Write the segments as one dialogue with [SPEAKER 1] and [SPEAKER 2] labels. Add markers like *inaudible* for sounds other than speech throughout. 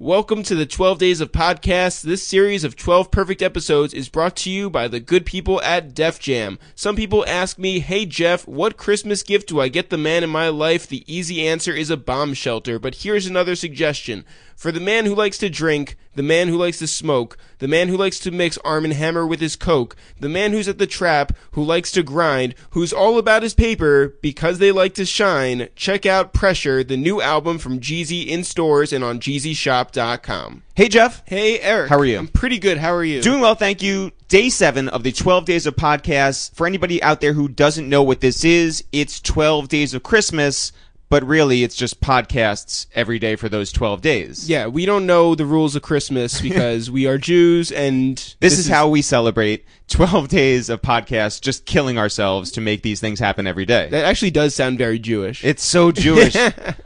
[SPEAKER 1] Welcome to the 12 Days of Podcast. This series of 12 perfect episodes is brought to you by the good people at Def Jam. Some people ask me, Hey Jeff, what Christmas gift do I get the man in my life? The easy answer is a bomb shelter, but here's another suggestion. For the man who likes to drink, the man who likes to smoke, the man who likes to mix Arm & Hammer with his Coke, the man who's at the trap, who likes to grind, who's all about his paper because they like to shine, check out Pressure, the new album from Jeezy in stores and on JeezyShop.com.
[SPEAKER 2] Hey, Jeff.
[SPEAKER 1] Hey, Eric.
[SPEAKER 2] How are you?
[SPEAKER 1] I'm pretty good. How are you?
[SPEAKER 2] Doing well, thank you. Day seven of the 12 Days of Podcasts. For anybody out there who doesn't know what this is, it's 12 Days of Christmas, but really it's just podcasts every day for those 12 days.
[SPEAKER 1] yeah, we don't know the rules of
[SPEAKER 2] *laughs*
[SPEAKER 1] Christmas because we are Jews and
[SPEAKER 2] This, is, how we celebrate 12 *laughs* days of podcasts, just killing ourselves to make these things happen every day.
[SPEAKER 1] that actually does sound very Jewish.
[SPEAKER 2] It's so Jewish.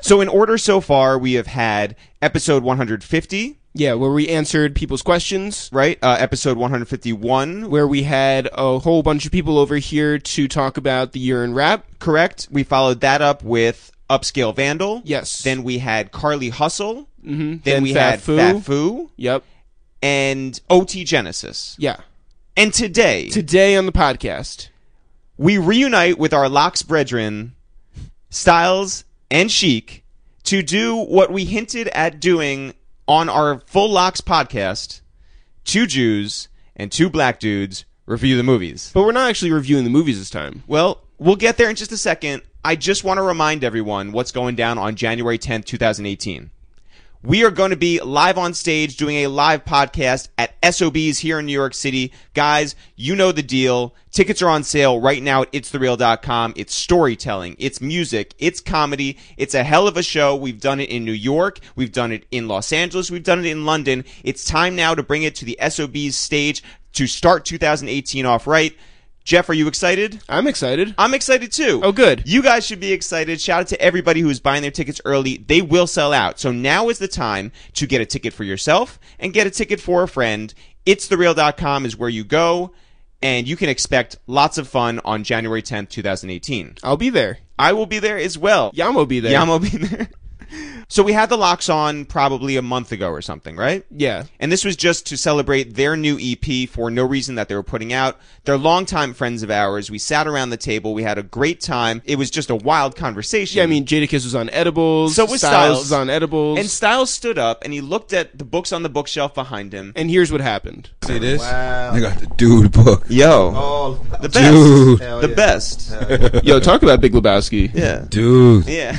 [SPEAKER 2] so, in order so far, we have had episode 150,
[SPEAKER 1] yeah, where we answered people's questions.
[SPEAKER 2] right? Uh, episode 151,
[SPEAKER 1] where we had a whole bunch of people over here to talk about the year in rap.
[SPEAKER 2] correct? We followed that up with Upscale Vandal.
[SPEAKER 1] Yes.
[SPEAKER 2] Then we had Carly Hustle. Mm-hmm. Then,
[SPEAKER 1] Then
[SPEAKER 2] we
[SPEAKER 1] Fat
[SPEAKER 2] had
[SPEAKER 1] Fu.
[SPEAKER 2] Fat Fu
[SPEAKER 1] Yep.
[SPEAKER 2] and OT Genesis.
[SPEAKER 1] Yeah.
[SPEAKER 2] And today
[SPEAKER 1] Today on the podcast,
[SPEAKER 2] we reunite with our Locks brethren, Styles and Chic, to do what we hinted at doing on our Full Locks podcast: two Jews and two black dudes review the movies.
[SPEAKER 1] but we're not actually reviewing the movies this time.
[SPEAKER 2] Well, we'll get there in just a second. I just want to remind everyone what's going down on January 10th, 2018. We are going to be live on stage doing a live podcast at SOBs here in New York City. Guys, you know the deal. Tickets are on sale right now at itsthereal.com. It's storytelling, it's music, it's comedy. It's a hell of a show. We've done it in New York, we've done it in Los Angeles, we've done it in London. It's time now to bring it to the SOBs stage to start 2018 off right. Jeff, are you excited?
[SPEAKER 1] I'm excited.
[SPEAKER 2] I'm excited too.
[SPEAKER 1] Oh, good.
[SPEAKER 2] You guys should be excited. Shout out to everybody who's buying their tickets early. They will sell out. So now is the time to get a ticket for yourself and get a ticket for a friend. It's thereal.com is where you go, and you can expect lots of fun on January 10th, 2018.
[SPEAKER 1] I'll be there.
[SPEAKER 2] I will be there as well.
[SPEAKER 1] Yamo be there.
[SPEAKER 2] Yam will be *laughs* there. so we had the locks on probably a month ago or something, right?
[SPEAKER 1] Yeah.
[SPEAKER 2] And this was just to celebrate their new EP for no reason that they were putting out. They're longtime friends of ours. We sat around the table. We had a great time. It was just a wild conversation.
[SPEAKER 1] Yeah, I mean, Jadakiss was on edibles.
[SPEAKER 2] So was
[SPEAKER 1] Styles.
[SPEAKER 2] Styles.
[SPEAKER 1] was on edibles.
[SPEAKER 2] and Styles stood up and he looked at the books on the bookshelf behind him.
[SPEAKER 1] and here's what happened.
[SPEAKER 3] See this? I got the dude book.
[SPEAKER 2] Yo,
[SPEAKER 4] Oh,
[SPEAKER 2] the best,
[SPEAKER 3] Dude.
[SPEAKER 4] Hell
[SPEAKER 2] the
[SPEAKER 4] yeah.
[SPEAKER 3] *laughs*
[SPEAKER 2] best.
[SPEAKER 1] Yo, talk about Big Lebowski.
[SPEAKER 2] Yeah,
[SPEAKER 3] Dude.
[SPEAKER 2] yeah.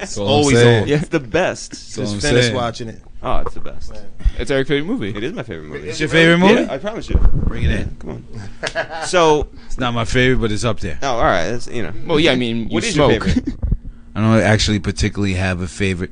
[SPEAKER 2] it's
[SPEAKER 3] all I'm saying.
[SPEAKER 2] Yeah, it's the best.
[SPEAKER 3] That's what I'm
[SPEAKER 4] just finished
[SPEAKER 3] saying.
[SPEAKER 4] watching it.
[SPEAKER 2] Oh, it's the best.
[SPEAKER 1] It's Eric's favorite movie.
[SPEAKER 2] It is my favorite movie.
[SPEAKER 3] It's your favorite movie?
[SPEAKER 2] I promise you.
[SPEAKER 3] Bring it in.
[SPEAKER 2] So,
[SPEAKER 3] It's not my favorite, but it's up there.
[SPEAKER 2] oh, all right. That's, you know,
[SPEAKER 1] Well, yeah, I mean, you
[SPEAKER 2] What is your
[SPEAKER 1] smoke.
[SPEAKER 2] favorite?
[SPEAKER 3] I don't actually particularly have a favorite,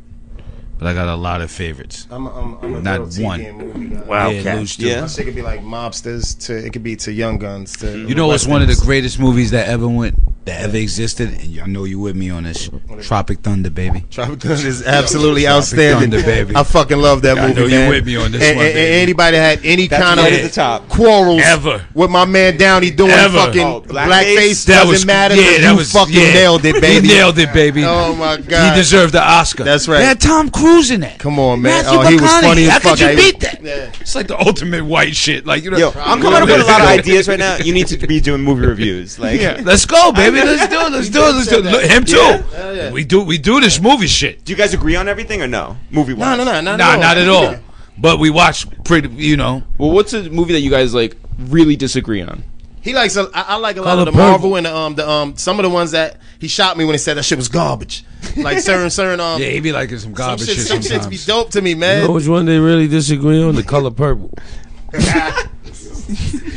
[SPEAKER 3] but I got a lot of favorites.
[SPEAKER 4] I'm, I'm, I'm a
[SPEAKER 3] Not
[SPEAKER 4] real TV
[SPEAKER 3] one.
[SPEAKER 4] and movie guy.
[SPEAKER 3] Yeah,
[SPEAKER 5] Wildcat.
[SPEAKER 3] Luge, too.
[SPEAKER 2] Yeah.
[SPEAKER 4] That shit could be like mobsters to it could be to Young Guns to
[SPEAKER 3] You know what's one of the greatest movies that ever went, that ever existed? And I know you with me on this. Tropic Thunder, baby.
[SPEAKER 4] Tropic Thunder is absolutely outstanding.
[SPEAKER 3] Thunder, baby.
[SPEAKER 4] I fucking love that
[SPEAKER 3] I
[SPEAKER 4] movie.
[SPEAKER 3] know you
[SPEAKER 4] man.
[SPEAKER 3] with me on this
[SPEAKER 4] And-
[SPEAKER 3] one,
[SPEAKER 4] and- and
[SPEAKER 3] baby.
[SPEAKER 4] anybody had any kind
[SPEAKER 2] right
[SPEAKER 4] of
[SPEAKER 2] at the top.
[SPEAKER 4] quarrels
[SPEAKER 3] Ever.
[SPEAKER 4] with my man Downey doing
[SPEAKER 3] Ever.
[SPEAKER 4] fucking
[SPEAKER 2] Oh, blackface?
[SPEAKER 4] blackface
[SPEAKER 3] That
[SPEAKER 4] doesn't
[SPEAKER 3] was
[SPEAKER 4] matter.
[SPEAKER 3] Yeah,
[SPEAKER 4] but
[SPEAKER 3] that
[SPEAKER 4] you
[SPEAKER 3] was
[SPEAKER 4] fucking
[SPEAKER 3] yeah.
[SPEAKER 4] nailed it,
[SPEAKER 3] *laughs*
[SPEAKER 4] baby.
[SPEAKER 3] You nailed it, baby.
[SPEAKER 4] Oh my god.
[SPEAKER 3] He deserved the Oscar.
[SPEAKER 4] That's right.
[SPEAKER 3] They had Tom Cruise in that.
[SPEAKER 4] Come on, man.
[SPEAKER 3] Matthew
[SPEAKER 4] oh, he was
[SPEAKER 3] McConaughey.
[SPEAKER 4] funny as
[SPEAKER 3] How
[SPEAKER 4] fuck.
[SPEAKER 3] could you
[SPEAKER 4] I-
[SPEAKER 3] beat that?
[SPEAKER 4] Yeah.
[SPEAKER 3] It's like the ultimate white shit. Like you know.
[SPEAKER 2] Yo, I'm coming up with a lot
[SPEAKER 6] *laughs*
[SPEAKER 2] of ideas right now. You need to be doing movie reviews. Like,
[SPEAKER 3] Yeah, let's go, baby. Let's do it. Let's do it. Let's do it. Look, Him too.
[SPEAKER 4] Hell yeah.
[SPEAKER 3] We do. We do this movie shit.
[SPEAKER 2] do you guys agree on everything or no? Movie
[SPEAKER 4] No,
[SPEAKER 2] wise.
[SPEAKER 4] no, no, not
[SPEAKER 3] Nah,
[SPEAKER 4] at all.
[SPEAKER 3] not at all. But we watch pretty. You know,
[SPEAKER 1] Well, what's a movie that you guys like really disagree on?
[SPEAKER 4] *laughs* He likes a, I, I like a lot
[SPEAKER 3] Color
[SPEAKER 4] of the
[SPEAKER 3] purple.
[SPEAKER 4] Marvel and the, um the um some of the ones that he shot me when he said that shit was garbage. Like certain certain um
[SPEAKER 3] yeah, he be like in some
[SPEAKER 4] some,
[SPEAKER 3] garbage
[SPEAKER 4] shit,
[SPEAKER 3] shit
[SPEAKER 4] some
[SPEAKER 3] sometimes.
[SPEAKER 4] shits be dope to me,
[SPEAKER 5] You
[SPEAKER 4] man.
[SPEAKER 5] know which one they really disagree on? The color purple.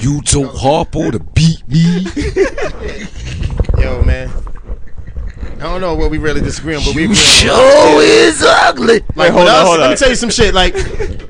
[SPEAKER 3] You told Harpo to beat me.
[SPEAKER 4] *laughs* Yo, man. I don't know what we really disagree on, but we
[SPEAKER 3] You
[SPEAKER 6] *laughs*
[SPEAKER 4] agree on. a lot.
[SPEAKER 3] show is ugly.
[SPEAKER 4] Like
[SPEAKER 2] hold
[SPEAKER 4] with
[SPEAKER 2] on,
[SPEAKER 4] us,
[SPEAKER 2] hold
[SPEAKER 4] let
[SPEAKER 2] on.
[SPEAKER 4] me tell you some shit. Like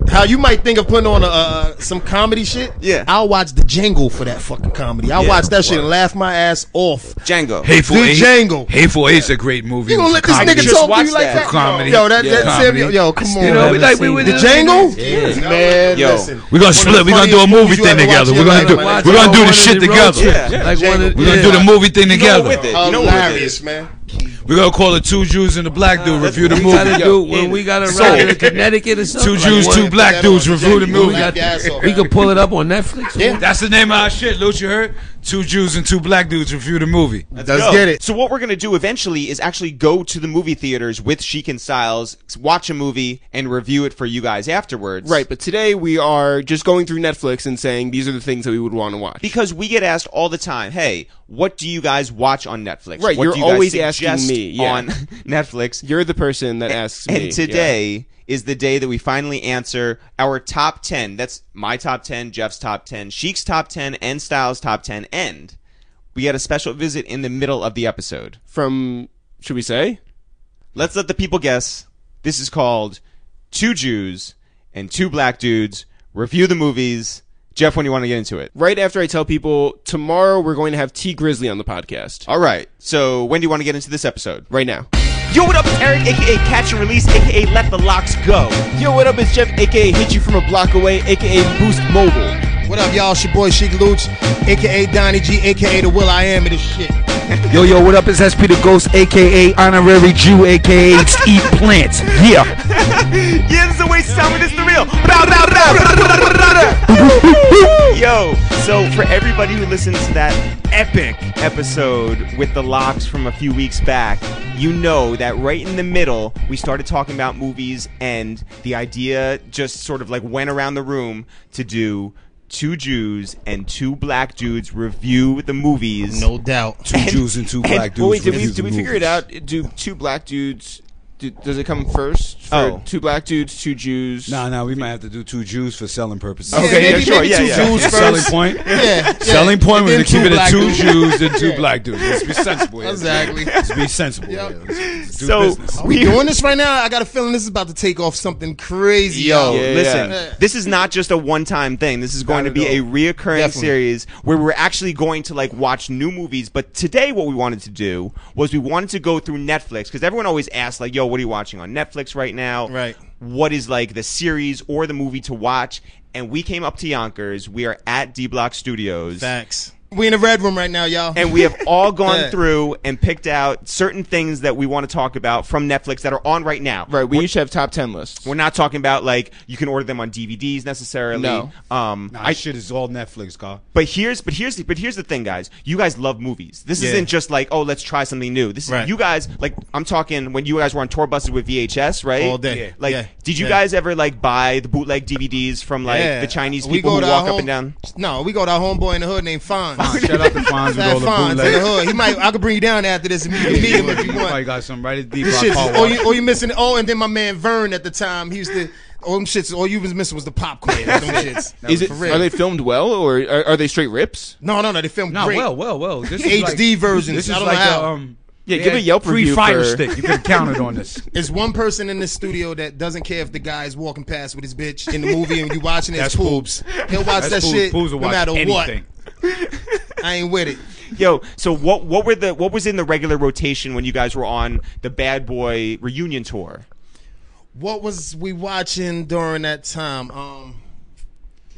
[SPEAKER 4] how you might think of putting on a, uh, some comedy shit.
[SPEAKER 2] Yeah.
[SPEAKER 4] I'll watch the Django for that fucking comedy. I'll
[SPEAKER 2] Yeah,
[SPEAKER 4] watch that shit and laugh my ass off.
[SPEAKER 2] Django.
[SPEAKER 3] Hateful
[SPEAKER 4] The
[SPEAKER 3] Eight.
[SPEAKER 4] Django.
[SPEAKER 3] Hateful Eight's a great movie.
[SPEAKER 4] You gonna let
[SPEAKER 3] It's
[SPEAKER 4] this
[SPEAKER 3] a comedy.
[SPEAKER 4] nigga
[SPEAKER 2] Just
[SPEAKER 4] talk to
[SPEAKER 2] watch
[SPEAKER 4] you like
[SPEAKER 2] that.
[SPEAKER 4] that?
[SPEAKER 3] Comedy.
[SPEAKER 4] Yo, that, that
[SPEAKER 3] Yeah.
[SPEAKER 4] Samuel, yo, come on.
[SPEAKER 3] You know, we
[SPEAKER 4] man.
[SPEAKER 3] like we went
[SPEAKER 4] The
[SPEAKER 3] in-
[SPEAKER 4] Django?
[SPEAKER 3] Yeah.
[SPEAKER 4] Man,
[SPEAKER 2] Yo.
[SPEAKER 4] listen.
[SPEAKER 3] We're gonna
[SPEAKER 4] One of the
[SPEAKER 3] split. We're gonna do a
[SPEAKER 4] funniest
[SPEAKER 3] movie
[SPEAKER 4] movies you
[SPEAKER 3] thing
[SPEAKER 4] ever
[SPEAKER 3] together.
[SPEAKER 4] watched
[SPEAKER 3] We're
[SPEAKER 4] in your
[SPEAKER 3] gonna do.
[SPEAKER 4] life,
[SPEAKER 3] We're
[SPEAKER 4] man.
[SPEAKER 3] gonna do
[SPEAKER 5] Watch
[SPEAKER 3] this
[SPEAKER 5] it
[SPEAKER 3] shit
[SPEAKER 5] on one of the road
[SPEAKER 3] together.
[SPEAKER 5] trips.
[SPEAKER 2] Yeah.
[SPEAKER 5] Like one of
[SPEAKER 3] We're gonna
[SPEAKER 5] yeah.
[SPEAKER 3] do the movie thing
[SPEAKER 2] You know
[SPEAKER 3] together.
[SPEAKER 2] with it.
[SPEAKER 4] Oh,
[SPEAKER 2] You know with
[SPEAKER 4] hilarious,
[SPEAKER 2] it.
[SPEAKER 4] man.
[SPEAKER 2] You
[SPEAKER 3] We're gonna call it two Jews and a black dude review the
[SPEAKER 5] We gotta
[SPEAKER 3] movie.
[SPEAKER 5] do when we got a record in Connecticut or something.
[SPEAKER 3] Two
[SPEAKER 5] *laughs* like
[SPEAKER 3] Jews,
[SPEAKER 5] one-
[SPEAKER 3] two black dudes review the
[SPEAKER 4] Yeah,
[SPEAKER 3] movie.
[SPEAKER 4] we got gas off.
[SPEAKER 5] We could pull it up on Netflix.
[SPEAKER 4] Yeah.
[SPEAKER 3] That's the name of our shit, Luch. You heard? Two Jews and two black dudes review the movie.
[SPEAKER 4] Let's
[SPEAKER 2] go.
[SPEAKER 4] get it.
[SPEAKER 2] So what we're gonna do eventually is actually go to the movie theaters with Sheik and Styles, watch a movie, and review it for you guys afterwards.
[SPEAKER 1] Right, but today we are just going through Netflix and saying these are the things that we would want to watch.
[SPEAKER 2] Because we get asked all the time, hey, what do you guys watch on Netflix?
[SPEAKER 1] Right,
[SPEAKER 2] What
[SPEAKER 1] you're
[SPEAKER 2] do you guys
[SPEAKER 1] always
[SPEAKER 2] suggest
[SPEAKER 1] asking me, yeah.
[SPEAKER 2] on *laughs* Netflix.
[SPEAKER 1] You're the person that asks me.
[SPEAKER 2] And today is the day that we finally answer our top 10. That's my top 10, Jeff's top 10, Sheik's top 10, and Styles' top 10. And we had a special visit in the middle of the episode.
[SPEAKER 1] yeah. from should we say?
[SPEAKER 2] Let's let the people guess. This is called Two Jews and Two Black Dudes Review the Movies. Jeff, when you want to get into it.
[SPEAKER 1] Right after I tell people tomorrow we're going to have T Grizzly on the podcast. Uh,
[SPEAKER 2] All right. So, when do you want to get into this episode?
[SPEAKER 1] Right now.
[SPEAKER 2] Yo, what up? It's Eric, aka Catch and Release, aka Let the Locks Go.
[SPEAKER 1] Yo, what up? It's Jeff, aka Hit You From a Block Away, aka Boost Mobile.
[SPEAKER 4] What up, y'all? It's your boy Sheik Luch, aka Donnie G, aka the Will I Am of this shit.
[SPEAKER 7] Yo, yo, what up? It's SP the Ghost, aka Honorary Jew, aka Eat Plants. Yeah.
[SPEAKER 2] Yeah, this is the way some of this is the real. Yo, so for everybody who listens to that epic episode with the locks from a few weeks back, you know that right in the middle, we started talking about movies, and the idea just sort of like went around the room to do two Jews and two black dudes review the movies.
[SPEAKER 4] No doubt.
[SPEAKER 3] Two Jews and two black dudes
[SPEAKER 1] Well, wait, did we,
[SPEAKER 3] review
[SPEAKER 1] did we
[SPEAKER 3] the
[SPEAKER 1] figure it
[SPEAKER 3] movies.
[SPEAKER 1] out? Do two black dudes? Do, does it come first? For
[SPEAKER 2] Oh.
[SPEAKER 1] two black dudes, two Jews.
[SPEAKER 3] No, no, we might have to do two Jews for selling purposes.
[SPEAKER 4] Yeah,
[SPEAKER 2] Okay, yeah,
[SPEAKER 4] maybe,
[SPEAKER 2] sure,
[SPEAKER 4] maybe
[SPEAKER 2] yeah,
[SPEAKER 4] two
[SPEAKER 2] yeah.
[SPEAKER 4] Jews
[SPEAKER 3] That's
[SPEAKER 4] first.
[SPEAKER 3] a selling point.
[SPEAKER 4] *laughs* Yeah, yeah.
[SPEAKER 3] Selling point. We're
[SPEAKER 4] And
[SPEAKER 3] gonna
[SPEAKER 4] then
[SPEAKER 3] keep it at
[SPEAKER 4] black
[SPEAKER 3] two
[SPEAKER 4] dudes.
[SPEAKER 3] Jews and two
[SPEAKER 4] *laughs* Yeah.
[SPEAKER 3] black dudes. Let's be sensible. here.
[SPEAKER 4] Exactly.
[SPEAKER 3] Let's be sensible.
[SPEAKER 4] Yep.
[SPEAKER 3] here. Let's do
[SPEAKER 2] So
[SPEAKER 3] business.
[SPEAKER 4] We doing this right now? I got a feeling this is about to take off something crazy.
[SPEAKER 2] Yo,
[SPEAKER 4] Yo,
[SPEAKER 1] Yeah, *laughs*
[SPEAKER 2] listen,
[SPEAKER 4] yeah.
[SPEAKER 2] this is not just a one-time thing. This is going to be a reoccurring
[SPEAKER 4] Definitely.
[SPEAKER 2] series where we're actually going to like watch new movies. But today, what we wanted to do was we wanted to go through Netflix because everyone always asks, like, "Yo, what are you watching on Netflix right now?
[SPEAKER 4] Right.
[SPEAKER 2] What is like the series or the movie to watch?" And we came up to Yonkers. We are at D Block Studios.
[SPEAKER 4] facts. We in the red room right now, y'all.
[SPEAKER 2] and we have
[SPEAKER 4] *laughs*
[SPEAKER 2] all gone
[SPEAKER 4] Yeah.
[SPEAKER 2] through and picked out certain things that we want to talk about from Netflix that are on right now.
[SPEAKER 1] Right, we each have top ten lists.
[SPEAKER 2] We're not talking about like you can order them on DVDs necessarily.
[SPEAKER 1] No.
[SPEAKER 2] Um,
[SPEAKER 3] Nah, I shit is all Netflix,
[SPEAKER 4] *laughs*
[SPEAKER 3] Carl.
[SPEAKER 2] but here's but here's the, but here's the thing, guys. You guys love movies. This
[SPEAKER 4] Yeah.
[SPEAKER 2] isn't just like oh let's try something new. This is
[SPEAKER 4] Right.
[SPEAKER 2] you guys like I'm talking when you guys were on tour buses with VHS, right?
[SPEAKER 4] All day. Yeah.
[SPEAKER 2] Like,
[SPEAKER 4] Yeah.
[SPEAKER 2] did you
[SPEAKER 4] Yeah.
[SPEAKER 2] guys ever like buy the bootleg DVDs from like
[SPEAKER 4] Yeah.
[SPEAKER 2] the Chinese
[SPEAKER 4] We
[SPEAKER 2] people
[SPEAKER 4] go
[SPEAKER 2] who
[SPEAKER 4] to our
[SPEAKER 2] walk up
[SPEAKER 4] home-
[SPEAKER 2] and down?
[SPEAKER 4] No, we go to our homeboy in the hood named Fonz. *laughs*
[SPEAKER 3] Shout out to Fonz with
[SPEAKER 4] Fat
[SPEAKER 3] all the
[SPEAKER 4] Fonz in the *laughs*
[SPEAKER 3] bootlegs.
[SPEAKER 4] hood. He might. I could bring you down after this and you can meet him if you want.
[SPEAKER 3] Probably got some right at deep.
[SPEAKER 4] This
[SPEAKER 3] Rock
[SPEAKER 4] shit's
[SPEAKER 3] Hall
[SPEAKER 4] all
[SPEAKER 3] Walk.
[SPEAKER 4] you, all you missing. Oh, and then my man Vern at the time, he used to. All them shits. All you was missing was the
[SPEAKER 3] *laughs*
[SPEAKER 4] popcorn. them shits.
[SPEAKER 1] Is it?
[SPEAKER 4] For real.
[SPEAKER 1] Are they filmed well, or are, are they straight rips?
[SPEAKER 4] No, no, no. They filmed
[SPEAKER 3] Nah,
[SPEAKER 4] great.
[SPEAKER 3] Ah, well, well, well.
[SPEAKER 4] *laughs*
[SPEAKER 3] This is
[SPEAKER 4] HD
[SPEAKER 3] like,
[SPEAKER 4] versions.
[SPEAKER 3] This is
[SPEAKER 4] I don't
[SPEAKER 3] like
[SPEAKER 4] know how.
[SPEAKER 3] a, um.
[SPEAKER 1] Yeah,
[SPEAKER 3] they
[SPEAKER 1] give a
[SPEAKER 3] had
[SPEAKER 1] Yelp
[SPEAKER 3] free
[SPEAKER 1] review
[SPEAKER 3] fire
[SPEAKER 1] for-
[SPEAKER 3] stick. You could have counted on
[SPEAKER 4] *laughs*
[SPEAKER 3] this.
[SPEAKER 4] There's one person in the studio that doesn't care if the guy's walking past with his bitch in the movie and you watching it.
[SPEAKER 3] That's
[SPEAKER 4] It's poobs. He'll watch
[SPEAKER 3] That's
[SPEAKER 4] that
[SPEAKER 3] cool.
[SPEAKER 4] shit
[SPEAKER 3] Fools
[SPEAKER 4] no
[SPEAKER 3] will watch
[SPEAKER 4] matter
[SPEAKER 3] anything.
[SPEAKER 4] what. I ain't with it.
[SPEAKER 2] Yo, so what what were the what was in the regular rotation when you guys were on the Bad Boy reunion tour?
[SPEAKER 4] What was we watching during that time? Um,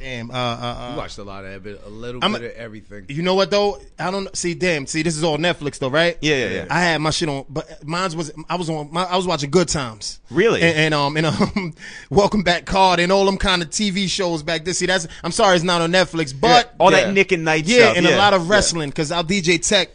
[SPEAKER 4] damn. Uh, uh,
[SPEAKER 3] You
[SPEAKER 4] uh,
[SPEAKER 3] watched a lot of it, a little
[SPEAKER 4] I'm a-
[SPEAKER 3] bit of everything.
[SPEAKER 4] you know what though? I don't see. Damn. See, this is all Netflix though, right?
[SPEAKER 2] Yeah, yeah, yeah.
[SPEAKER 4] I had my shit on, but mine's was I was on. My, I was watching Good Times.
[SPEAKER 2] Really?
[SPEAKER 4] And, and um and um, *laughs* Welcome Back Card and all them kind of TV shows back this. See, that's I'm sorry, it's not on Netflix, but
[SPEAKER 2] All
[SPEAKER 1] Yeah.
[SPEAKER 2] that Nick and Knight
[SPEAKER 4] yeah,
[SPEAKER 2] stuff.
[SPEAKER 4] and a lot of wrestling because our DJ Tech,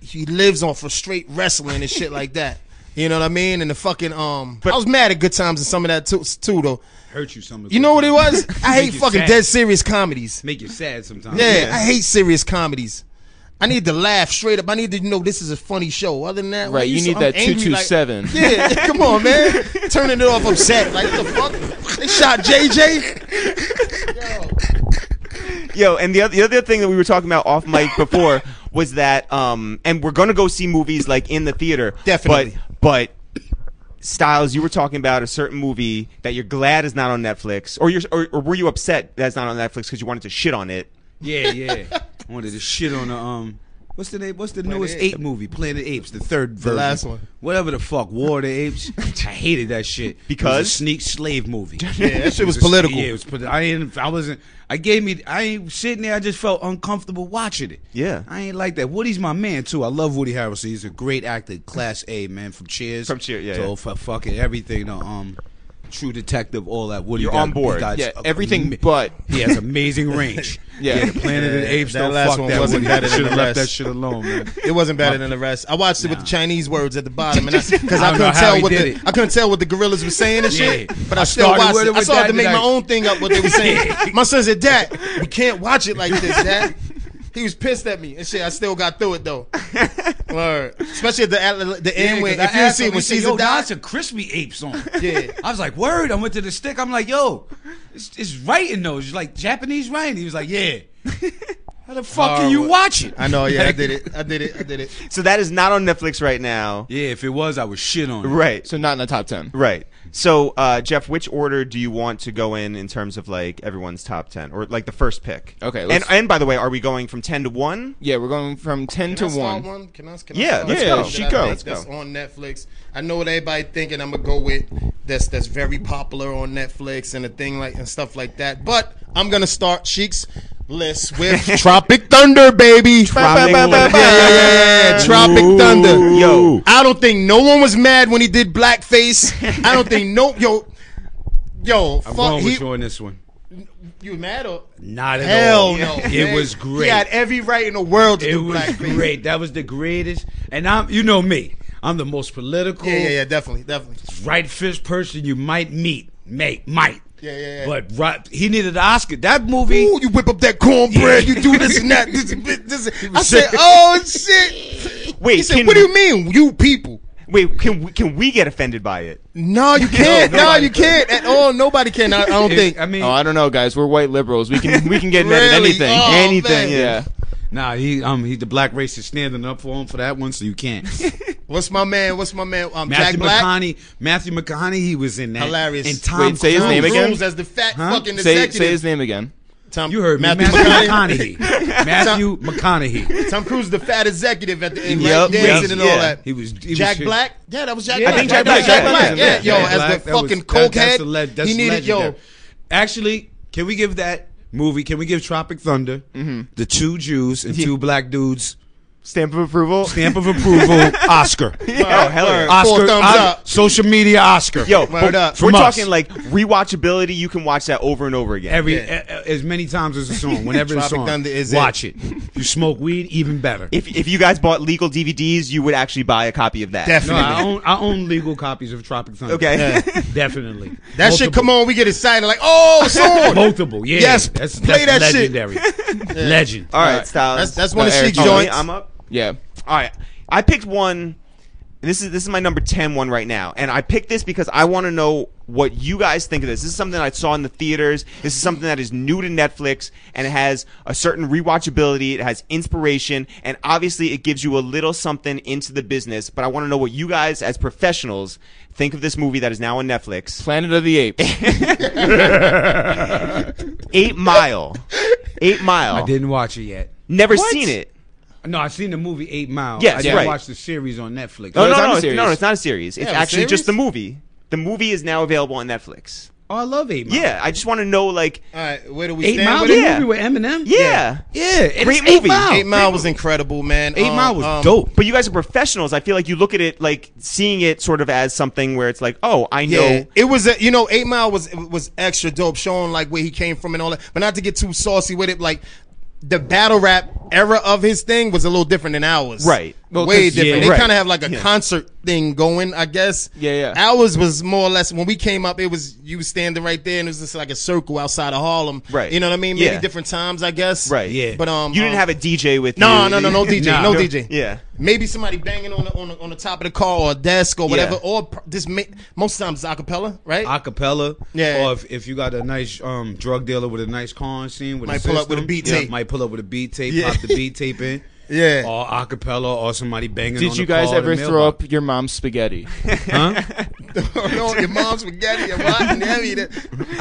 [SPEAKER 4] he lives on for straight wrestling and shit like that. You know what I mean? And the fucking um, I was mad at Good Times and some of that too, too though.
[SPEAKER 3] Hurt you some.
[SPEAKER 4] You know what
[SPEAKER 3] *laughs*
[SPEAKER 4] it was? I
[SPEAKER 3] Make
[SPEAKER 4] hate
[SPEAKER 3] you
[SPEAKER 4] fucking
[SPEAKER 3] sad.
[SPEAKER 4] dead serious comedies.
[SPEAKER 3] Make you sad sometimes.
[SPEAKER 4] Yeah, I hate serious comedies. I need to laugh straight up. I need to know this is a funny show. Other than that,
[SPEAKER 1] Right, you need that two two seven.
[SPEAKER 4] Yeah, *laughs* come on, man. Turning it off upset. Like what the fuck? They shot JJ.
[SPEAKER 2] Yo, and the other, the other thing that we were talking about off mic *laughs* before was that, um, and we're gonna go see movies like in the theater,
[SPEAKER 4] Definitely.
[SPEAKER 2] But, but Styles, you were talking about a certain movie that you're glad is not on Netflix, or you're, or, or were you
[SPEAKER 6] *laughs*
[SPEAKER 2] upset that's not on Netflix because you wanted to shit on it?
[SPEAKER 3] Yeah, yeah. I wanted to shit on the um
[SPEAKER 6] What's the name? What's the newest ape movie? Planet Apes, the third version.
[SPEAKER 4] last one.
[SPEAKER 6] Whatever the fuck, War of the
[SPEAKER 4] *laughs*
[SPEAKER 6] Apes. I hated that shit it was
[SPEAKER 2] Because?
[SPEAKER 6] a sneak slave movie.
[SPEAKER 4] Yeah, that shit
[SPEAKER 6] It
[SPEAKER 4] was
[SPEAKER 6] a-
[SPEAKER 4] political.
[SPEAKER 6] Yeah, it was. politi- I didn't. I wasn't. I gave me. I ain't sitting there. I just felt uncomfortable watching it.
[SPEAKER 2] Yeah.
[SPEAKER 6] I ain't like that. Woody's my man too. I love Woody Harrelson. He's a great actor, class A man from Cheers.
[SPEAKER 2] From Cheers, yeah,
[SPEAKER 6] So
[SPEAKER 2] yeah.
[SPEAKER 6] for fucking everything, to, um, True Detective, all that. Woody,
[SPEAKER 2] You're
[SPEAKER 6] got-
[SPEAKER 2] on board.
[SPEAKER 6] he got
[SPEAKER 1] Yeah,
[SPEAKER 6] a-
[SPEAKER 1] everything
[SPEAKER 6] ama-
[SPEAKER 1] but-
[SPEAKER 6] he has *laughs* amazing range.
[SPEAKER 1] Yeah.
[SPEAKER 6] the Planet of
[SPEAKER 4] Yeah,
[SPEAKER 6] the Apes.
[SPEAKER 4] that
[SPEAKER 6] Don't
[SPEAKER 4] last
[SPEAKER 6] fuck
[SPEAKER 4] one
[SPEAKER 6] that.
[SPEAKER 4] wasn't
[SPEAKER 6] Woody.
[SPEAKER 4] better than
[SPEAKER 6] should have
[SPEAKER 4] the
[SPEAKER 6] left that
[SPEAKER 4] rest.
[SPEAKER 6] shit alone, *laughs* man.
[SPEAKER 4] It wasn't better than the rest. I watched it with
[SPEAKER 6] Nah.
[SPEAKER 4] the Chinese words at the bottom, and because
[SPEAKER 6] *laughs*
[SPEAKER 4] I,
[SPEAKER 6] I don't know
[SPEAKER 4] couldn't
[SPEAKER 6] how
[SPEAKER 4] tell
[SPEAKER 6] he
[SPEAKER 4] what
[SPEAKER 6] did
[SPEAKER 4] the,
[SPEAKER 6] it.
[SPEAKER 4] I couldn't tell what the gorillas were saying and shit.
[SPEAKER 6] Yeah.
[SPEAKER 4] But I,
[SPEAKER 6] I
[SPEAKER 4] still
[SPEAKER 6] started
[SPEAKER 4] watched
[SPEAKER 6] with
[SPEAKER 4] it.
[SPEAKER 6] it
[SPEAKER 4] I
[SPEAKER 6] with
[SPEAKER 4] saw I had
[SPEAKER 6] that,
[SPEAKER 4] to make
[SPEAKER 6] did
[SPEAKER 4] my
[SPEAKER 6] I?
[SPEAKER 4] own thing up what they
[SPEAKER 6] *laughs*
[SPEAKER 4] were saying. My son said, "Dad, we can't watch it like this, Dad." He was pissed at me and shit. I still got through
[SPEAKER 6] *laughs*
[SPEAKER 4] it though. Word. Especially at the at the end when if you didn't see it when Caesar
[SPEAKER 6] Yo,
[SPEAKER 4] died.
[SPEAKER 6] that's a crispy ape song. *laughs*
[SPEAKER 4] Yeah.
[SPEAKER 6] I was like, word. I went to the stick. I'm like, yo, it's, it's writing those. It's like Japanese writing. He was like, *laughs* yeah. How the fuck can you
[SPEAKER 4] Horrible.
[SPEAKER 6] watch it?
[SPEAKER 4] I know. Yeah, I did it. I did it. I did it.
[SPEAKER 2] So that is not on Netflix right now.
[SPEAKER 6] Yeah, if it was, I would shit on it.
[SPEAKER 2] Right.
[SPEAKER 1] So not in the top ten.
[SPEAKER 2] Right. So, uh, Jeff, which order do you want to go in in terms of like everyone's top ten or like the first pick?
[SPEAKER 1] Okay,
[SPEAKER 2] And
[SPEAKER 1] let's-
[SPEAKER 2] and by the way, are we going from ten to one?
[SPEAKER 1] Yeah, we're going from ten
[SPEAKER 4] Can I
[SPEAKER 1] to
[SPEAKER 4] start
[SPEAKER 1] one.
[SPEAKER 4] one? Can I, can I
[SPEAKER 2] Yeah,
[SPEAKER 4] start
[SPEAKER 2] let's
[SPEAKER 4] one?
[SPEAKER 1] go.
[SPEAKER 4] That
[SPEAKER 1] She
[SPEAKER 4] I
[SPEAKER 2] go.
[SPEAKER 4] think
[SPEAKER 2] Let's go.
[SPEAKER 4] That's on Netflix. I know what everybody thinking. I'm gonna go with that's that's very popular on Netflix and a thing like and stuff like that. But I'm gonna start Sheik's list with Tropic Thunder, baby.
[SPEAKER 2] Tropic
[SPEAKER 4] yeah, *laughs* yeah, yeah, yeah, yeah. Tropic Thunder.
[SPEAKER 2] Yo.
[SPEAKER 4] I don't think no one was mad when he did blackface. I don't think no yo. Yo,
[SPEAKER 6] I'm
[SPEAKER 4] fuck,
[SPEAKER 6] going with
[SPEAKER 4] he,
[SPEAKER 6] you on this one.
[SPEAKER 4] you mad or
[SPEAKER 6] Not at
[SPEAKER 4] hell
[SPEAKER 6] all.
[SPEAKER 4] no?
[SPEAKER 6] It
[SPEAKER 4] man.
[SPEAKER 6] was great.
[SPEAKER 4] He had every right in the world to
[SPEAKER 6] It
[SPEAKER 4] do
[SPEAKER 6] was
[SPEAKER 4] blackface.
[SPEAKER 6] great. That was the greatest. And I'm, you know me. I'm the most political,
[SPEAKER 4] Yeah, yeah, yeah, definitely, definitely.
[SPEAKER 6] right fist person you might meet, mate, might.
[SPEAKER 4] Yeah, yeah, yeah.
[SPEAKER 6] But right, he needed an Oscar. That movie.
[SPEAKER 4] Ooh, you whip up that cornbread,
[SPEAKER 6] Yeah.
[SPEAKER 4] you do this and that. This, this, this. I said, oh shit.
[SPEAKER 2] Wait,
[SPEAKER 4] he said,
[SPEAKER 2] can-
[SPEAKER 4] what do you mean, you people?
[SPEAKER 2] Wait, can we, can we get offended by it?
[SPEAKER 4] No, you can't. No,
[SPEAKER 6] nobody
[SPEAKER 4] you can't at all. Nobody can. I, I don't
[SPEAKER 6] It-
[SPEAKER 4] think.
[SPEAKER 6] I mean,
[SPEAKER 1] Oh, I don't know, guys. We're white liberals. We can we can *laughs* get mad at
[SPEAKER 4] Really?
[SPEAKER 1] anything.
[SPEAKER 4] Oh,
[SPEAKER 1] anything.
[SPEAKER 4] man.
[SPEAKER 1] Yeah.
[SPEAKER 6] Nah, he um he's the black racist standing up for him for that one, so you
[SPEAKER 4] *laughs*
[SPEAKER 6] can't.
[SPEAKER 4] What's my man? What's my man? Um, Jack
[SPEAKER 6] Matthew
[SPEAKER 4] Black.
[SPEAKER 6] McConaughey, Matthew McConaughey, he was in that.
[SPEAKER 4] Hilarious.
[SPEAKER 6] And Tom
[SPEAKER 1] Wait, say his
[SPEAKER 6] Cruise.
[SPEAKER 1] name again?
[SPEAKER 4] Rules as the fat
[SPEAKER 6] Huh?
[SPEAKER 4] fucking
[SPEAKER 1] Say
[SPEAKER 4] executive.
[SPEAKER 1] say his name again.
[SPEAKER 4] Tom,
[SPEAKER 6] You heard me,
[SPEAKER 4] Matthew
[SPEAKER 6] Matthew,
[SPEAKER 4] McConaughey.
[SPEAKER 6] McConaughey.
[SPEAKER 4] *laughs*
[SPEAKER 6] Matthew McConaughey.
[SPEAKER 4] Tom Cruise, the fat executive at the end,
[SPEAKER 2] Yup,
[SPEAKER 4] right? dancing
[SPEAKER 2] yes,
[SPEAKER 4] and
[SPEAKER 2] yeah.
[SPEAKER 4] all that.
[SPEAKER 6] He was he was
[SPEAKER 4] Jack
[SPEAKER 6] shit.
[SPEAKER 4] Black? Yeah, that was Jack
[SPEAKER 6] Yeah,
[SPEAKER 4] Black.
[SPEAKER 2] I think Jack Black,
[SPEAKER 4] Jack
[SPEAKER 2] Jack
[SPEAKER 4] Black.
[SPEAKER 2] Black,
[SPEAKER 4] Yeah,
[SPEAKER 2] yeah.
[SPEAKER 4] yo,
[SPEAKER 6] Jack
[SPEAKER 4] as
[SPEAKER 6] Black,
[SPEAKER 4] the
[SPEAKER 6] that was-
[SPEAKER 4] fucking
[SPEAKER 6] that-
[SPEAKER 4] coke
[SPEAKER 6] that's
[SPEAKER 4] head,
[SPEAKER 6] a le- that's
[SPEAKER 4] he needed, yo,
[SPEAKER 6] legendary. Actually, can we give that movie? Can we give Tropic Thunder
[SPEAKER 4] Mm-hmm.
[SPEAKER 6] the two Jews and two black dudes
[SPEAKER 2] Stamp of approval.
[SPEAKER 6] stamp of approval
[SPEAKER 4] *laughs*
[SPEAKER 6] Oscar?
[SPEAKER 2] Oh, hell yeah.
[SPEAKER 6] Oscar,
[SPEAKER 4] thumbs
[SPEAKER 6] Os-
[SPEAKER 4] up.
[SPEAKER 6] social media Oscar.
[SPEAKER 2] Yo,
[SPEAKER 4] Word
[SPEAKER 2] but
[SPEAKER 4] up.
[SPEAKER 2] we're
[SPEAKER 6] From us.
[SPEAKER 2] talking like rewatchability. You can watch that over and over again.
[SPEAKER 6] every
[SPEAKER 4] Yeah.
[SPEAKER 6] a- a- as many times as a song. Whenever the
[SPEAKER 4] Tropic
[SPEAKER 6] song,
[SPEAKER 4] Thunder is it.
[SPEAKER 6] watch it. You smoke weed, even better.
[SPEAKER 2] if if you guys bought legal DVDs, you would actually buy a copy of that.
[SPEAKER 6] no,
[SPEAKER 4] definitely.
[SPEAKER 6] I own, I own legal copies of Tropic Thunder.
[SPEAKER 2] Okay.
[SPEAKER 4] *laughs*
[SPEAKER 6] definitely.
[SPEAKER 4] That shit, come on, we get excited like, oh, it's on.
[SPEAKER 6] Multiple, yeah.
[SPEAKER 4] Yes,
[SPEAKER 6] that's,
[SPEAKER 4] play
[SPEAKER 6] that's
[SPEAKER 4] that shit. *laughs*
[SPEAKER 6] legendary. Legend.
[SPEAKER 2] All right, Styles.
[SPEAKER 4] That's- that's one of
[SPEAKER 2] Uh,
[SPEAKER 4] Sheik's
[SPEAKER 2] Eric,
[SPEAKER 4] joints.
[SPEAKER 2] I'm up.
[SPEAKER 1] Yeah.
[SPEAKER 2] All right, I picked one. and This is this is my number 10 one right now, and I picked this because I want to know what you guys think of this. This is something I saw in the theaters. This is something that is new to Netflix, and it has a certain rewatchability. It has inspiration, and obviously, it gives you a little something into the business. But I want to know what you guys, as professionals, think of this movie that is now on Netflix.
[SPEAKER 1] Planet of the
[SPEAKER 2] *laughs*
[SPEAKER 1] Apes.
[SPEAKER 2] Eight Mile. Eight Mile.
[SPEAKER 6] I didn't watch it yet.
[SPEAKER 2] Never seen it.
[SPEAKER 6] No, I seen the movie Eight Mile.
[SPEAKER 2] Yes,
[SPEAKER 6] I didn't
[SPEAKER 2] right.
[SPEAKER 6] watch the series on Netflix.
[SPEAKER 2] No,
[SPEAKER 1] it's
[SPEAKER 2] no,
[SPEAKER 1] not a
[SPEAKER 2] no, it's,
[SPEAKER 1] series.
[SPEAKER 2] no, it's not a series. It's
[SPEAKER 4] Yeah, a
[SPEAKER 2] actually
[SPEAKER 4] series?
[SPEAKER 2] just the movie. The movie is now available on Netflix.
[SPEAKER 6] Oh, I love Eight Mile.
[SPEAKER 2] Yeah, I just want to know, like,
[SPEAKER 4] All right, where do we
[SPEAKER 6] Eight
[SPEAKER 4] stand
[SPEAKER 6] Mile,
[SPEAKER 4] with
[SPEAKER 6] the
[SPEAKER 4] it?
[SPEAKER 2] Yeah.
[SPEAKER 6] movie with Eminem.
[SPEAKER 2] yeah.
[SPEAKER 6] yeah, it's
[SPEAKER 2] Great
[SPEAKER 6] Eight
[SPEAKER 2] movie.
[SPEAKER 6] Mile.
[SPEAKER 4] Eight Mile was incredible, man.
[SPEAKER 6] Eight
[SPEAKER 4] Um,
[SPEAKER 6] Mile was
[SPEAKER 4] um,
[SPEAKER 6] dope.
[SPEAKER 2] But you guys are professionals. I feel like you look at it like seeing it sort of as something where it's like, oh, I know.
[SPEAKER 4] Yeah, it was a you know Eight Mile was was extra dope, showing like where he came from and all that. But not to get too saucy with it, like the battle rap era of his thing was a little different than ours,
[SPEAKER 2] Right.
[SPEAKER 1] Well,
[SPEAKER 4] Way
[SPEAKER 1] 'cause-
[SPEAKER 4] different.
[SPEAKER 1] yeah,
[SPEAKER 4] they
[SPEAKER 2] right.
[SPEAKER 4] kind of have like a concert thing going, I guess.
[SPEAKER 1] Yeah, yeah.
[SPEAKER 4] Ours was more or less when we came up, it was you was standing right there, and it was just like a circle outside of Harlem,
[SPEAKER 2] Right.
[SPEAKER 4] You know what I mean? Maybe
[SPEAKER 2] Yeah.
[SPEAKER 4] different times, I guess.
[SPEAKER 2] Right.
[SPEAKER 6] Yeah.
[SPEAKER 4] But um,
[SPEAKER 2] You didn't
[SPEAKER 4] um,
[SPEAKER 2] have a DJ with
[SPEAKER 4] No,
[SPEAKER 2] you.
[SPEAKER 4] no,
[SPEAKER 2] *laughs*
[SPEAKER 4] no, no DJ,
[SPEAKER 6] Nah.
[SPEAKER 4] no DJ.
[SPEAKER 2] Yeah.
[SPEAKER 4] maybe somebody banging on the on the, on the top of the car or a desk or whatever.
[SPEAKER 2] Yeah.
[SPEAKER 4] Or pr- this ma- most times it's acapella, right? *laughs*
[SPEAKER 6] acapella.
[SPEAKER 4] Yeah.
[SPEAKER 6] Or if, if you got a nice um, drug dealer with a nice con scene, with
[SPEAKER 4] Might
[SPEAKER 6] a
[SPEAKER 4] pull up with a
[SPEAKER 6] system,
[SPEAKER 4] beat
[SPEAKER 6] yeah,
[SPEAKER 4] tape.
[SPEAKER 6] Might pull up with a beat tape.
[SPEAKER 4] Yeah.
[SPEAKER 6] Pop the beat tape in.
[SPEAKER 4] *laughs* Yeah.
[SPEAKER 6] Or acapella, or somebody banging.
[SPEAKER 1] Did
[SPEAKER 6] on
[SPEAKER 1] you
[SPEAKER 6] the
[SPEAKER 1] guys
[SPEAKER 6] car or the
[SPEAKER 1] ever throw
[SPEAKER 6] mailbox.
[SPEAKER 1] up your mom's spaghetti?
[SPEAKER 4] *laughs*
[SPEAKER 6] Huh?
[SPEAKER 4] no, your mom's spaghetti, your rotten everything.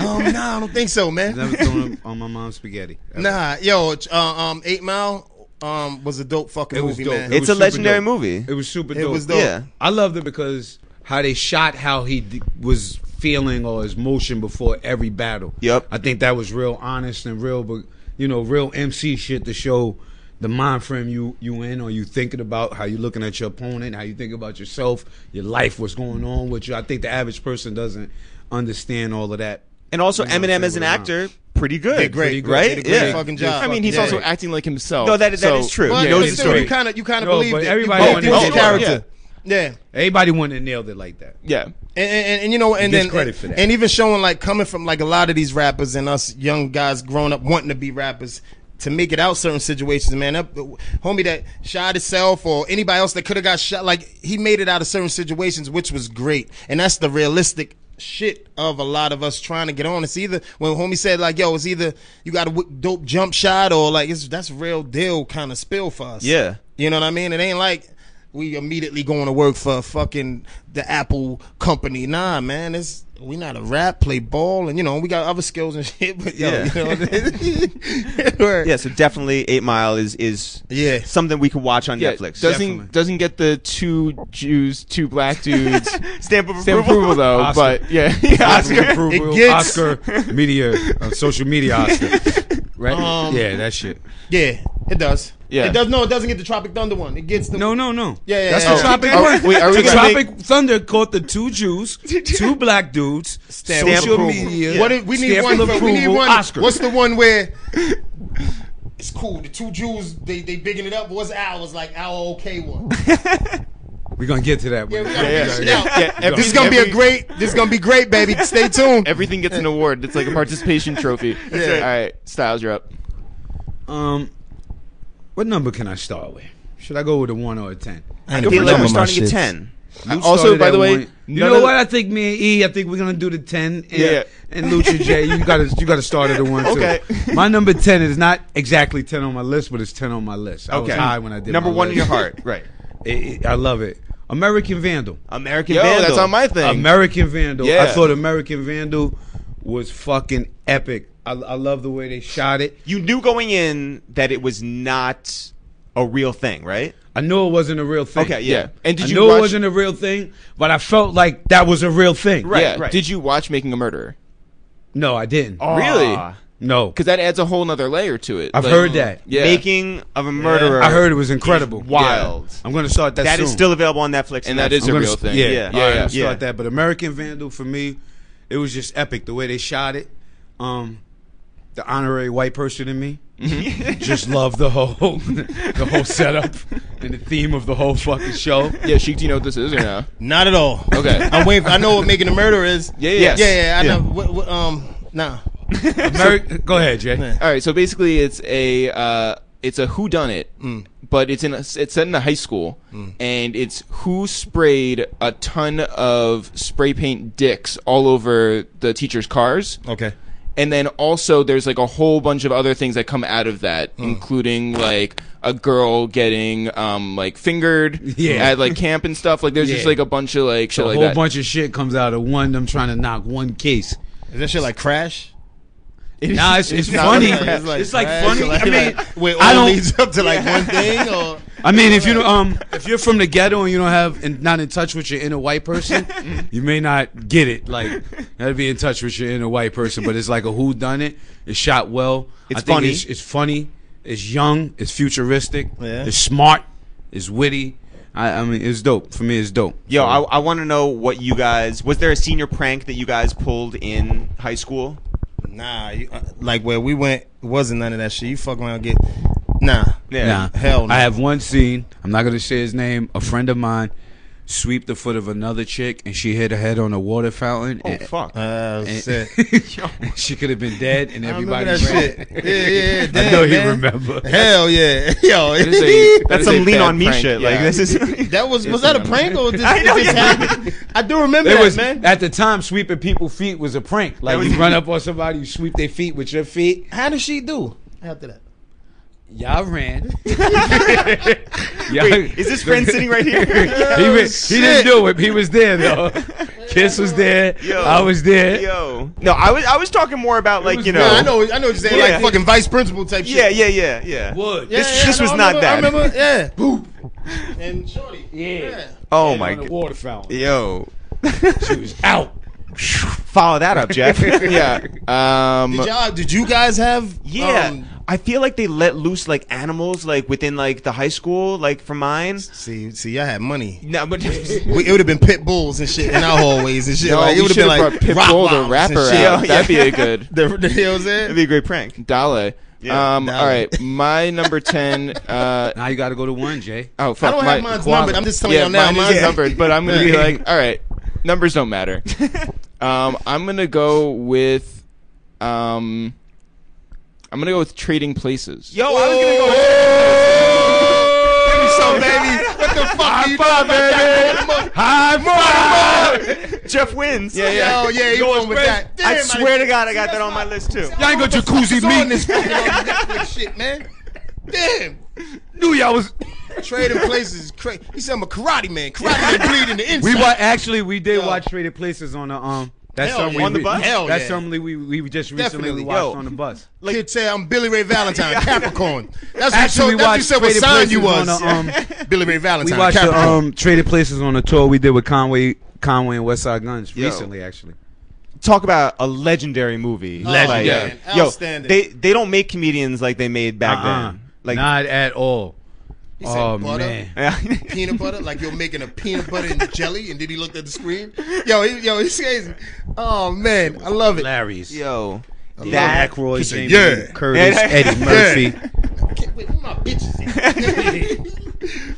[SPEAKER 4] Um, nah, I don't think so, man.
[SPEAKER 6] Never thrown up on my mom's spaghetti.
[SPEAKER 4] Nah, yo, uh, um, Eight Mile. um was a dope fucking
[SPEAKER 6] It was
[SPEAKER 4] movie,
[SPEAKER 6] dope.
[SPEAKER 4] man.
[SPEAKER 6] It
[SPEAKER 2] It's
[SPEAKER 6] was
[SPEAKER 2] a
[SPEAKER 6] super
[SPEAKER 2] legendary
[SPEAKER 6] dope.
[SPEAKER 2] movie.
[SPEAKER 6] It was super
[SPEAKER 4] It
[SPEAKER 6] dope.
[SPEAKER 4] was dope.
[SPEAKER 2] Yeah.
[SPEAKER 6] I loved it because how they shot how he d- was feeling or his motion before every battle.
[SPEAKER 2] Yep.
[SPEAKER 6] I think that was real honest and real, but you know, real MC shit to show the mind frame you you in or you thinking about how you looking at your opponent, how you think about yourself, your life, what's going on with you. I think the average person doesn't understand all of that.
[SPEAKER 2] And also,
[SPEAKER 6] You know what I'm
[SPEAKER 2] Eminem
[SPEAKER 6] saying,
[SPEAKER 2] as an
[SPEAKER 6] with
[SPEAKER 2] actor, *laughs* pretty good.
[SPEAKER 4] Did great,
[SPEAKER 2] Pretty
[SPEAKER 4] bro.
[SPEAKER 2] right?
[SPEAKER 4] Did a great
[SPEAKER 2] yeah.
[SPEAKER 4] fucking job.
[SPEAKER 1] I mean, he's
[SPEAKER 4] Yeah.
[SPEAKER 1] also acting like himself.
[SPEAKER 2] No, that- that
[SPEAKER 1] so-
[SPEAKER 2] is true.
[SPEAKER 4] But,
[SPEAKER 2] Yeah,
[SPEAKER 4] but
[SPEAKER 2] it is
[SPEAKER 4] still,
[SPEAKER 2] true.
[SPEAKER 4] you kind of you kind of
[SPEAKER 6] No,
[SPEAKER 4] believed
[SPEAKER 6] but
[SPEAKER 4] it.
[SPEAKER 6] everybody
[SPEAKER 4] you
[SPEAKER 6] wanted
[SPEAKER 4] believed
[SPEAKER 6] to
[SPEAKER 4] his
[SPEAKER 6] do it.
[SPEAKER 4] character. yeah.
[SPEAKER 6] Everybody wouldn't have nailed it like that.
[SPEAKER 1] Yeah.
[SPEAKER 4] And, and, and you know, and
[SPEAKER 6] gets
[SPEAKER 4] then
[SPEAKER 6] credit for that.
[SPEAKER 4] and even showing like coming from like a lot of these rappers and us young guys growing up wanting to be rappers to make it out certain situations, man. That homie that shot himself or anybody else that could have got shot, like he made it out of certain situations, which was great. And that's the realistic shit of a lot of us trying to get on. It's either when homie said like, "Yo, it's either you got a w- dope jump shot or like it's that's real deal kind of spill for us."
[SPEAKER 2] Yeah.
[SPEAKER 4] You know what I mean? It ain't like we immediately going to work for fucking the Apple company. Nah, man, it's we not a rap, play ball, and you know we got other skills and *laughs* shit. But yo,
[SPEAKER 2] Yeah.
[SPEAKER 4] you know what I mean? *laughs* Word.
[SPEAKER 2] Yeah, so definitely Eight Mile is is
[SPEAKER 4] Yeah.
[SPEAKER 2] something we could watch on
[SPEAKER 1] Yeah,
[SPEAKER 2] Netflix.
[SPEAKER 1] doesn't
[SPEAKER 6] Definitely.
[SPEAKER 1] doesn't get the two Jews, two
[SPEAKER 2] *laughs*
[SPEAKER 1] black dudes
[SPEAKER 2] Stamp of
[SPEAKER 1] stamp
[SPEAKER 2] approval.
[SPEAKER 1] approval
[SPEAKER 2] *laughs*
[SPEAKER 1] though,
[SPEAKER 6] Oscar.
[SPEAKER 1] but yeah, yeah, Oscar.
[SPEAKER 6] Approval,
[SPEAKER 4] It gets-
[SPEAKER 6] Oscar media, uh, social media Oscar, right?
[SPEAKER 4] Um,
[SPEAKER 6] yeah, that shit.
[SPEAKER 4] yeah, it does.
[SPEAKER 1] Yeah.
[SPEAKER 4] it does. No, it doesn't get the Tropic Thunder one. It gets the
[SPEAKER 3] No, no, no.
[SPEAKER 4] Yeah, yeah,
[SPEAKER 3] That's
[SPEAKER 4] yeah,
[SPEAKER 3] the
[SPEAKER 4] yeah.
[SPEAKER 3] Tropic
[SPEAKER 1] Oh,
[SPEAKER 3] Thunder.
[SPEAKER 1] wait, are we
[SPEAKER 3] the
[SPEAKER 1] gonna
[SPEAKER 3] Tropic Thunder caught the two Jews, two black dudes,
[SPEAKER 2] Stamp
[SPEAKER 6] social
[SPEAKER 2] approval.
[SPEAKER 6] media.
[SPEAKER 4] What if, we need
[SPEAKER 6] stamp
[SPEAKER 4] one?
[SPEAKER 6] of
[SPEAKER 4] For, we need
[SPEAKER 6] approval,
[SPEAKER 4] one.
[SPEAKER 6] Oscar.
[SPEAKER 4] What's the
[SPEAKER 1] *laughs*
[SPEAKER 4] one where? It's cool. The two Jews, they they bigging it up. What's ours? Like our okay
[SPEAKER 1] *laughs*
[SPEAKER 4] one.
[SPEAKER 6] We're gonna get to that.
[SPEAKER 4] Yeah,
[SPEAKER 6] one.
[SPEAKER 4] we gotta
[SPEAKER 1] Yeah,
[SPEAKER 4] figure it
[SPEAKER 1] yeah,
[SPEAKER 4] out.
[SPEAKER 1] yeah, every-
[SPEAKER 4] this is gonna be
[SPEAKER 1] every-
[SPEAKER 4] a great. This is gonna be great, baby. Stay tuned.
[SPEAKER 1] Everything gets an award. It's like a participation
[SPEAKER 2] *laughs*
[SPEAKER 1] trophy.
[SPEAKER 4] right.
[SPEAKER 1] All right, Styles, you're up.
[SPEAKER 6] Um, what number can I start with? Should I go with a one or a ten?
[SPEAKER 4] I
[SPEAKER 2] I feel like we're starting at ten.
[SPEAKER 6] You
[SPEAKER 1] also,
[SPEAKER 6] started
[SPEAKER 1] by
[SPEAKER 6] at
[SPEAKER 1] the way,
[SPEAKER 6] one. you
[SPEAKER 1] none
[SPEAKER 6] know
[SPEAKER 1] of-
[SPEAKER 6] what? I think me and E, I think we're gonna do the ten. And,
[SPEAKER 1] Yeah.
[SPEAKER 6] and Lucha J, you gotta you gotta start at the one.
[SPEAKER 1] Okay.
[SPEAKER 6] too. *laughs* my number ten is not exactly ten on my list, but it's ten on my list. I was
[SPEAKER 2] Okay.
[SPEAKER 6] high when I did
[SPEAKER 2] Number
[SPEAKER 6] my
[SPEAKER 2] one in
[SPEAKER 6] list.
[SPEAKER 2] your heart. Right.
[SPEAKER 6] *laughs* It- it- I love it. American Vandal.
[SPEAKER 2] American
[SPEAKER 1] Yo,
[SPEAKER 2] Vandal.
[SPEAKER 1] that's on my thing.
[SPEAKER 6] American Vandal. I
[SPEAKER 1] Yeah.
[SPEAKER 6] thought American Vandal was fucking epic. I, I love the way they shot it.
[SPEAKER 2] You knew going in that it was not a real thing, right?
[SPEAKER 6] I knew it wasn't a real thing.
[SPEAKER 2] Okay, yeah.
[SPEAKER 1] yeah. And did
[SPEAKER 6] I
[SPEAKER 1] you
[SPEAKER 6] knew
[SPEAKER 1] watch,
[SPEAKER 6] it wasn't a real thing, but I felt like that was a real thing.
[SPEAKER 2] Right,
[SPEAKER 1] yeah,
[SPEAKER 2] right.
[SPEAKER 1] Did you watch Making a Murderer?
[SPEAKER 6] No, I didn't.
[SPEAKER 1] Really?
[SPEAKER 2] Ah.
[SPEAKER 6] No.
[SPEAKER 1] Because that adds a whole nother layer to it.
[SPEAKER 6] I've
[SPEAKER 1] Like,
[SPEAKER 6] heard that.
[SPEAKER 1] Yeah.
[SPEAKER 2] Making of a Murderer.
[SPEAKER 6] I heard it was incredible.
[SPEAKER 2] wild.
[SPEAKER 6] I'm going to start that
[SPEAKER 2] That is
[SPEAKER 6] soon.
[SPEAKER 2] still available on Netflix.
[SPEAKER 1] and that is
[SPEAKER 6] I'm
[SPEAKER 1] a
[SPEAKER 6] gonna
[SPEAKER 1] real
[SPEAKER 6] s-
[SPEAKER 1] thing.
[SPEAKER 6] Yeah,
[SPEAKER 2] Yeah.
[SPEAKER 6] yeah.
[SPEAKER 2] Yeah,
[SPEAKER 6] All right,
[SPEAKER 2] yeah.
[SPEAKER 6] I'm
[SPEAKER 2] Yeah.
[SPEAKER 6] start that. But American Vandal for me, it was just epic the way they shot it. Um, the honorary white person in me just loved the whole the whole setup and the theme of the whole fucking show.
[SPEAKER 1] Yeah, Sheik, do you know what this is or no?
[SPEAKER 4] Not at all.
[SPEAKER 1] Okay.
[SPEAKER 4] *laughs* I'm waiting. For, I know what making a murderer is.
[SPEAKER 1] Yeah, yeah.
[SPEAKER 4] yeah, yeah. I
[SPEAKER 2] Yeah.
[SPEAKER 4] know. What, what, um, nah.
[SPEAKER 6] Ameri- Go ahead, Jay.
[SPEAKER 1] *laughs* All right, so basically, it's a uh, it's a who done it, but it's in a, it's set in a high school, and it's who sprayed a ton of spray paint dicks all over the teachers' cars.
[SPEAKER 6] Oh.
[SPEAKER 4] Okay.
[SPEAKER 1] And then also there's like a whole bunch of other things that come out of that, including like a girl getting um like fingered
[SPEAKER 6] Yeah.
[SPEAKER 1] at like camp and stuff. Like there's just
[SPEAKER 6] Yeah.
[SPEAKER 1] like a bunch of like shit
[SPEAKER 6] A
[SPEAKER 1] like
[SPEAKER 6] whole
[SPEAKER 1] that.
[SPEAKER 6] bunch of shit comes out of one. Them trying to knock one case.
[SPEAKER 4] Is that shit like Crash?
[SPEAKER 1] It is-
[SPEAKER 6] Nah, it's,
[SPEAKER 4] *laughs*
[SPEAKER 6] it's
[SPEAKER 1] not
[SPEAKER 6] funny.
[SPEAKER 1] like that.
[SPEAKER 6] It's like, funny. I mean,
[SPEAKER 4] wait,
[SPEAKER 6] I
[SPEAKER 4] all
[SPEAKER 6] don't-
[SPEAKER 4] leads up to like one thing,
[SPEAKER 6] *laughs*
[SPEAKER 4] or
[SPEAKER 6] I mean, if you don't, um, if you're from the ghetto and you don't have and not in touch with your inner
[SPEAKER 2] *laughs*
[SPEAKER 6] white person,
[SPEAKER 2] Mm-hmm.
[SPEAKER 6] you may not get it. Like, you gotta be in touch with your inner white person. But it's like a who done it. It's shot well.
[SPEAKER 2] It's
[SPEAKER 6] I think
[SPEAKER 2] funny.
[SPEAKER 6] It's, it's funny. It's young. It's futuristic.
[SPEAKER 4] Yeah.
[SPEAKER 6] It's smart. It's witty. I, I mean, it's dope. For me, it's dope.
[SPEAKER 2] Yo, I, I want to know what you guys. Was there a senior prank that you guys pulled in high school?
[SPEAKER 4] nah, you, uh, like where we went it wasn't none of that shit. You fuck around, get nah.
[SPEAKER 6] Nah.
[SPEAKER 4] Hell no.
[SPEAKER 6] I have one scene. I'm not gonna say his name. A friend of mine sweep the foot of another chick, and she hit her head on a water fountain.
[SPEAKER 2] Oh
[SPEAKER 6] and,
[SPEAKER 2] fuck!
[SPEAKER 4] Uh,
[SPEAKER 6] and- *laughs*
[SPEAKER 4] shit. *laughs*
[SPEAKER 6] she could have been dead, and
[SPEAKER 4] I remember
[SPEAKER 6] everybody. ran.
[SPEAKER 4] that
[SPEAKER 6] *laughs*
[SPEAKER 4] shit. Yeah, yeah, yeah. Damn,
[SPEAKER 6] I know you
[SPEAKER 4] man.
[SPEAKER 6] remember.
[SPEAKER 4] Hell yeah, *laughs* yo.
[SPEAKER 1] That is
[SPEAKER 4] *laughs*
[SPEAKER 1] a- that
[SPEAKER 6] *laughs*
[SPEAKER 2] That's
[SPEAKER 1] is
[SPEAKER 2] some
[SPEAKER 1] a
[SPEAKER 2] lean
[SPEAKER 1] bad
[SPEAKER 2] on me
[SPEAKER 1] prank.
[SPEAKER 2] shit.
[SPEAKER 1] Yeah.
[SPEAKER 2] Like this is.
[SPEAKER 4] that was was that a prank
[SPEAKER 6] *laughs*
[SPEAKER 4] or did,
[SPEAKER 2] I know,
[SPEAKER 4] did this
[SPEAKER 2] yeah.
[SPEAKER 4] happen? I do remember
[SPEAKER 6] It
[SPEAKER 4] that,
[SPEAKER 6] was
[SPEAKER 4] man.
[SPEAKER 6] at the time sweeping people feet was a prank. Like
[SPEAKER 2] was-
[SPEAKER 4] *laughs*
[SPEAKER 6] you run up on somebody, you sweep their feet with your feet.
[SPEAKER 4] *laughs* How did she do after that?
[SPEAKER 6] Y'all ran.
[SPEAKER 2] Wait,
[SPEAKER 6] *laughs*
[SPEAKER 2] is this friend sitting right here?
[SPEAKER 6] he, wa- he didn't do it. He was there
[SPEAKER 4] *laughs*
[SPEAKER 6] though. Kiss was there.
[SPEAKER 2] Yo.
[SPEAKER 6] I was
[SPEAKER 2] *laughs*
[SPEAKER 6] there.
[SPEAKER 2] Yo, no, I was I was talking more about like you know,
[SPEAKER 4] Nah, I know, I know what you're saying,
[SPEAKER 2] Yeah.
[SPEAKER 4] like fucking vice principal type shit.
[SPEAKER 2] yeah, yeah, yeah, yeah.
[SPEAKER 5] Wood.
[SPEAKER 4] Yeah,
[SPEAKER 2] This-
[SPEAKER 4] yeah,
[SPEAKER 2] this
[SPEAKER 4] no,
[SPEAKER 2] was
[SPEAKER 4] I
[SPEAKER 2] not
[SPEAKER 4] remember-
[SPEAKER 2] that.
[SPEAKER 4] I remember, yeah, boop, and shorty. Yeah,
[SPEAKER 2] Oh my god,
[SPEAKER 6] Water fountain.
[SPEAKER 2] yo,
[SPEAKER 5] Out.
[SPEAKER 2] follow Oh, that
[SPEAKER 1] *laughs*
[SPEAKER 2] up, Jeff. yeah, um,
[SPEAKER 4] Did, y'all, did you guys have?
[SPEAKER 2] yeah.
[SPEAKER 4] um,
[SPEAKER 2] I feel like they let loose like animals like within like the high school like for mine.
[SPEAKER 4] see, see, I had money.
[SPEAKER 2] No, *laughs* but
[SPEAKER 4] We, it would have been pit bulls and shit in our hallways and shit. like, it would have been like
[SPEAKER 1] Pitbull the
[SPEAKER 4] Rottweilers
[SPEAKER 1] rapper
[SPEAKER 4] and shit.
[SPEAKER 1] out.
[SPEAKER 2] Yeah.
[SPEAKER 1] That'd be a good
[SPEAKER 4] The, the, *laughs* you know what I'm
[SPEAKER 2] that'd
[SPEAKER 4] saying?
[SPEAKER 2] be a great prank.
[SPEAKER 1] Dale.
[SPEAKER 2] Yeah,
[SPEAKER 1] um,
[SPEAKER 4] Dale.
[SPEAKER 1] All
[SPEAKER 4] *laughs*
[SPEAKER 1] right, my number ten. Uh,
[SPEAKER 6] Now you got to go to one, Jay.
[SPEAKER 1] oh fuck,
[SPEAKER 4] don't
[SPEAKER 1] my,
[SPEAKER 4] have mine's numbered. I'm just telling
[SPEAKER 1] yeah,
[SPEAKER 4] y'all now,
[SPEAKER 1] mine
[SPEAKER 4] mine's-
[SPEAKER 1] is
[SPEAKER 4] *laughs*
[SPEAKER 1] numbered, but I'm gonna be like, all right, numbers don't matter. um, I'm gonna go with, um, I'm gonna go with trading places.
[SPEAKER 2] Yo, I was gonna go.
[SPEAKER 1] so
[SPEAKER 4] What the fuck? are you
[SPEAKER 1] five, baby. High five.
[SPEAKER 2] Jeff wins.
[SPEAKER 1] Yeah, yeah.
[SPEAKER 4] Yo, Oh, yeah, you went with that. Damn,
[SPEAKER 2] I swear to God, I got that on my list too.
[SPEAKER 6] Y'all ain't go jacuzzi
[SPEAKER 4] saw
[SPEAKER 6] me.
[SPEAKER 4] this fucking on Netflix shit, man. Damn.
[SPEAKER 6] *laughs* Knew y'all was.
[SPEAKER 4] Trading places is crazy. He said I'm a karate man. Karate
[SPEAKER 6] *laughs*
[SPEAKER 4] man bleeding the inside.
[SPEAKER 6] We wa- actually we did
[SPEAKER 4] Yo.
[SPEAKER 6] watch Traded Places on the um. That's
[SPEAKER 4] Hell
[SPEAKER 6] something
[SPEAKER 4] yeah.
[SPEAKER 6] we
[SPEAKER 4] On the
[SPEAKER 6] re-
[SPEAKER 4] bus? Hell
[SPEAKER 6] That's
[SPEAKER 4] yeah.
[SPEAKER 6] something we we just recently
[SPEAKER 4] Definitely,
[SPEAKER 6] watched
[SPEAKER 2] yo.
[SPEAKER 6] on the
[SPEAKER 4] *laughs*
[SPEAKER 6] bus.
[SPEAKER 4] Kid say I'm Billy Ray Valentine, Capricorn. That's what
[SPEAKER 6] Actually,
[SPEAKER 4] you,
[SPEAKER 6] we watched
[SPEAKER 4] that's what you said what
[SPEAKER 6] Traded
[SPEAKER 4] sign you
[SPEAKER 6] Places
[SPEAKER 4] was.
[SPEAKER 6] on the um.
[SPEAKER 4] *laughs* Billy Ray
[SPEAKER 6] We
[SPEAKER 4] Valentine,
[SPEAKER 6] watched the
[SPEAKER 4] Capricorn.
[SPEAKER 6] um Traded Places on a tour we did with Conway Conway and Westside Guns
[SPEAKER 2] Yo.
[SPEAKER 6] recently actually.
[SPEAKER 2] Talk about a legendary movie.
[SPEAKER 4] Legendary.
[SPEAKER 2] Like,
[SPEAKER 4] Yeah.
[SPEAKER 2] Yo,
[SPEAKER 4] Outstanding.
[SPEAKER 2] they they don't make comedians like they made back
[SPEAKER 6] Uh-uh.
[SPEAKER 2] then. Like, *laughs*
[SPEAKER 6] Not at all.
[SPEAKER 4] He said
[SPEAKER 6] Oh
[SPEAKER 4] butter,
[SPEAKER 6] man.
[SPEAKER 4] peanut butter, like you're making a peanut butter
[SPEAKER 6] *laughs*
[SPEAKER 4] and jelly, and then he looked at the screen. Yo, he, yo, he's crazy. Oh man, I love it.
[SPEAKER 6] Larry's.
[SPEAKER 2] yo,
[SPEAKER 6] That
[SPEAKER 2] that
[SPEAKER 6] Aykroyd,
[SPEAKER 4] said,
[SPEAKER 6] Jamie
[SPEAKER 4] "Yeah."
[SPEAKER 6] Lee Curtis,
[SPEAKER 2] Yeah.
[SPEAKER 4] *laughs*
[SPEAKER 6] Eddie Murphy.
[SPEAKER 4] Can't wait, where my bitches? at?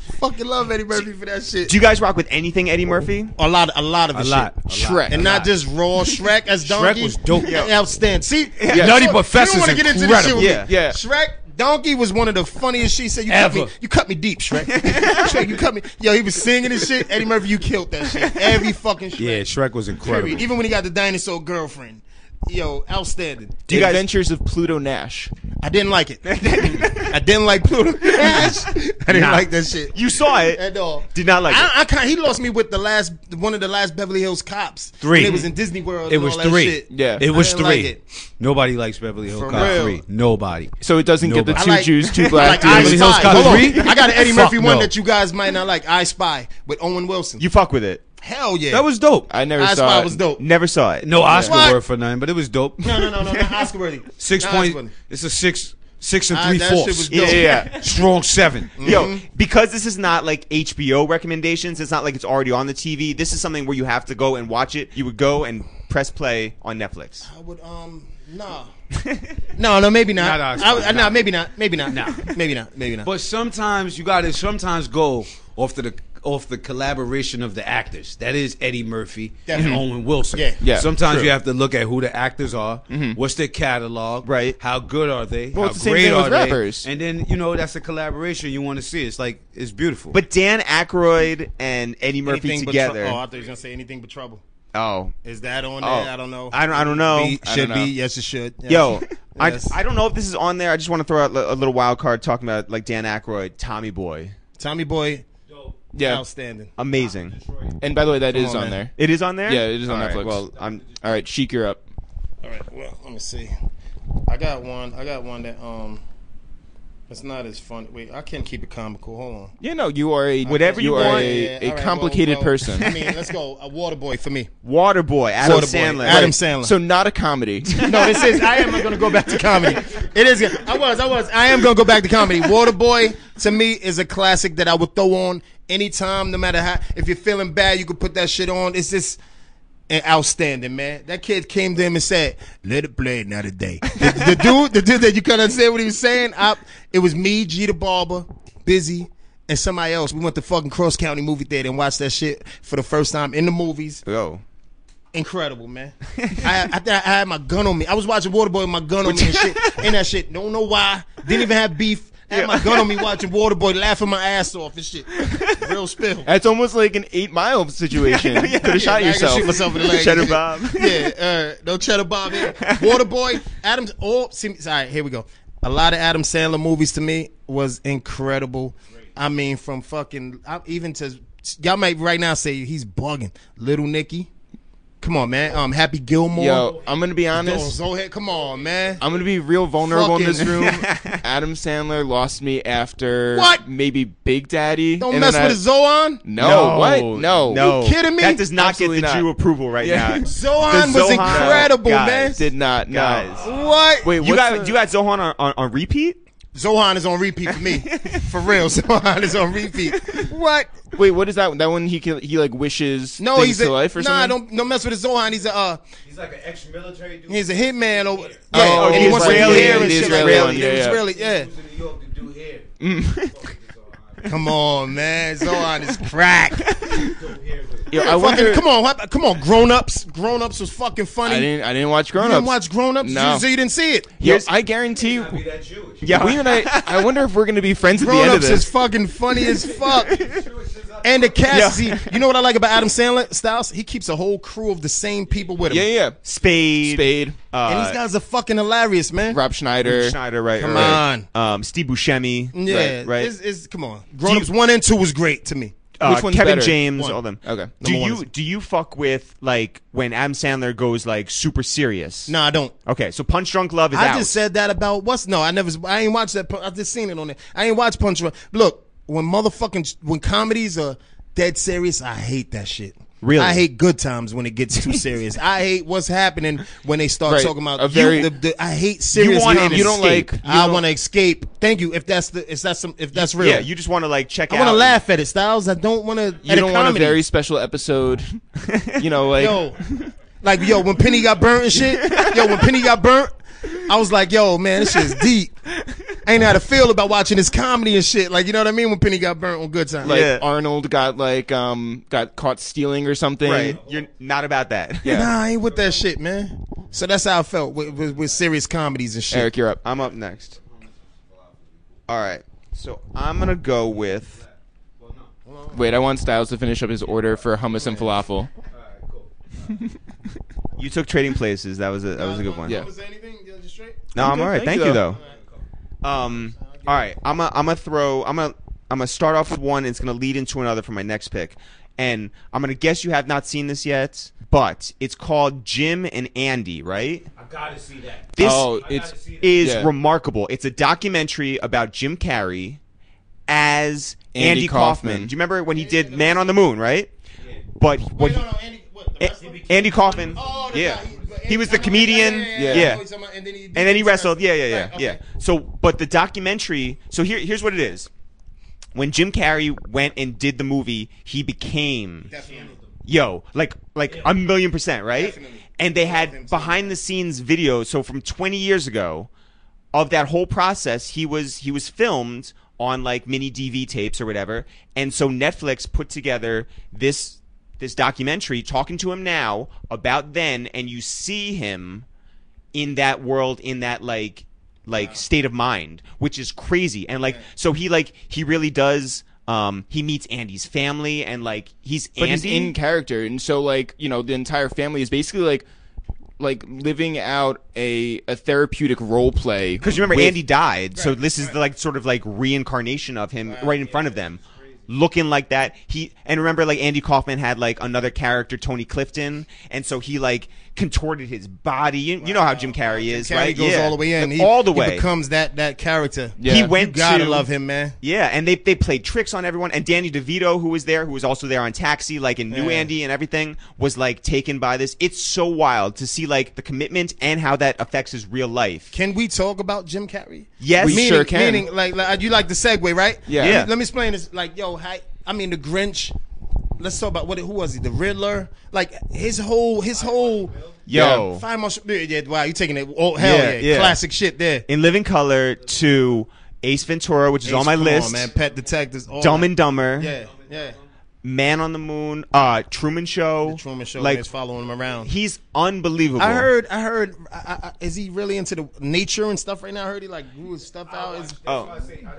[SPEAKER 6] *laughs*
[SPEAKER 4] Fucking love Eddie Murphy for that shit.
[SPEAKER 2] Do you guys rock with anything Eddie Murphy?
[SPEAKER 4] a lot, a lot of the
[SPEAKER 6] A lot,
[SPEAKER 4] shit.
[SPEAKER 6] a lot,
[SPEAKER 1] Shrek.
[SPEAKER 4] and not just raw Shrek as Donkey.
[SPEAKER 6] was dope.
[SPEAKER 4] Yeah. Outstanding. See,
[SPEAKER 6] Nutty
[SPEAKER 4] You don't-
[SPEAKER 6] Professor's
[SPEAKER 4] You don't wanna get into this shit with
[SPEAKER 2] incredible.
[SPEAKER 4] me.
[SPEAKER 1] Yeah. Yeah.
[SPEAKER 4] Shrek. Donkey was one of the funniest shit. He said, you cut, me,
[SPEAKER 5] Ever.
[SPEAKER 4] you cut me deep, Shrek. *laughs* Shrek, you cut me. Yo, he was singing and shit. Eddie Murphy, you killed that shit. Every fucking Shrek.
[SPEAKER 6] Yeah, Shrek was incredible.
[SPEAKER 4] Period. Even when he got the dinosaur girlfriend. Yo, outstanding.
[SPEAKER 1] The Adventures of Pluto Nash.
[SPEAKER 4] I didn't like it. *laughs* I didn't like Pluto. *laughs* I didn't
[SPEAKER 2] Nah.
[SPEAKER 4] like that shit.
[SPEAKER 2] You saw it.
[SPEAKER 4] At all.
[SPEAKER 2] Did not like
[SPEAKER 4] I, I kind he lost me with the last one of the last Beverly Hills cops.
[SPEAKER 6] Three.
[SPEAKER 4] When it was in Disney World.
[SPEAKER 6] It
[SPEAKER 4] and
[SPEAKER 6] was
[SPEAKER 4] all that
[SPEAKER 6] three.
[SPEAKER 4] Shit.
[SPEAKER 1] Yeah.
[SPEAKER 6] It
[SPEAKER 4] I
[SPEAKER 6] was
[SPEAKER 4] didn't
[SPEAKER 6] three.
[SPEAKER 4] like it.
[SPEAKER 6] Nobody likes Beverly Hill
[SPEAKER 4] For
[SPEAKER 6] Cop
[SPEAKER 4] real.
[SPEAKER 6] three. Nobody.
[SPEAKER 1] So it doesn't get the
[SPEAKER 6] Nobody.
[SPEAKER 1] two
[SPEAKER 4] I like-
[SPEAKER 1] Jews, two
[SPEAKER 4] *laughs* I
[SPEAKER 1] black,
[SPEAKER 4] like
[SPEAKER 1] two
[SPEAKER 4] I
[SPEAKER 6] Beverly Hills
[SPEAKER 4] Spy.
[SPEAKER 6] Cop
[SPEAKER 4] Hold on.
[SPEAKER 6] three?
[SPEAKER 4] I got an Eddie
[SPEAKER 6] Fuck
[SPEAKER 4] Murphy one
[SPEAKER 6] no.
[SPEAKER 4] that you guys might not like. I Spy with Owen Wilson.
[SPEAKER 2] You fuck with it.
[SPEAKER 4] Hell yeah.
[SPEAKER 6] That was dope.
[SPEAKER 1] I never
[SPEAKER 4] I
[SPEAKER 1] saw
[SPEAKER 4] Spy
[SPEAKER 1] it.
[SPEAKER 4] was dope.
[SPEAKER 2] Never saw it.
[SPEAKER 6] no Oscar
[SPEAKER 4] What?
[SPEAKER 6] word for nothing, but it was dope.
[SPEAKER 4] *laughs* No, no, no, no, not Oscar worthy.
[SPEAKER 6] *laughs* Six
[SPEAKER 4] Not
[SPEAKER 6] point.
[SPEAKER 4] Oscar worthy.
[SPEAKER 6] It's a six, six and
[SPEAKER 4] Ah,
[SPEAKER 6] three
[SPEAKER 4] that shit was
[SPEAKER 6] fourths.
[SPEAKER 4] dope. Mm.
[SPEAKER 2] Yeah,
[SPEAKER 4] *laughs*
[SPEAKER 2] yeah. yeah.
[SPEAKER 6] Strong seven.
[SPEAKER 4] Mm-hmm.
[SPEAKER 2] Yo, because this is not like HBO recommendations, it's not like it's already on the TV. This is something where you have to go and watch it. You would go and press play on Netflix.
[SPEAKER 4] I would um nah. *laughs* no, no, maybe not.
[SPEAKER 6] Not Oscar,
[SPEAKER 4] I would- uh,
[SPEAKER 6] nah.
[SPEAKER 4] nah, maybe not. Maybe not. Nah. Maybe not. Maybe not.
[SPEAKER 6] But sometimes you got to sometimes go off to the off the collaboration of the actors. That is Eddie Murphy
[SPEAKER 4] Definitely.
[SPEAKER 6] and Owen Wilson.
[SPEAKER 4] Yeah.
[SPEAKER 1] Yeah,
[SPEAKER 6] Sometimes
[SPEAKER 1] true. Mm-hmm.
[SPEAKER 6] you have to look at who the actors are, what's their catalog,
[SPEAKER 2] Right.
[SPEAKER 6] How good are they?
[SPEAKER 1] Well,
[SPEAKER 6] how
[SPEAKER 1] it's the same
[SPEAKER 6] great
[SPEAKER 1] thing
[SPEAKER 6] are
[SPEAKER 1] with
[SPEAKER 6] they?
[SPEAKER 1] rappers.
[SPEAKER 6] And then you know that's a collaboration you want to see. It's like it's beautiful.
[SPEAKER 2] But Dan Aykroyd and Eddie Murphy
[SPEAKER 4] Anything but trou-
[SPEAKER 2] together.
[SPEAKER 4] oh, I thought you was gonna say anything but trouble.
[SPEAKER 2] oh,
[SPEAKER 4] Is that on there?
[SPEAKER 2] Oh.
[SPEAKER 4] I don't know.
[SPEAKER 2] I don't. I don't know.
[SPEAKER 4] Be-
[SPEAKER 1] I
[SPEAKER 4] should
[SPEAKER 1] don't know.
[SPEAKER 4] be. Yes, it should.
[SPEAKER 1] *laughs*
[SPEAKER 4] Yes.
[SPEAKER 2] Yo, I,
[SPEAKER 4] Yes.
[SPEAKER 2] I don't know if this is on there. I just want to throw out li- a little wild card talking about like Dan Aykroyd, Tommy Boy,
[SPEAKER 4] Tommy Boy,
[SPEAKER 1] Yeah,
[SPEAKER 4] outstanding.
[SPEAKER 2] amazing.
[SPEAKER 1] and by the way, that is
[SPEAKER 4] on,
[SPEAKER 1] on,
[SPEAKER 4] man.
[SPEAKER 1] there.
[SPEAKER 2] It is on there.
[SPEAKER 1] Yeah, it is on
[SPEAKER 2] All right,
[SPEAKER 1] Netflix.
[SPEAKER 2] well, I'm.
[SPEAKER 1] All right, Sheik, you're up.
[SPEAKER 4] All right. Well, let me see. I got one. I got one that um, it's not as fun. Wait, I can't keep it comical. Hold on.
[SPEAKER 1] Yeah, no, you are a
[SPEAKER 2] Whatever you
[SPEAKER 1] are
[SPEAKER 2] want.
[SPEAKER 1] a,
[SPEAKER 4] Yeah,
[SPEAKER 1] a
[SPEAKER 4] all right,
[SPEAKER 1] complicated
[SPEAKER 4] well, well, *laughs*
[SPEAKER 1] person.
[SPEAKER 4] I mean, let's go. A water boy for me.
[SPEAKER 2] Waterboy, Adam
[SPEAKER 4] Waterboy,
[SPEAKER 2] Sandler.
[SPEAKER 4] Adam
[SPEAKER 2] Right.
[SPEAKER 4] Sandler.
[SPEAKER 1] So not a
[SPEAKER 4] *laughs*
[SPEAKER 1] comedy.
[SPEAKER 4] No, this is. I am going to go back to comedy. It is. I was. I was. I am going to go back to comedy. Waterboy to me is a classic that I would throw on anytime, no matter how. If you're feeling bad, you could put that shit on. It's just an outstanding man. That kid came to him and said, "Let it play another day." the, the dude, the dude that you couldn't understand what he was saying. I, it was me, G the barber, busy. And somebody else, we went to fucking Cross County Movie Theater and watched that shit for the first time in the movies
[SPEAKER 2] Yo,
[SPEAKER 4] incredible, man. I, I, think I had my gun on me. I was watching Waterboy with my gun on me and shit. And that shit, don't know why. Didn't even have beef. I had my gun on me watching Waterboy laughing my ass off and shit. Real spill.
[SPEAKER 1] That's almost like an eight mile situation. Could have shot
[SPEAKER 4] *laughs* Yeah, I can
[SPEAKER 1] yourself.
[SPEAKER 4] Shoot myself in the leg.
[SPEAKER 2] Cheddar Bob.
[SPEAKER 4] *laughs* yeah, uh, no cheddar Bob. Here. Waterboy. Adams. Oh, see, all right, here we go. A lot of Adam Sandler movies to me was incredible. I mean, from fucking I, even to y'all might right now say he's bugging. Little Nicky, come on, man. Um, Happy Gilmore.
[SPEAKER 1] Yo, I'm gonna be
[SPEAKER 4] Yo,
[SPEAKER 1] honest.
[SPEAKER 4] Zohar, come on, man.
[SPEAKER 1] I'm gonna be real vulnerable in this
[SPEAKER 4] Fucking-
[SPEAKER 1] room.
[SPEAKER 4] *laughs*
[SPEAKER 1] Adam Sandler lost me after
[SPEAKER 4] What?
[SPEAKER 1] Maybe Big Daddy.
[SPEAKER 4] Don't
[SPEAKER 1] and
[SPEAKER 4] mess
[SPEAKER 1] then
[SPEAKER 4] with
[SPEAKER 1] I-
[SPEAKER 4] his Zohan.
[SPEAKER 1] No, what? No,
[SPEAKER 2] no.
[SPEAKER 4] You kidding me?
[SPEAKER 2] That does not
[SPEAKER 1] Absolutely
[SPEAKER 2] get the
[SPEAKER 1] not.
[SPEAKER 2] Jew approval right
[SPEAKER 1] Yeah.
[SPEAKER 2] now.
[SPEAKER 4] Zohan
[SPEAKER 2] The
[SPEAKER 4] was
[SPEAKER 2] Zohan-
[SPEAKER 4] incredible,
[SPEAKER 2] Guys,
[SPEAKER 4] man.
[SPEAKER 1] did not. No.
[SPEAKER 2] Guys.
[SPEAKER 4] What?
[SPEAKER 1] Wait,
[SPEAKER 2] you
[SPEAKER 1] what's
[SPEAKER 2] got
[SPEAKER 1] the-
[SPEAKER 2] you got Zohan on, on, on repeat?
[SPEAKER 4] Zohan is on repeat
[SPEAKER 1] *laughs*
[SPEAKER 4] for me, for real. *laughs* Zohan is on repeat. What?
[SPEAKER 1] Wait, what is that? That one he can, he like wishes
[SPEAKER 4] No,
[SPEAKER 1] things
[SPEAKER 4] he's
[SPEAKER 1] to
[SPEAKER 4] a
[SPEAKER 1] life or
[SPEAKER 4] nah.
[SPEAKER 1] something.
[SPEAKER 4] Don't don't mess with his Zohan. He's a uh,
[SPEAKER 5] He's like an ex-military dude.
[SPEAKER 4] he's a hitman. Or, yeah,
[SPEAKER 1] Oh,
[SPEAKER 4] and he
[SPEAKER 1] he's
[SPEAKER 4] wants
[SPEAKER 1] like-
[SPEAKER 4] to
[SPEAKER 1] yeah,
[SPEAKER 4] be here and
[SPEAKER 1] he's
[SPEAKER 4] shit like
[SPEAKER 1] Israeli
[SPEAKER 4] that.
[SPEAKER 1] one, yeah, yeah.
[SPEAKER 4] It's really yeah.
[SPEAKER 5] He was in New York to do hair.
[SPEAKER 1] Mm.
[SPEAKER 6] *laughs*
[SPEAKER 4] Come on, man.
[SPEAKER 1] *laughs*
[SPEAKER 4] Zohan is crack.
[SPEAKER 1] Yo, I
[SPEAKER 4] fucking,
[SPEAKER 1] wonder.
[SPEAKER 4] come on, what- come on. Grown ups, grown ups was fucking funny.
[SPEAKER 1] I didn't. I didn't watch
[SPEAKER 4] you
[SPEAKER 1] Grown
[SPEAKER 4] didn't
[SPEAKER 1] Ups.
[SPEAKER 4] watch grown ups,
[SPEAKER 1] No.
[SPEAKER 4] so you didn't see it.
[SPEAKER 1] Yo, I guarantee.
[SPEAKER 4] *laughs*
[SPEAKER 1] you-
[SPEAKER 5] Be that Jewish.
[SPEAKER 2] Yeah.
[SPEAKER 1] We and I. I wonder if we're gonna be friends at the
[SPEAKER 4] Grown
[SPEAKER 1] end of
[SPEAKER 4] ups is
[SPEAKER 1] this.
[SPEAKER 4] fucking funny as fuck.
[SPEAKER 1] *laughs*
[SPEAKER 4] and the cast,
[SPEAKER 2] Yeah.
[SPEAKER 4] see, you know what I like about Adam Sandler Styles? He keeps a whole crew of the same people with him.
[SPEAKER 1] Yeah, yeah.
[SPEAKER 2] Spade.
[SPEAKER 1] Spade,
[SPEAKER 2] Uh,
[SPEAKER 4] And these guys are fucking hilarious, man.
[SPEAKER 1] Rob Schneider.
[SPEAKER 2] Schneider, right?
[SPEAKER 4] Come
[SPEAKER 2] right. Um, Steve Buscemi.
[SPEAKER 4] Yeah,
[SPEAKER 2] Right. right.
[SPEAKER 4] It's, it's, come on. Grown ups one and two was great to me.
[SPEAKER 2] Uh,
[SPEAKER 1] Which one's
[SPEAKER 2] Kevin
[SPEAKER 1] better?
[SPEAKER 2] James,
[SPEAKER 4] One.
[SPEAKER 2] all them.
[SPEAKER 1] Okay. Number
[SPEAKER 2] Do
[SPEAKER 4] one
[SPEAKER 2] you do you fuck with like when Adam Sandler goes like super serious?
[SPEAKER 4] No, I don't.
[SPEAKER 2] Okay, so Punch Drunk Love is
[SPEAKER 4] I
[SPEAKER 2] out.
[SPEAKER 4] just said that about what's no. I never. I ain't watched that. pu- I just seen it on there. I ain't watched Punch. Drunk- Look, when motherfucking when comedies are dead serious, I hate that shit.
[SPEAKER 2] Really?
[SPEAKER 4] I hate good times when it gets
[SPEAKER 2] *laughs*
[SPEAKER 4] too serious. I hate what's happening when they start
[SPEAKER 1] Right.
[SPEAKER 4] talking about
[SPEAKER 1] A
[SPEAKER 4] you-
[SPEAKER 1] very-
[SPEAKER 4] the, the, I hate serious.
[SPEAKER 2] want-
[SPEAKER 4] comedy.
[SPEAKER 2] you don't like- you
[SPEAKER 4] I
[SPEAKER 2] don't-
[SPEAKER 4] want to escape. Thank you. If that's the if that's some if that's real.
[SPEAKER 2] yeah, you just want to like check
[SPEAKER 4] I
[SPEAKER 2] out.
[SPEAKER 4] want to laugh at it, Styles. I don't want to.
[SPEAKER 1] You don't want a very special
[SPEAKER 4] *laughs*
[SPEAKER 1] episode. You know, like
[SPEAKER 4] yo, like yo, when Penny got burnt and shit, yo, when Penny got burnt, I was like, yo, man, this shit's deep. I ain't know how to feel about watching this comedy and shit. Like, you know what I mean? When Penny got burnt on Good Time,
[SPEAKER 1] like
[SPEAKER 2] Yeah.
[SPEAKER 1] Arnold got like um got caught stealing or something.
[SPEAKER 2] Right. You're not about
[SPEAKER 4] *laughs*
[SPEAKER 2] that.
[SPEAKER 1] Yeah.
[SPEAKER 4] nah, I ain't with that shit, man. So that's how I felt with, with, with serious comedies and shit.
[SPEAKER 1] Eric, you're up.
[SPEAKER 2] I'm up next. All right. So I'm gonna go with
[SPEAKER 1] Wait, I want Styles to finish up his order for hummus and falafel.
[SPEAKER 2] you took Trading Places. That was a that was a good one.
[SPEAKER 1] Yeah.
[SPEAKER 2] No, I'm,
[SPEAKER 1] good.
[SPEAKER 2] all right.
[SPEAKER 1] Thank
[SPEAKER 2] Thank,
[SPEAKER 1] you,
[SPEAKER 2] you
[SPEAKER 1] though.
[SPEAKER 2] though. Um. All right. I'm a, I'm a throw. I'm a I'm gonna start off with one. It's gonna lead into another for my next pick, and I'm gonna guess you have not seen this yet, but it's called Jim and Andy, right?
[SPEAKER 5] I gotta see that.
[SPEAKER 2] This
[SPEAKER 1] Oh,
[SPEAKER 5] I
[SPEAKER 1] it's
[SPEAKER 5] gotta see that.
[SPEAKER 2] is
[SPEAKER 1] yeah.
[SPEAKER 2] remarkable. It's a documentary about Jim Carrey as Andy,
[SPEAKER 1] Andy
[SPEAKER 2] Kaufman.
[SPEAKER 1] Kaufman.
[SPEAKER 2] Do you remember when he did Man on the Moon, right? But what he-
[SPEAKER 4] Andy, what,
[SPEAKER 2] A- Andy Kaufman. Eh,
[SPEAKER 5] Oh,
[SPEAKER 4] Oh,
[SPEAKER 2] yeah. he was the comedian. Yeah.
[SPEAKER 4] And then he,
[SPEAKER 2] And then he wrestled. Yeah, yeah, yeah, yeah. So, but the documentary. So here, here's what it is. When Jim Carrey went and did the movie, he became yo like like a million percent right.
[SPEAKER 4] Definitely.
[SPEAKER 2] And they had behind the scenes videos. So from 20 years ago, of that whole process, he was he was filmed on like mini DV tapes or whatever. And so Netflix put together this this documentary talking to him now about then, and you see him in that world in that like like state of mind which is crazy and like so he like he really does um he meets andy's family and like he's
[SPEAKER 1] But he's
[SPEAKER 2] andy
[SPEAKER 1] in character, and so like you know the entire family is basically like like living out a a therapeutic role play.
[SPEAKER 2] because you remember
[SPEAKER 1] with-
[SPEAKER 2] andy died so this is the like sort of like reincarnation of him right in front of them looking like that he and remember like andy kaufman had like another character tony clifton and so he like contorted his body you, you know how jim carrey is
[SPEAKER 4] Carrey
[SPEAKER 2] right
[SPEAKER 4] goes
[SPEAKER 2] Yeah.
[SPEAKER 4] all the way in.
[SPEAKER 2] Like,
[SPEAKER 4] he,
[SPEAKER 2] all the
[SPEAKER 4] he
[SPEAKER 2] way
[SPEAKER 4] becomes that that character.
[SPEAKER 1] Yeah.
[SPEAKER 2] he
[SPEAKER 1] You
[SPEAKER 2] went
[SPEAKER 4] you gotta
[SPEAKER 2] to-
[SPEAKER 4] love him, man.
[SPEAKER 2] Yeah, and they they played tricks on everyone. And Danny DeVito, who was there, who was also there on Taxi, like in New
[SPEAKER 4] Yeah.
[SPEAKER 2] Andy and everything, was like taken by this. It's so wild to see like the commitment and how that affects his real life.
[SPEAKER 4] Can we talk about Jim Carrey?
[SPEAKER 2] Yes. We
[SPEAKER 4] meaning,
[SPEAKER 1] sure can.
[SPEAKER 4] Meaning, like, like, you like the segue, right?
[SPEAKER 1] Yeah.
[SPEAKER 2] Yeah.
[SPEAKER 4] Let, me, let me explain this. Like, yo, hi, I mean, the Grinch. Let's talk about what? Who was he? The Riddler. Like his whole, his whole.
[SPEAKER 2] Yo,
[SPEAKER 4] Five Marshall. Yeah, yeah, wow, you taking it? Oh hell
[SPEAKER 2] Yeah,
[SPEAKER 4] yeah,
[SPEAKER 2] yeah.
[SPEAKER 4] classic shit there.
[SPEAKER 2] in Living Color to Ace Ventura, which is on my
[SPEAKER 4] Come
[SPEAKER 2] list.
[SPEAKER 4] man. Pet detectives. all
[SPEAKER 2] Dumb
[SPEAKER 4] that.
[SPEAKER 2] and Dumber,
[SPEAKER 4] Yeah, yeah.
[SPEAKER 2] Man on the Moon, uh, Truman Show,
[SPEAKER 4] The Truman Show.
[SPEAKER 2] Like
[SPEAKER 4] Like following him around.
[SPEAKER 2] he's unbelievable.
[SPEAKER 4] I heard. I heard. I, I, I- is he really into the nature and stuff right now? I heard he like grew his stuff out. Is-
[SPEAKER 2] Oh,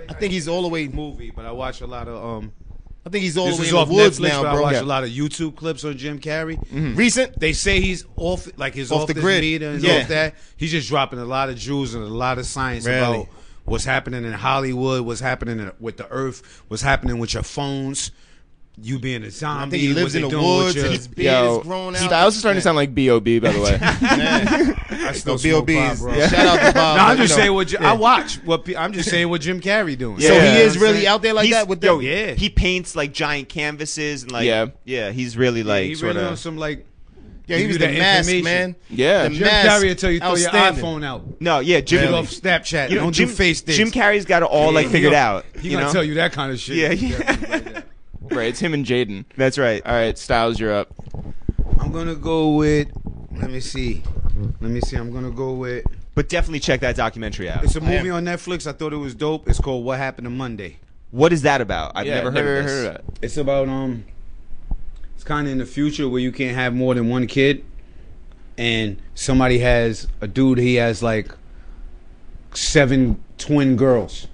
[SPEAKER 4] I think he's all the way.
[SPEAKER 6] movie, but I watch a lot of um.
[SPEAKER 4] I think he's all
[SPEAKER 6] This
[SPEAKER 4] the way
[SPEAKER 6] is
[SPEAKER 4] in the
[SPEAKER 6] off
[SPEAKER 4] woods
[SPEAKER 6] Netflix,
[SPEAKER 4] now,
[SPEAKER 6] but I
[SPEAKER 4] bro.
[SPEAKER 6] watch a lot of YouTube clips on Jim Carrey.
[SPEAKER 4] Recent.
[SPEAKER 6] They say he's off, like he's
[SPEAKER 4] Off
[SPEAKER 6] off,
[SPEAKER 4] the
[SPEAKER 6] the
[SPEAKER 4] grid.
[SPEAKER 6] grid. meter and
[SPEAKER 4] Yeah.
[SPEAKER 6] off that. He's just dropping a lot of jewels and a lot of science
[SPEAKER 4] Really?
[SPEAKER 6] about what's happening in Hollywood, what's happening in- with the earth, what's happening with your phones, you being a zombie.
[SPEAKER 4] I think he
[SPEAKER 6] what
[SPEAKER 4] lives
[SPEAKER 6] they
[SPEAKER 4] in the
[SPEAKER 6] doing with
[SPEAKER 4] woods
[SPEAKER 6] your-
[SPEAKER 4] and his beard
[SPEAKER 1] Yo,
[SPEAKER 4] is grown out.
[SPEAKER 1] Styles is starting to sound like B.O.B., by the
[SPEAKER 2] *laughs*
[SPEAKER 1] way.
[SPEAKER 6] *laughs* I
[SPEAKER 4] No,
[SPEAKER 6] still smoke
[SPEAKER 4] B.O.B.
[SPEAKER 6] pot,
[SPEAKER 4] is-
[SPEAKER 6] bro.
[SPEAKER 4] Shout out to
[SPEAKER 6] *laughs*
[SPEAKER 4] Bob.
[SPEAKER 6] No, I'm
[SPEAKER 4] but,
[SPEAKER 6] just
[SPEAKER 4] you know.
[SPEAKER 6] saying what Jim, I watch. What pe- I'm just saying what Jim Carrey doing.
[SPEAKER 4] So
[SPEAKER 2] Yeah.
[SPEAKER 4] he is
[SPEAKER 2] I'm
[SPEAKER 4] really out there like
[SPEAKER 2] He's-
[SPEAKER 4] that with
[SPEAKER 2] yo,
[SPEAKER 4] them?
[SPEAKER 6] yeah.
[SPEAKER 2] He paints like giant canvases and like
[SPEAKER 1] Yeah.
[SPEAKER 2] yeah, he's really like
[SPEAKER 6] he
[SPEAKER 2] sort
[SPEAKER 6] really on
[SPEAKER 2] of
[SPEAKER 6] some like. give
[SPEAKER 4] Yeah, he was
[SPEAKER 6] you
[SPEAKER 4] the
[SPEAKER 6] that
[SPEAKER 4] mask,
[SPEAKER 6] information.
[SPEAKER 4] man.
[SPEAKER 1] Yeah.
[SPEAKER 4] The
[SPEAKER 1] Jim
[SPEAKER 6] Jim
[SPEAKER 4] mask.
[SPEAKER 6] Carrey until you throw your
[SPEAKER 4] outstanding.
[SPEAKER 6] iPhone out.
[SPEAKER 2] no, yeah, Jim.
[SPEAKER 6] Get off Snapchat.
[SPEAKER 2] You know,
[SPEAKER 6] Don't
[SPEAKER 2] Jim,
[SPEAKER 6] do face things.
[SPEAKER 2] Jim Carrey's got it all like
[SPEAKER 6] He
[SPEAKER 2] figured
[SPEAKER 6] gonna-
[SPEAKER 2] out.
[SPEAKER 6] He
[SPEAKER 2] you
[SPEAKER 6] gonna
[SPEAKER 2] know?
[SPEAKER 6] tell you that kind of shit.
[SPEAKER 2] Yeah, yeah.
[SPEAKER 1] right, it's him and Jaden.
[SPEAKER 2] *laughs* That's right.
[SPEAKER 1] All right, Styles, you're up.
[SPEAKER 6] *laughs* I'm gonna go with. Let me see. Let me see. I'm gonna go with.
[SPEAKER 2] But definitely check that documentary out.
[SPEAKER 6] It's a movie on Netflix. I thought it was dope. It's called What Happened to Monday.
[SPEAKER 2] What is that about? I've
[SPEAKER 1] Yeah,
[SPEAKER 2] never heard of this.
[SPEAKER 1] heard of that.
[SPEAKER 6] It's about um. It's kind of in the future where you can't have more than one kid, and somebody has a dude. He has like seven twin girls.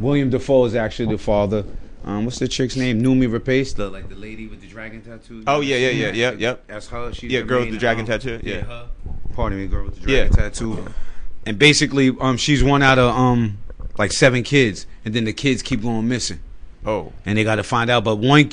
[SPEAKER 6] William Defoe is actually the father. Um, what's the chick's name? Numi Rapace, the like the lady with the dragon tattoo.
[SPEAKER 2] Oh, yeah, yeah, yeah, yeah, yep.
[SPEAKER 6] That's her. She's
[SPEAKER 2] Yeah,
[SPEAKER 6] the
[SPEAKER 2] girl with
[SPEAKER 6] main,
[SPEAKER 2] the dragon
[SPEAKER 6] um,
[SPEAKER 2] tattoo, yeah.
[SPEAKER 6] her. Pardon me, girl with the dragon
[SPEAKER 2] Yeah.
[SPEAKER 6] tattoo. And basically, um, she's one out of um, like seven kids, and then the kids keep going missing
[SPEAKER 2] Oh,
[SPEAKER 6] and they got to find out. But one,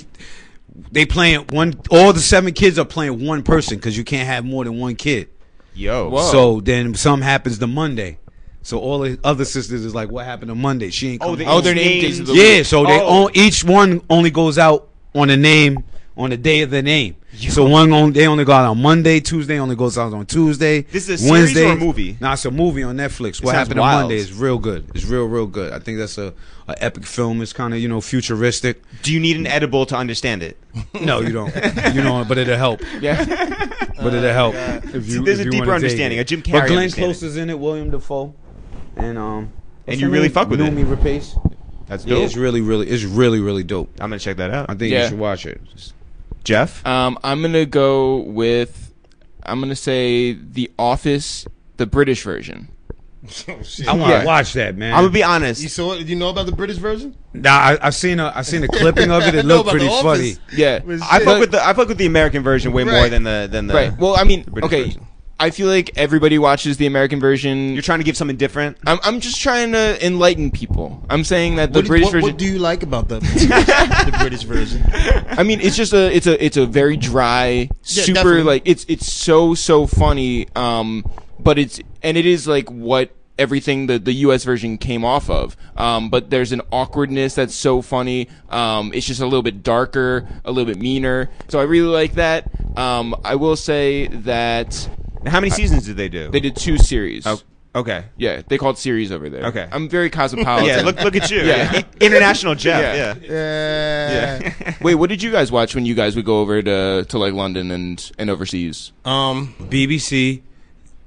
[SPEAKER 6] they playing one. All the seven kids are playing one person because you can't have more than one kid.
[SPEAKER 2] yo.
[SPEAKER 1] Whoa.
[SPEAKER 6] So then something happens to Monday. So all the other sisters is like, "What happened to Monday? She ain't
[SPEAKER 2] Oh,
[SPEAKER 6] coming."
[SPEAKER 2] they-
[SPEAKER 1] Oh, their
[SPEAKER 2] His
[SPEAKER 1] name
[SPEAKER 2] name-
[SPEAKER 1] is
[SPEAKER 6] yeah. So they
[SPEAKER 2] Oh.
[SPEAKER 6] on, each one only goes out on a name on the day of the name. So one on, they only go out on Monday, Tuesday only goes out on Tuesday.
[SPEAKER 2] This is a series or a movie?
[SPEAKER 6] Nah, it's a movie on Netflix. what
[SPEAKER 2] sounds
[SPEAKER 6] happened
[SPEAKER 2] wild.
[SPEAKER 6] on Monday is real good. It's real, real good. I think that's a, a epic film. It's kind of you know futuristic.
[SPEAKER 2] Do you need an edible to understand it?
[SPEAKER 6] No, you don't. You know, but it'll help.
[SPEAKER 1] Yeah.
[SPEAKER 6] But
[SPEAKER 4] Oh,
[SPEAKER 6] it'll help. If
[SPEAKER 2] See, there's a deeper
[SPEAKER 6] wanna dig
[SPEAKER 2] understanding,
[SPEAKER 6] it.
[SPEAKER 2] a Jim Carrey
[SPEAKER 6] But Glenn
[SPEAKER 2] understanding.
[SPEAKER 6] Close is in it. William Defoe, and um,
[SPEAKER 2] And you really fuck with it.
[SPEAKER 6] Numi Rapace.
[SPEAKER 2] That's
[SPEAKER 6] Yeah,
[SPEAKER 2] dope.
[SPEAKER 6] it's really, really, it's really, really dope.
[SPEAKER 2] I'm gonna check that
[SPEAKER 6] I
[SPEAKER 2] out.
[SPEAKER 6] think
[SPEAKER 1] Yeah.
[SPEAKER 6] you should watch it.
[SPEAKER 2] Jeff.
[SPEAKER 1] Um, I'm gonna go with. I'm gonna say The Office, the British version.
[SPEAKER 4] *laughs* Oh, shit.
[SPEAKER 6] I want to
[SPEAKER 2] Yeah.
[SPEAKER 6] watch that, man.
[SPEAKER 2] I'm gonna be
[SPEAKER 4] You
[SPEAKER 2] honest.
[SPEAKER 4] saw it? You know about the British version?
[SPEAKER 6] *laughs* Nah, I, I've seen a, I've seen a clipping
[SPEAKER 4] *laughs*
[SPEAKER 6] of it.
[SPEAKER 4] I
[SPEAKER 6] It
[SPEAKER 4] know
[SPEAKER 6] looked
[SPEAKER 4] about
[SPEAKER 6] pretty
[SPEAKER 4] The
[SPEAKER 6] funny.
[SPEAKER 4] Office.
[SPEAKER 1] Yeah.
[SPEAKER 4] Was
[SPEAKER 2] I
[SPEAKER 4] shit.
[SPEAKER 2] fuck with the I fuck with the American version way more
[SPEAKER 4] Right.
[SPEAKER 2] than the than the.
[SPEAKER 1] right. Well, I mean,
[SPEAKER 2] the British
[SPEAKER 1] okay.
[SPEAKER 2] version.
[SPEAKER 1] I feel like everybody watches the American version.
[SPEAKER 2] you're trying to give something different.
[SPEAKER 1] I'm, I'm just trying to enlighten people. I'm saying that the
[SPEAKER 4] what,
[SPEAKER 1] British
[SPEAKER 4] what,
[SPEAKER 1] version.
[SPEAKER 4] What do you like about
[SPEAKER 6] *laughs*
[SPEAKER 4] the, the British version?
[SPEAKER 1] I mean, it's just a it's a it's a very dry, super
[SPEAKER 4] definitely.
[SPEAKER 1] like it's it's so so funny. Um, but it's and it is like what everything the the U.S. version came off of. Um, but there's an awkwardness that's so funny. Um, it's just a little bit darker, a little bit meaner. So I really like that. Um, I will say that
[SPEAKER 2] Now, *laughs* how many seasons did they do?
[SPEAKER 1] they did two series.
[SPEAKER 2] Oh, okay.
[SPEAKER 1] Yeah, they called series over there.
[SPEAKER 2] Okay.
[SPEAKER 1] I'm very cosmopolitan.
[SPEAKER 2] *laughs* Yeah, look look at you.
[SPEAKER 1] Yeah.
[SPEAKER 2] I- International Jeff.
[SPEAKER 1] Yeah.
[SPEAKER 2] Yeah.
[SPEAKER 4] Yeah.
[SPEAKER 1] Wait, what did you guys watch when you guys would go over to to like London and and overseas?
[SPEAKER 4] Um,
[SPEAKER 6] BBC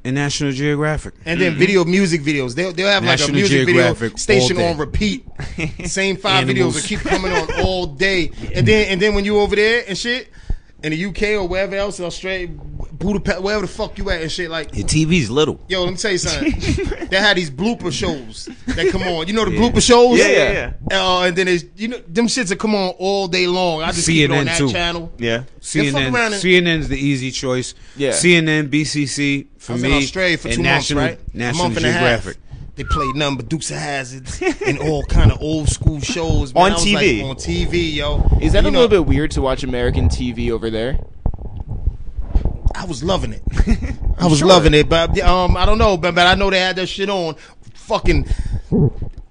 [SPEAKER 6] and National Geographic.
[SPEAKER 4] and then video music videos. They'll, they'll have like a
[SPEAKER 6] Mm-hmm. National
[SPEAKER 4] music
[SPEAKER 6] Geographic
[SPEAKER 4] video
[SPEAKER 6] all
[SPEAKER 4] station
[SPEAKER 6] day. *laughs*
[SPEAKER 4] on repeat. Same five
[SPEAKER 6] Animals.
[SPEAKER 4] videos that keep coming on all day. And then and then when you over there and shit in the UK or wherever else in Australia, Budapest, wherever the fuck you at and shit like
[SPEAKER 6] Your TV's little.
[SPEAKER 4] Yo, let me tell you
[SPEAKER 6] *laughs*
[SPEAKER 4] something. they had these blooper shows that come on. You know the blooper shows?
[SPEAKER 2] Yeah, yeah,
[SPEAKER 4] Uh, and then it's you know them shits that come on all day long. I just keep it on
[SPEAKER 6] CNN
[SPEAKER 4] that
[SPEAKER 6] too.
[SPEAKER 4] channel.
[SPEAKER 2] Yeah.
[SPEAKER 4] Then fuck
[SPEAKER 6] CNN,
[SPEAKER 4] around and-
[SPEAKER 6] CNN's the easy choice.
[SPEAKER 1] Yeah.
[SPEAKER 6] CNN, BCC for
[SPEAKER 4] I was
[SPEAKER 6] me.
[SPEAKER 4] in Australia for
[SPEAKER 6] and
[SPEAKER 4] two
[SPEAKER 6] National,
[SPEAKER 4] months, right?
[SPEAKER 6] National
[SPEAKER 4] a month and
[SPEAKER 6] Geographic.
[SPEAKER 4] a half. They played nothing but Dukes of Hazards and all kind of old school shows man.
[SPEAKER 2] On
[SPEAKER 4] I was like,
[SPEAKER 2] TV.
[SPEAKER 4] on TV, yo.
[SPEAKER 1] Is that
[SPEAKER 4] You
[SPEAKER 1] a
[SPEAKER 4] know,
[SPEAKER 1] little bit weird to watch American TV over there?
[SPEAKER 4] I was
[SPEAKER 1] *laughs*
[SPEAKER 4] loving it. I was loving it, but um, I don't know, but, but I know they had that shit on, fucking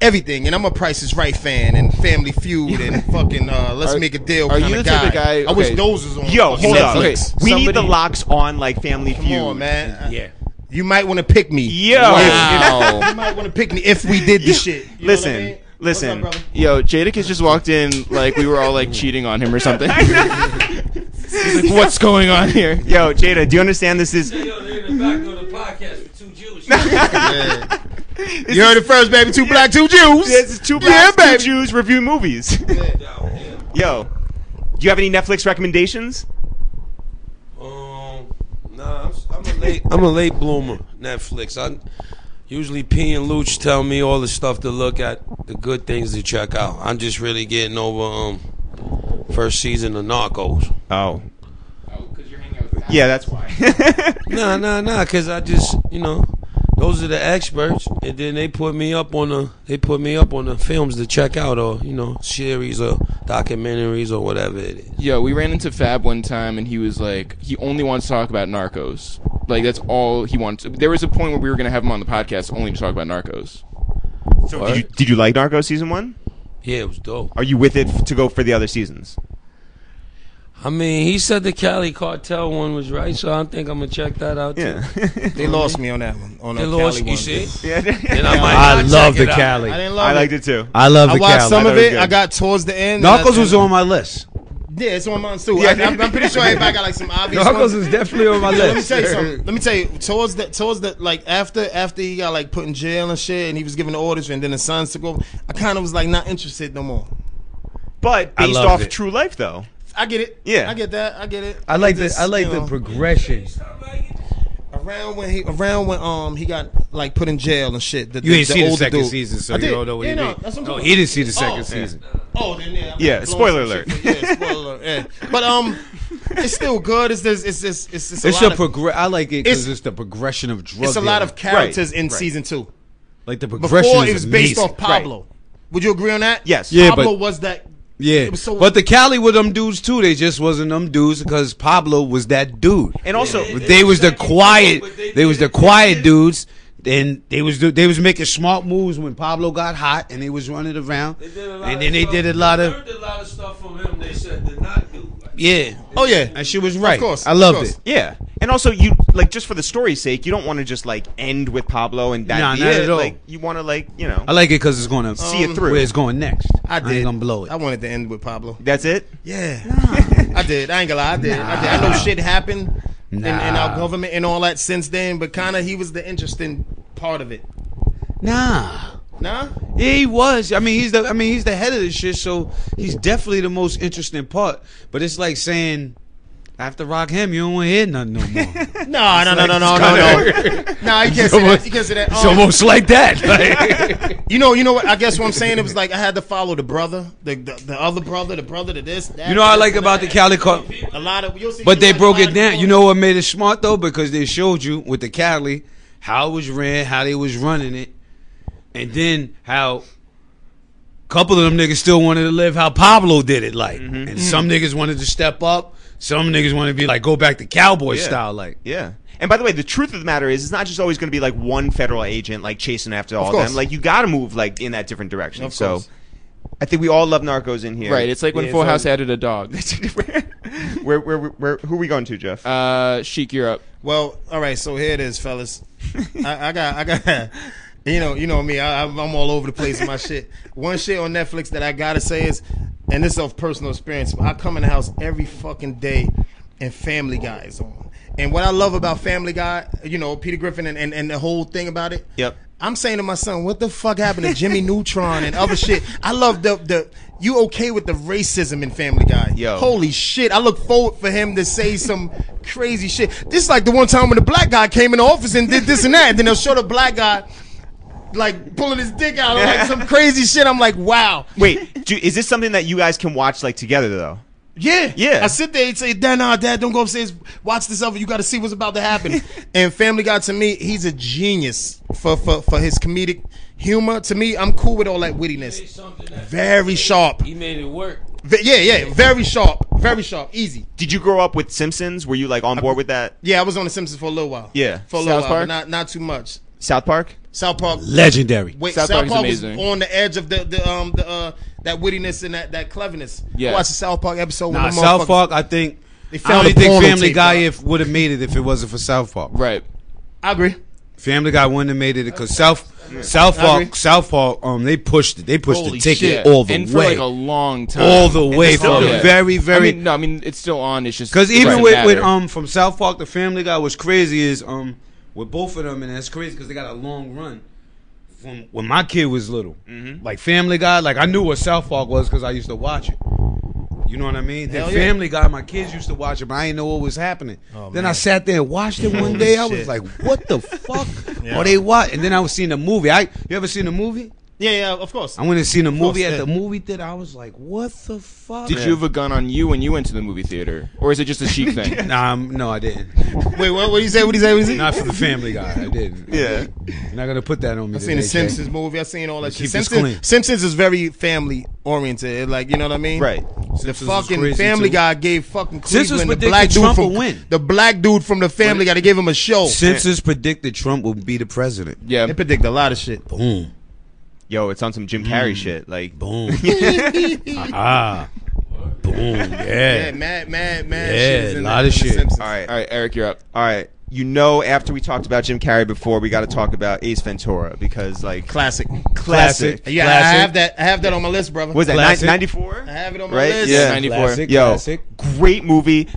[SPEAKER 4] everything. And I'm a Price Is Right fan and Family
[SPEAKER 1] *laughs*
[SPEAKER 4] Feud and fucking uh, Let's
[SPEAKER 1] Are-
[SPEAKER 4] Make a Deal.
[SPEAKER 1] are you
[SPEAKER 4] kinda
[SPEAKER 1] the type of guy-
[SPEAKER 4] I wish
[SPEAKER 1] okay.
[SPEAKER 4] those was on.
[SPEAKER 2] Yo,
[SPEAKER 4] fucking
[SPEAKER 2] hold up.
[SPEAKER 1] Okay,
[SPEAKER 4] Netflix.
[SPEAKER 2] We need the
[SPEAKER 1] somebody-
[SPEAKER 2] locks on like Family
[SPEAKER 4] Come
[SPEAKER 2] Feud.
[SPEAKER 4] on, man. Yeah, you might want to pick me.
[SPEAKER 2] Yo.
[SPEAKER 4] you
[SPEAKER 1] Wow.
[SPEAKER 4] might want to pick me if we did the shit. You know what I
[SPEAKER 2] Listen,
[SPEAKER 4] mean?
[SPEAKER 2] listen.
[SPEAKER 4] What's up, brother?
[SPEAKER 1] Yo, Jadakiss just walked in like we were all like cheating on him or *laughs* something. He's like, what's going on here?
[SPEAKER 2] Yo, Jada, do you understand this is
[SPEAKER 5] Yo, they're in the back of the podcast with two
[SPEAKER 2] *laughs*
[SPEAKER 5] Jews.
[SPEAKER 4] You heard it first, baby. Two black, two Jews.
[SPEAKER 2] this is two blacks, two Jews review *laughs* movies. Yo, do you have any Netflix recommendations?
[SPEAKER 8] Um, nah, I'm, s- I'm a late. I'm a late bloomer. Netflix. I usually P and Luch tell me all the stuff to look at, the good things to check out. I'm just really getting over um first season of Narcos.
[SPEAKER 2] Oh. Yeah, that's why.
[SPEAKER 8] Nah, nah, nah. Cause I just you know those are the experts, and then they put me up on the they put me up on the films to check out or you know series or documentaries or whatever it is.
[SPEAKER 1] Yo, we ran into Fab one time, and he was like, he only wants to talk about Narcos. Like that's all he wants. There was a point where we were gonna have him on the podcast only to talk about Narcos.
[SPEAKER 2] So *laughs* did you, did you like Narcos season one?
[SPEAKER 8] Yeah, it was dope.
[SPEAKER 2] Are you with it f- to go for the other seasons?
[SPEAKER 8] I mean, he said the Cali cartel one was right, so I think I'm gonna check that out.
[SPEAKER 2] *laughs*
[SPEAKER 8] Too.
[SPEAKER 2] Yeah.
[SPEAKER 4] They lost me on that one. On
[SPEAKER 8] They
[SPEAKER 4] the
[SPEAKER 8] lost,
[SPEAKER 4] Cali
[SPEAKER 8] you
[SPEAKER 4] one.
[SPEAKER 8] see?
[SPEAKER 2] yeah.
[SPEAKER 8] Then I, might
[SPEAKER 6] I
[SPEAKER 8] not
[SPEAKER 6] love the
[SPEAKER 8] check it out.
[SPEAKER 6] Cali.
[SPEAKER 4] I didn't love
[SPEAKER 2] I
[SPEAKER 4] it.
[SPEAKER 2] liked it too.
[SPEAKER 6] I love
[SPEAKER 4] I
[SPEAKER 6] the
[SPEAKER 4] watched
[SPEAKER 6] Cali.
[SPEAKER 4] some
[SPEAKER 2] I thought
[SPEAKER 4] of
[SPEAKER 2] it was
[SPEAKER 4] it.
[SPEAKER 2] good.
[SPEAKER 4] I got towards the end. and
[SPEAKER 6] Narcos
[SPEAKER 4] I-
[SPEAKER 6] was on my list.
[SPEAKER 4] Yeah, it's on mine too.
[SPEAKER 2] Yeah.
[SPEAKER 4] I, I'm, I'm pretty sure everybody got
[SPEAKER 6] *laughs*
[SPEAKER 4] like some obvious. ones.
[SPEAKER 6] Narcos is definitely on my
[SPEAKER 4] Yeah, *laughs* let me
[SPEAKER 6] list. *laughs*
[SPEAKER 4] tell you something. Let me tell you towards the towards the like after after he got like put in jail and shit, and he was giving the orders, and then the sons took over. I kind of was like not interested no more.
[SPEAKER 2] But based
[SPEAKER 6] loved
[SPEAKER 2] off
[SPEAKER 6] it.
[SPEAKER 2] true life though.
[SPEAKER 4] I get it.
[SPEAKER 2] Yeah.
[SPEAKER 4] I get that. I get it.
[SPEAKER 6] I like the
[SPEAKER 4] this.
[SPEAKER 6] I like the progression.
[SPEAKER 4] around when he around when um he got like put in jail and shit. The,
[SPEAKER 6] You ain't
[SPEAKER 4] the
[SPEAKER 6] seen the
[SPEAKER 4] older
[SPEAKER 6] second
[SPEAKER 4] dude.
[SPEAKER 6] season, so
[SPEAKER 4] I
[SPEAKER 6] you
[SPEAKER 4] did.
[SPEAKER 6] don't know what
[SPEAKER 4] yeah,
[SPEAKER 6] you
[SPEAKER 4] no,
[SPEAKER 6] mean.
[SPEAKER 4] That's what I'm
[SPEAKER 6] No,
[SPEAKER 4] talking
[SPEAKER 6] he didn't see the second
[SPEAKER 4] Oh.
[SPEAKER 6] season.
[SPEAKER 4] Oh, then yeah. I'm
[SPEAKER 2] Yeah,
[SPEAKER 4] blowing
[SPEAKER 2] spoiler
[SPEAKER 4] some
[SPEAKER 2] alert.
[SPEAKER 4] shit. Yeah, spoiler alert. Yeah. But um, it's still good. It's just it's just it's just a
[SPEAKER 6] It's
[SPEAKER 4] lot
[SPEAKER 6] a
[SPEAKER 4] of,
[SPEAKER 6] progress. I like it
[SPEAKER 4] it's-
[SPEAKER 6] because it's the progression of drugs.
[SPEAKER 4] it's a lot of characters in season two.
[SPEAKER 6] like the
[SPEAKER 4] Before
[SPEAKER 6] progression.
[SPEAKER 4] it
[SPEAKER 6] is
[SPEAKER 4] was based
[SPEAKER 6] amazing.
[SPEAKER 4] off Pablo. Would you agree on that?
[SPEAKER 2] Yes.
[SPEAKER 6] Yeah,
[SPEAKER 4] Pablo
[SPEAKER 6] but-
[SPEAKER 4] was that.
[SPEAKER 6] Yeah,
[SPEAKER 4] It was so-
[SPEAKER 6] but the Cali with them dudes too. They just wasn't them dudes because Pablo was that dude.
[SPEAKER 2] And also
[SPEAKER 6] they was the quiet. They was the quiet dudes. And they was do- they was making smart moves when Pablo got hot, and they was running around. And then they did a lot of
[SPEAKER 8] learned a lot of stuff from him. They said did not do.
[SPEAKER 6] yeah.
[SPEAKER 4] Oh yeah.
[SPEAKER 6] And she was right.
[SPEAKER 4] Of course,
[SPEAKER 6] I
[SPEAKER 4] of
[SPEAKER 6] loved
[SPEAKER 4] course.
[SPEAKER 6] it.
[SPEAKER 2] Yeah. And also you like just for the story's sake, you don't want to just like end with Pablo and that
[SPEAKER 6] Nah,
[SPEAKER 2] be
[SPEAKER 6] not
[SPEAKER 2] it.
[SPEAKER 6] at all.
[SPEAKER 2] Like you want to like, you know.
[SPEAKER 6] I like it because it's gonna
[SPEAKER 2] See it through.
[SPEAKER 6] where it's going next.
[SPEAKER 4] I did.
[SPEAKER 6] ain't gonna blow it.
[SPEAKER 4] I wanted to end with Pablo.
[SPEAKER 2] That's it?
[SPEAKER 4] Yeah, *laughs* I did. I ain't gonna lie. I did. I did. I know shit happened in, in
[SPEAKER 6] Nah.
[SPEAKER 4] our government and all that since then, but kind of he was the interesting part of it.
[SPEAKER 6] nah.
[SPEAKER 4] Nah.
[SPEAKER 6] Yeah, he was. I mean, he's the. I mean, he's the head of this shit. So he's definitely the most interesting part. But it's like saying, after rock him, you don't want to hear nothing no
[SPEAKER 4] *laughs*
[SPEAKER 6] more.
[SPEAKER 4] No, no, no, no,
[SPEAKER 6] Oh,
[SPEAKER 4] no,
[SPEAKER 2] *laughs*
[SPEAKER 4] no, no. Nah, you can't say that. You can't say that.
[SPEAKER 6] It's
[SPEAKER 4] Um,
[SPEAKER 6] almost like that. Like,
[SPEAKER 4] you know, you know what? I guess what I'm saying it was like I had to follow the brother, the the, the other brother, the brother to this. That,
[SPEAKER 6] you know, what I
[SPEAKER 4] this,
[SPEAKER 6] like
[SPEAKER 4] and
[SPEAKER 6] about the
[SPEAKER 4] that.
[SPEAKER 6] Cali Car-
[SPEAKER 4] A lot of, you'll see,
[SPEAKER 6] But they
[SPEAKER 4] like,
[SPEAKER 6] broke
[SPEAKER 4] a lot
[SPEAKER 6] it
[SPEAKER 4] of
[SPEAKER 6] down.
[SPEAKER 4] people-
[SPEAKER 6] You know what made it smart though? Because they showed you with the Cali how it was ran, how they was running it, and then how a couple of them niggas still wanted to live how Pablo did it, like.
[SPEAKER 4] Mm-hmm.
[SPEAKER 6] And some niggas wanted to step up, some niggas wanted to be like go back to cowboy
[SPEAKER 2] Yeah.
[SPEAKER 6] style, like.
[SPEAKER 2] *laughs* Yeah. And by the way, the truth of the matter is, it's not just always going to be like one federal agent like chasing after all of
[SPEAKER 4] course.
[SPEAKER 2] them. Like you got to move like in that different direction.
[SPEAKER 4] Of
[SPEAKER 2] so,
[SPEAKER 4] course.
[SPEAKER 2] I think we all love Narcos in here.
[SPEAKER 1] Right. It's like when
[SPEAKER 2] Yeah,
[SPEAKER 1] Full
[SPEAKER 2] so-
[SPEAKER 1] House added a dog.
[SPEAKER 2] *laughs* where, where, where, who are we going to, Jeff?
[SPEAKER 1] Uh, Sheik, you're up.
[SPEAKER 4] Well, all right. So here it is, fellas. I, I got, I got. *laughs* You know, you know me. I, I'm I'm all over the place with my shit. One shit on Netflix that I gotta say is, and this is of personal experience. I come in the house every fucking day, and Family Guy is on. And what I love about Family Guy, you know, Peter Griffin and, and, and the whole thing about it.
[SPEAKER 2] Yep.
[SPEAKER 4] I'm saying to my son, what the fuck happened to Jimmy Neutron and other shit? I love the the you okay with the racism in Family Guy.
[SPEAKER 2] Yo.
[SPEAKER 4] Holy shit. I look forward for him to say some crazy shit. This is like the one time when the black guy came in the office and did this and that, and then they'll show the black guy like pulling his dick out
[SPEAKER 2] *laughs*
[SPEAKER 4] like some crazy shit. I'm like, wow.
[SPEAKER 2] *laughs* Wait, do, is this something that you guys can watch like together though?
[SPEAKER 4] Yeah.
[SPEAKER 2] Yeah.
[SPEAKER 4] I sit there and say, Dad, nah, Dad, don't go upstairs. Watch this over. You got to see what's about
[SPEAKER 2] *laughs*
[SPEAKER 4] to happen. and Family Guy, to me, he's a genius for, for, for his comedic humor. To me, I'm cool with all that wittiness. Very sharp.
[SPEAKER 8] He made it work.
[SPEAKER 4] Ve- Yeah, yeah. Very sharp. Very sharp. Easy.
[SPEAKER 2] Did you grow up with Simpsons? Were you like on board with that?
[SPEAKER 4] Yeah, I was on The Simpsons for a little while.
[SPEAKER 2] Yeah.
[SPEAKER 4] For a little
[SPEAKER 1] South
[SPEAKER 4] while,
[SPEAKER 1] Park?
[SPEAKER 4] but not, not too much.
[SPEAKER 2] South Park.
[SPEAKER 4] South Park.
[SPEAKER 6] Legendary.
[SPEAKER 4] Wait,
[SPEAKER 1] South
[SPEAKER 4] South,
[SPEAKER 1] Park
[SPEAKER 4] Park,
[SPEAKER 1] is
[SPEAKER 4] was
[SPEAKER 1] amazing.
[SPEAKER 4] on the edge of the, the um the uh that wittiness and that, that cleverness.
[SPEAKER 1] Yeah.
[SPEAKER 4] I watched the South Park episode.
[SPEAKER 6] Nah,
[SPEAKER 4] when the
[SPEAKER 6] South
[SPEAKER 4] motherfuckers-
[SPEAKER 6] Park, I think.
[SPEAKER 4] They
[SPEAKER 6] I
[SPEAKER 4] found
[SPEAKER 6] only
[SPEAKER 4] the
[SPEAKER 6] think
[SPEAKER 4] porno
[SPEAKER 6] Family
[SPEAKER 4] tape,
[SPEAKER 6] Guy
[SPEAKER 4] bro.
[SPEAKER 6] if would have made it if it wasn't for South Park.
[SPEAKER 1] Right.
[SPEAKER 4] I agree.
[SPEAKER 6] Family Guy wouldn't have made it because South South
[SPEAKER 4] I agree.
[SPEAKER 6] Park South Park um they pushed it they pushed the
[SPEAKER 4] Holy
[SPEAKER 6] ticket
[SPEAKER 1] Yeah.
[SPEAKER 6] all the
[SPEAKER 1] and for
[SPEAKER 6] way
[SPEAKER 1] like a long time.
[SPEAKER 6] all the way
[SPEAKER 1] it's still
[SPEAKER 6] from
[SPEAKER 1] there.
[SPEAKER 6] very
[SPEAKER 1] I
[SPEAKER 6] very
[SPEAKER 1] mean, no, I mean it's still on. It's just
[SPEAKER 6] because
[SPEAKER 1] it
[SPEAKER 6] even
[SPEAKER 1] doesn't
[SPEAKER 6] with, with
[SPEAKER 1] matter.
[SPEAKER 6] um from South Park the Family Guy was crazy is um with both of them and that's crazy because they got a long run from when my kid was little
[SPEAKER 1] Mm-hmm.
[SPEAKER 6] like Family Guy like I knew what South Park was because I used to watch it. You know what I mean? The
[SPEAKER 4] Hell yeah.
[SPEAKER 6] Family Guy, my kids used to watch it, but I didn't know what was happening.
[SPEAKER 1] Oh,
[SPEAKER 6] then I
[SPEAKER 4] man.
[SPEAKER 6] sat there and watched it
[SPEAKER 1] *laughs*
[SPEAKER 6] one day. I was
[SPEAKER 4] shit.
[SPEAKER 6] like, "What the fuck?" Or they watch, and then I was seeing the movie. I you ever seen the movie?
[SPEAKER 4] Yeah, yeah, of course.
[SPEAKER 6] I went and seen a movie
[SPEAKER 4] course,
[SPEAKER 6] at the
[SPEAKER 4] yeah.
[SPEAKER 6] movie theater. I was like, what the fuck?
[SPEAKER 1] Did you have a gun on you when you went to the movie theater, or is it just a chic
[SPEAKER 2] *laughs*
[SPEAKER 1] thing?
[SPEAKER 6] Nah, I'm, no, I didn't.
[SPEAKER 4] Wait, what? What do you say? What do you say? What do you say?
[SPEAKER 6] Not for the Family Guy. I didn't.
[SPEAKER 2] Yeah.
[SPEAKER 6] You're not gonna put that on me.
[SPEAKER 4] I seen the Simpsons movie. I seen all that
[SPEAKER 6] Keep this
[SPEAKER 4] shit. Simpsons,
[SPEAKER 6] clean.
[SPEAKER 4] Simpsons is very family oriented. Like you know what I mean?
[SPEAKER 2] Right.
[SPEAKER 4] The
[SPEAKER 6] Simpsons was
[SPEAKER 4] fucking
[SPEAKER 6] crazy,
[SPEAKER 4] Family
[SPEAKER 6] too.
[SPEAKER 4] Guy gave fucking
[SPEAKER 6] Simpsons
[SPEAKER 4] Cleveland the
[SPEAKER 6] predicted
[SPEAKER 4] black dude
[SPEAKER 6] Trump
[SPEAKER 4] from
[SPEAKER 6] would win.
[SPEAKER 4] the black dude from the Family Guy. They gave him a show.
[SPEAKER 6] Simpsons predicted Trump will be the president.
[SPEAKER 1] Yeah.
[SPEAKER 4] They predict a lot of shit.
[SPEAKER 6] Boom,
[SPEAKER 2] Yo, it's on some Jim
[SPEAKER 6] Mm.
[SPEAKER 2] Carrey shit. Like,
[SPEAKER 6] boom. ah, boom.
[SPEAKER 4] Yeah,
[SPEAKER 6] Yeah.
[SPEAKER 4] mad, mad, mad.
[SPEAKER 6] Yeah,
[SPEAKER 4] shit is in
[SPEAKER 6] a lot
[SPEAKER 4] the-
[SPEAKER 6] of
[SPEAKER 4] in the
[SPEAKER 6] shit.
[SPEAKER 4] Simpsons.
[SPEAKER 2] all right,
[SPEAKER 1] All right, Eric, you're up.
[SPEAKER 2] all right. You know, after we talked about Jim Carrey before, we got to talk about Ace Ventura because, like,
[SPEAKER 4] Classic.
[SPEAKER 2] classic.
[SPEAKER 4] Yeah, I
[SPEAKER 6] Classic.
[SPEAKER 4] have that. I have that on my list, brother.
[SPEAKER 2] What was that
[SPEAKER 6] Classic.
[SPEAKER 2] ninety four?
[SPEAKER 4] I have it on my
[SPEAKER 2] Right?
[SPEAKER 4] list.
[SPEAKER 1] Yeah,
[SPEAKER 2] Yeah.
[SPEAKER 1] 94.
[SPEAKER 6] Classic.
[SPEAKER 2] Yo,
[SPEAKER 6] Classic.
[SPEAKER 2] great movie.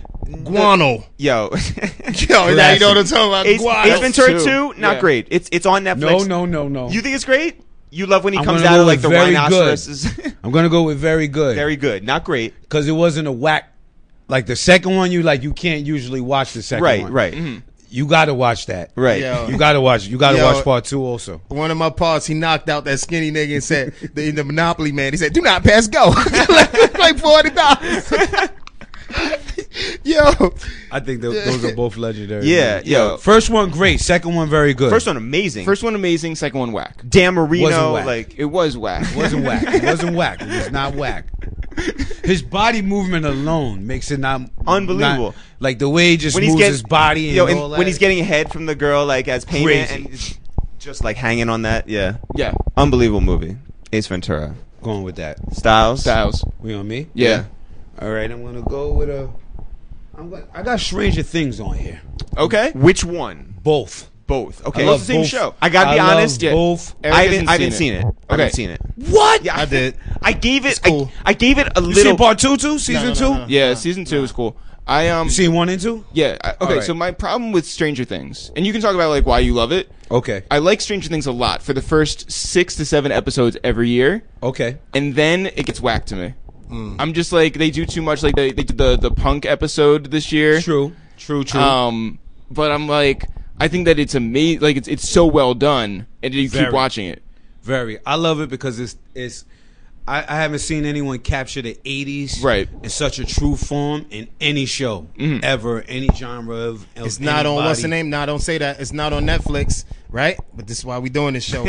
[SPEAKER 4] Guano.
[SPEAKER 2] Yo, *laughs*
[SPEAKER 4] Yo, now you know what I'm talking about.
[SPEAKER 2] Ace,
[SPEAKER 4] Guano.
[SPEAKER 2] Ace Ventura
[SPEAKER 1] Two.
[SPEAKER 2] two, not
[SPEAKER 1] Yeah.
[SPEAKER 2] great. It's it's on Netflix.
[SPEAKER 6] No, no, no, no.
[SPEAKER 2] You think it's great? You love when he
[SPEAKER 6] I'm
[SPEAKER 2] comes
[SPEAKER 6] gonna
[SPEAKER 2] out
[SPEAKER 6] go
[SPEAKER 2] of like
[SPEAKER 6] with
[SPEAKER 2] the
[SPEAKER 6] very
[SPEAKER 2] rhinoceroses.
[SPEAKER 6] I'm gonna go with very
[SPEAKER 2] *laughs*
[SPEAKER 6] good.
[SPEAKER 2] Very good, not great.
[SPEAKER 6] because it wasn't a whack. Like the second one, you like you can't usually watch the second
[SPEAKER 2] Right,
[SPEAKER 6] one. Mm-hmm.
[SPEAKER 2] right,
[SPEAKER 6] You gotta watch that.
[SPEAKER 2] right.
[SPEAKER 4] Yo.
[SPEAKER 6] You gotta watch. You gotta
[SPEAKER 4] Yo.
[SPEAKER 6] watch part two also.
[SPEAKER 4] One of my parts, he knocked out that skinny nigga and said, *laughs* the, the Monopoly man, he said, do not pass go. *laughs* like, like $40. *laughs* Yo.
[SPEAKER 6] I think th- those are both legendary.
[SPEAKER 2] Yeah,
[SPEAKER 6] movies.
[SPEAKER 2] yo.
[SPEAKER 6] First one great. Second one very good.
[SPEAKER 2] First one amazing.
[SPEAKER 1] First one amazing, second one whack.
[SPEAKER 2] Dan Marino,
[SPEAKER 6] Wasn't whack.
[SPEAKER 2] like
[SPEAKER 1] It was
[SPEAKER 2] *laughs*
[SPEAKER 1] whack.
[SPEAKER 6] wasn't whack. It wasn't whack. It was not whack. His body movement alone makes it not
[SPEAKER 2] Unbelievable.
[SPEAKER 6] not- like the way he just
[SPEAKER 2] when
[SPEAKER 6] moves
[SPEAKER 2] he's getting
[SPEAKER 6] his body and
[SPEAKER 2] yo,
[SPEAKER 6] all
[SPEAKER 2] and
[SPEAKER 6] that.
[SPEAKER 2] when he's getting head from the girl, like as payment,
[SPEAKER 6] Crazy.
[SPEAKER 2] and it's just like hanging on that. Yeah,
[SPEAKER 1] yeah.
[SPEAKER 2] unbelievable movie. Ace Ventura,
[SPEAKER 6] going with that.
[SPEAKER 2] Styles.
[SPEAKER 1] Styles.
[SPEAKER 6] We on me?
[SPEAKER 1] Yeah.
[SPEAKER 6] All right. I'm gonna go with a. I'm gonna, I got Stranger Things on here.
[SPEAKER 1] Okay.
[SPEAKER 2] Which one?
[SPEAKER 6] Both.
[SPEAKER 2] Both. Okay,
[SPEAKER 6] I love
[SPEAKER 2] it's the same
[SPEAKER 6] both.
[SPEAKER 2] show. I gotta be
[SPEAKER 6] I love
[SPEAKER 2] honest.
[SPEAKER 1] yeah.
[SPEAKER 6] Both.
[SPEAKER 1] Eric
[SPEAKER 2] I haven't,
[SPEAKER 1] hasn't
[SPEAKER 2] I haven't seen it. I
[SPEAKER 1] Okay.
[SPEAKER 2] haven't seen it.
[SPEAKER 6] What?
[SPEAKER 2] Yeah,
[SPEAKER 4] I did.
[SPEAKER 2] I gave it.
[SPEAKER 4] cool.
[SPEAKER 2] I, I gave it a
[SPEAKER 6] You
[SPEAKER 2] little.
[SPEAKER 6] seen part two too? Season
[SPEAKER 4] no,
[SPEAKER 6] two?
[SPEAKER 4] no, no.
[SPEAKER 1] Yeah,
[SPEAKER 2] Uh-huh.
[SPEAKER 1] season two was cool. I um
[SPEAKER 6] You seen one and two?
[SPEAKER 1] yeah I, okay.
[SPEAKER 6] Alright.
[SPEAKER 1] So my problem with Stranger Things, and you can talk about like why you love it.
[SPEAKER 6] Okay.
[SPEAKER 1] I like Stranger Things a lot for the first six to seven episodes every year,
[SPEAKER 6] Okay.
[SPEAKER 1] and then it gets whacked to me.
[SPEAKER 2] Hmm.
[SPEAKER 1] I'm just like they do too much. Like they, they did the the punk episode this year.
[SPEAKER 6] True. True.
[SPEAKER 4] Mm-hmm.
[SPEAKER 6] True.
[SPEAKER 1] Um, but I'm like I think that it's amazing. Like it's it's so well done, and you
[SPEAKER 6] Very.
[SPEAKER 1] keep watching it.
[SPEAKER 6] Very. I love it because it's it's. I, I haven't seen anyone capture the '80s
[SPEAKER 1] Right.
[SPEAKER 6] in such a true form in any show ever, any genre of. of
[SPEAKER 4] It's not on, what's the
[SPEAKER 6] anybody.
[SPEAKER 4] name? Nah, don't say that. It's not on Netflix, right? But this is why we doing
[SPEAKER 6] *laughs*
[SPEAKER 4] this show.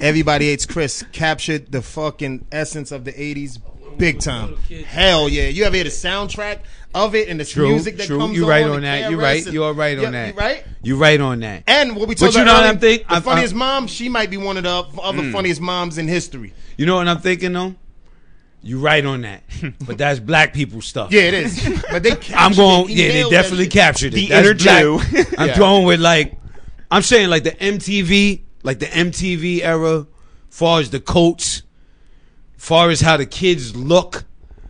[SPEAKER 4] Everybody Hates Chris captured the fucking essence of the 80s big time. Hell yeah. You ever hear the soundtrack of it and the
[SPEAKER 6] True.
[SPEAKER 4] music that
[SPEAKER 6] true.
[SPEAKER 4] comes
[SPEAKER 6] You're
[SPEAKER 4] on?
[SPEAKER 6] right
[SPEAKER 4] the
[SPEAKER 6] on that. You're
[SPEAKER 4] KRS
[SPEAKER 6] right.
[SPEAKER 4] and-
[SPEAKER 6] You're right on
[SPEAKER 4] Yeah,
[SPEAKER 6] that.
[SPEAKER 4] you right?
[SPEAKER 6] You're right on that.
[SPEAKER 4] And what we
[SPEAKER 6] But
[SPEAKER 4] talked
[SPEAKER 6] you
[SPEAKER 4] about
[SPEAKER 6] know what
[SPEAKER 4] earlier,
[SPEAKER 6] I'm think-
[SPEAKER 4] the
[SPEAKER 6] I'm-
[SPEAKER 4] funniest
[SPEAKER 6] I'm- Mm.
[SPEAKER 4] mom, she might be one of the of the funniest moms in history.
[SPEAKER 6] You know what I'm thinking though. You're right on
[SPEAKER 4] *laughs*
[SPEAKER 6] that. but that's black people stuff.
[SPEAKER 4] Yeah,
[SPEAKER 6] *laughs*
[SPEAKER 4] it is. But they
[SPEAKER 6] I'm
[SPEAKER 4] captured
[SPEAKER 6] going.
[SPEAKER 4] it. He
[SPEAKER 6] Yeah, they
[SPEAKER 4] nailed that
[SPEAKER 6] definitely
[SPEAKER 4] shit.
[SPEAKER 6] captured it.
[SPEAKER 2] The
[SPEAKER 6] That's
[SPEAKER 2] inner
[SPEAKER 6] black.
[SPEAKER 2] Jew.
[SPEAKER 6] I'm
[SPEAKER 1] Yeah.
[SPEAKER 6] going with like, I'm saying like the MTV, like the MTV era, far as the coats, far as how the kids look,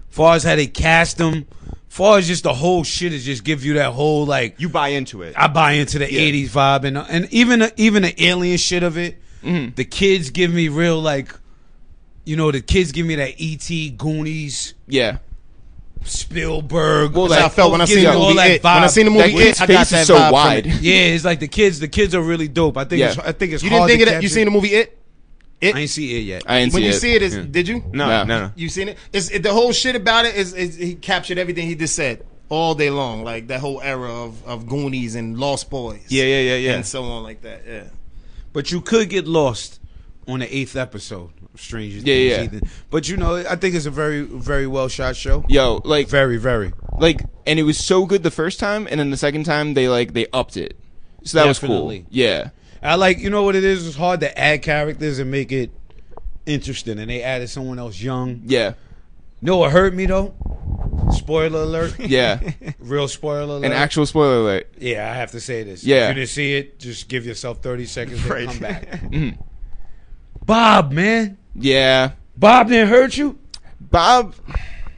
[SPEAKER 6] far as how they cast them, far as just the whole shit is just give you that whole like
[SPEAKER 2] you buy into it.
[SPEAKER 6] I buy into the '80s vibe and and even even the alien shit of it. The kids give me real like, you know, the kids give me that ET Goonies.
[SPEAKER 1] Yeah.
[SPEAKER 6] Spielberg.
[SPEAKER 1] Well,
[SPEAKER 4] That's how I felt when I seen the movie. It. When I seen the
[SPEAKER 1] That
[SPEAKER 4] movie,
[SPEAKER 1] kid's
[SPEAKER 4] it, I got
[SPEAKER 1] face
[SPEAKER 4] that
[SPEAKER 1] is so
[SPEAKER 4] vibe from
[SPEAKER 1] wide.
[SPEAKER 4] it.
[SPEAKER 6] Yeah, it's like the kids. The kids are really dope. I think.
[SPEAKER 1] Yeah.
[SPEAKER 6] It's, I think it's.
[SPEAKER 4] You didn't
[SPEAKER 6] hard
[SPEAKER 4] think
[SPEAKER 6] to
[SPEAKER 4] of that? You
[SPEAKER 6] capture.
[SPEAKER 4] seen the movie? It.
[SPEAKER 6] I ain't see it yet.
[SPEAKER 1] *laughs* I ain't
[SPEAKER 4] when
[SPEAKER 1] see
[SPEAKER 4] you
[SPEAKER 1] it.
[SPEAKER 4] see it, is did you?
[SPEAKER 2] no,
[SPEAKER 1] No.
[SPEAKER 2] no, no,
[SPEAKER 4] You seen it? It's, it? The whole shit about it is, is he captured everything he just said all day long, like that whole era of, of Goonies and Lost Boys.
[SPEAKER 2] Yeah, yeah, yeah, yeah.
[SPEAKER 4] and so on like that. Yeah.
[SPEAKER 6] but you could get lost on the eighth episode. of Stranger Things.
[SPEAKER 1] Yeah, yeah.
[SPEAKER 6] Ethan. But you know, I think it's a very, very well shot show.
[SPEAKER 1] Yo, like
[SPEAKER 6] Very, very.
[SPEAKER 1] like and it was so good the first time and then the second time they like they upped it so that was
[SPEAKER 6] Definitely.
[SPEAKER 1] cool yeah
[SPEAKER 6] I like. You know what it is? It's hard to add characters and make it interesting. And they added someone else young.
[SPEAKER 1] yeah
[SPEAKER 6] No, what hurt me though? Spoiler
[SPEAKER 4] *laughs*
[SPEAKER 6] alert.
[SPEAKER 1] yeah
[SPEAKER 6] Real spoiler alert.
[SPEAKER 1] an actual spoiler alert
[SPEAKER 6] Yeah, I have to say this.
[SPEAKER 1] Yeah.
[SPEAKER 6] If you didn't see it, just give yourself 30
[SPEAKER 4] *laughs*
[SPEAKER 6] seconds to come back.
[SPEAKER 4] Mm-hmm.
[SPEAKER 6] Bob, man.
[SPEAKER 1] yeah
[SPEAKER 6] Bob didn't hurt you?
[SPEAKER 1] bob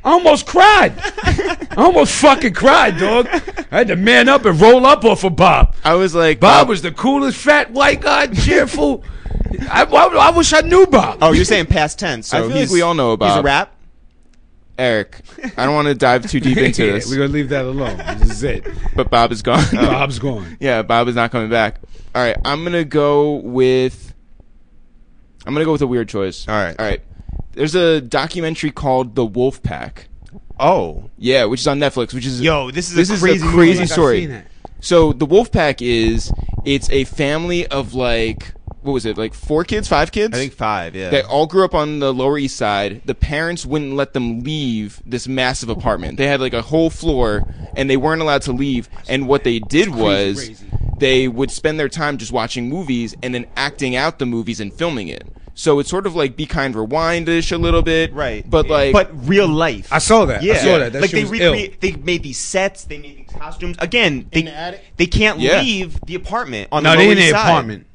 [SPEAKER 6] I almost cried. I almost fucking cried, dog. I had to man up and roll up off of Bob.
[SPEAKER 1] i was like
[SPEAKER 6] Bob was the coolest fat white guy, cheerful. I, I- I wish I knew Bob.
[SPEAKER 2] Oh, you're saying past tense. So
[SPEAKER 1] I feel like
[SPEAKER 2] he's-
[SPEAKER 1] we all know
[SPEAKER 2] He's a
[SPEAKER 1] about-
[SPEAKER 2] rap.
[SPEAKER 1] eric i don't want to dive too
[SPEAKER 6] *laughs*
[SPEAKER 1] deep into
[SPEAKER 6] Yeah,
[SPEAKER 1] this
[SPEAKER 6] We're gonna leave that alone. This is it.
[SPEAKER 1] but bob is gone
[SPEAKER 6] Bob's gone.
[SPEAKER 1] yeah bob is not coming back all right i'm gonna go with I'm gonna go with a weird choice.
[SPEAKER 2] All right.
[SPEAKER 1] all right. There's a documentary called The Wolf Pack.
[SPEAKER 2] Oh,
[SPEAKER 1] Yeah, which is on Netflix. Which is
[SPEAKER 2] Yo, this is a
[SPEAKER 1] this is
[SPEAKER 2] crazy
[SPEAKER 1] a
[SPEAKER 2] movie.
[SPEAKER 1] crazy
[SPEAKER 6] Like, I've
[SPEAKER 1] story.
[SPEAKER 6] seen that.
[SPEAKER 1] So the Wolf Pack is it's a family of like what was it like four kids, five kids?
[SPEAKER 2] I think five. Yeah.
[SPEAKER 1] They all grew up on the Lower East Side. The parents wouldn't let them leave this massive apartment. They had like a whole floor, and they weren't allowed to leave. And what they did was they would spend their time just watching movies and then acting out the movies and filming it. So it's sort of like Be Kind Rewind ish a little bit,
[SPEAKER 2] right.
[SPEAKER 1] But like,
[SPEAKER 2] but real life.
[SPEAKER 6] I saw that.
[SPEAKER 2] Yeah,
[SPEAKER 6] I saw that. That
[SPEAKER 2] like
[SPEAKER 6] shit
[SPEAKER 2] they
[SPEAKER 6] was ill.
[SPEAKER 2] recreate, they made these sets, they made these costumes. Again, they
[SPEAKER 4] In the attic?
[SPEAKER 2] they can't
[SPEAKER 1] Yeah.
[SPEAKER 2] leave the apartment on
[SPEAKER 6] No,
[SPEAKER 2] the
[SPEAKER 6] they
[SPEAKER 2] Lower
[SPEAKER 6] in
[SPEAKER 2] East
[SPEAKER 6] the
[SPEAKER 2] Side.
[SPEAKER 6] apartment.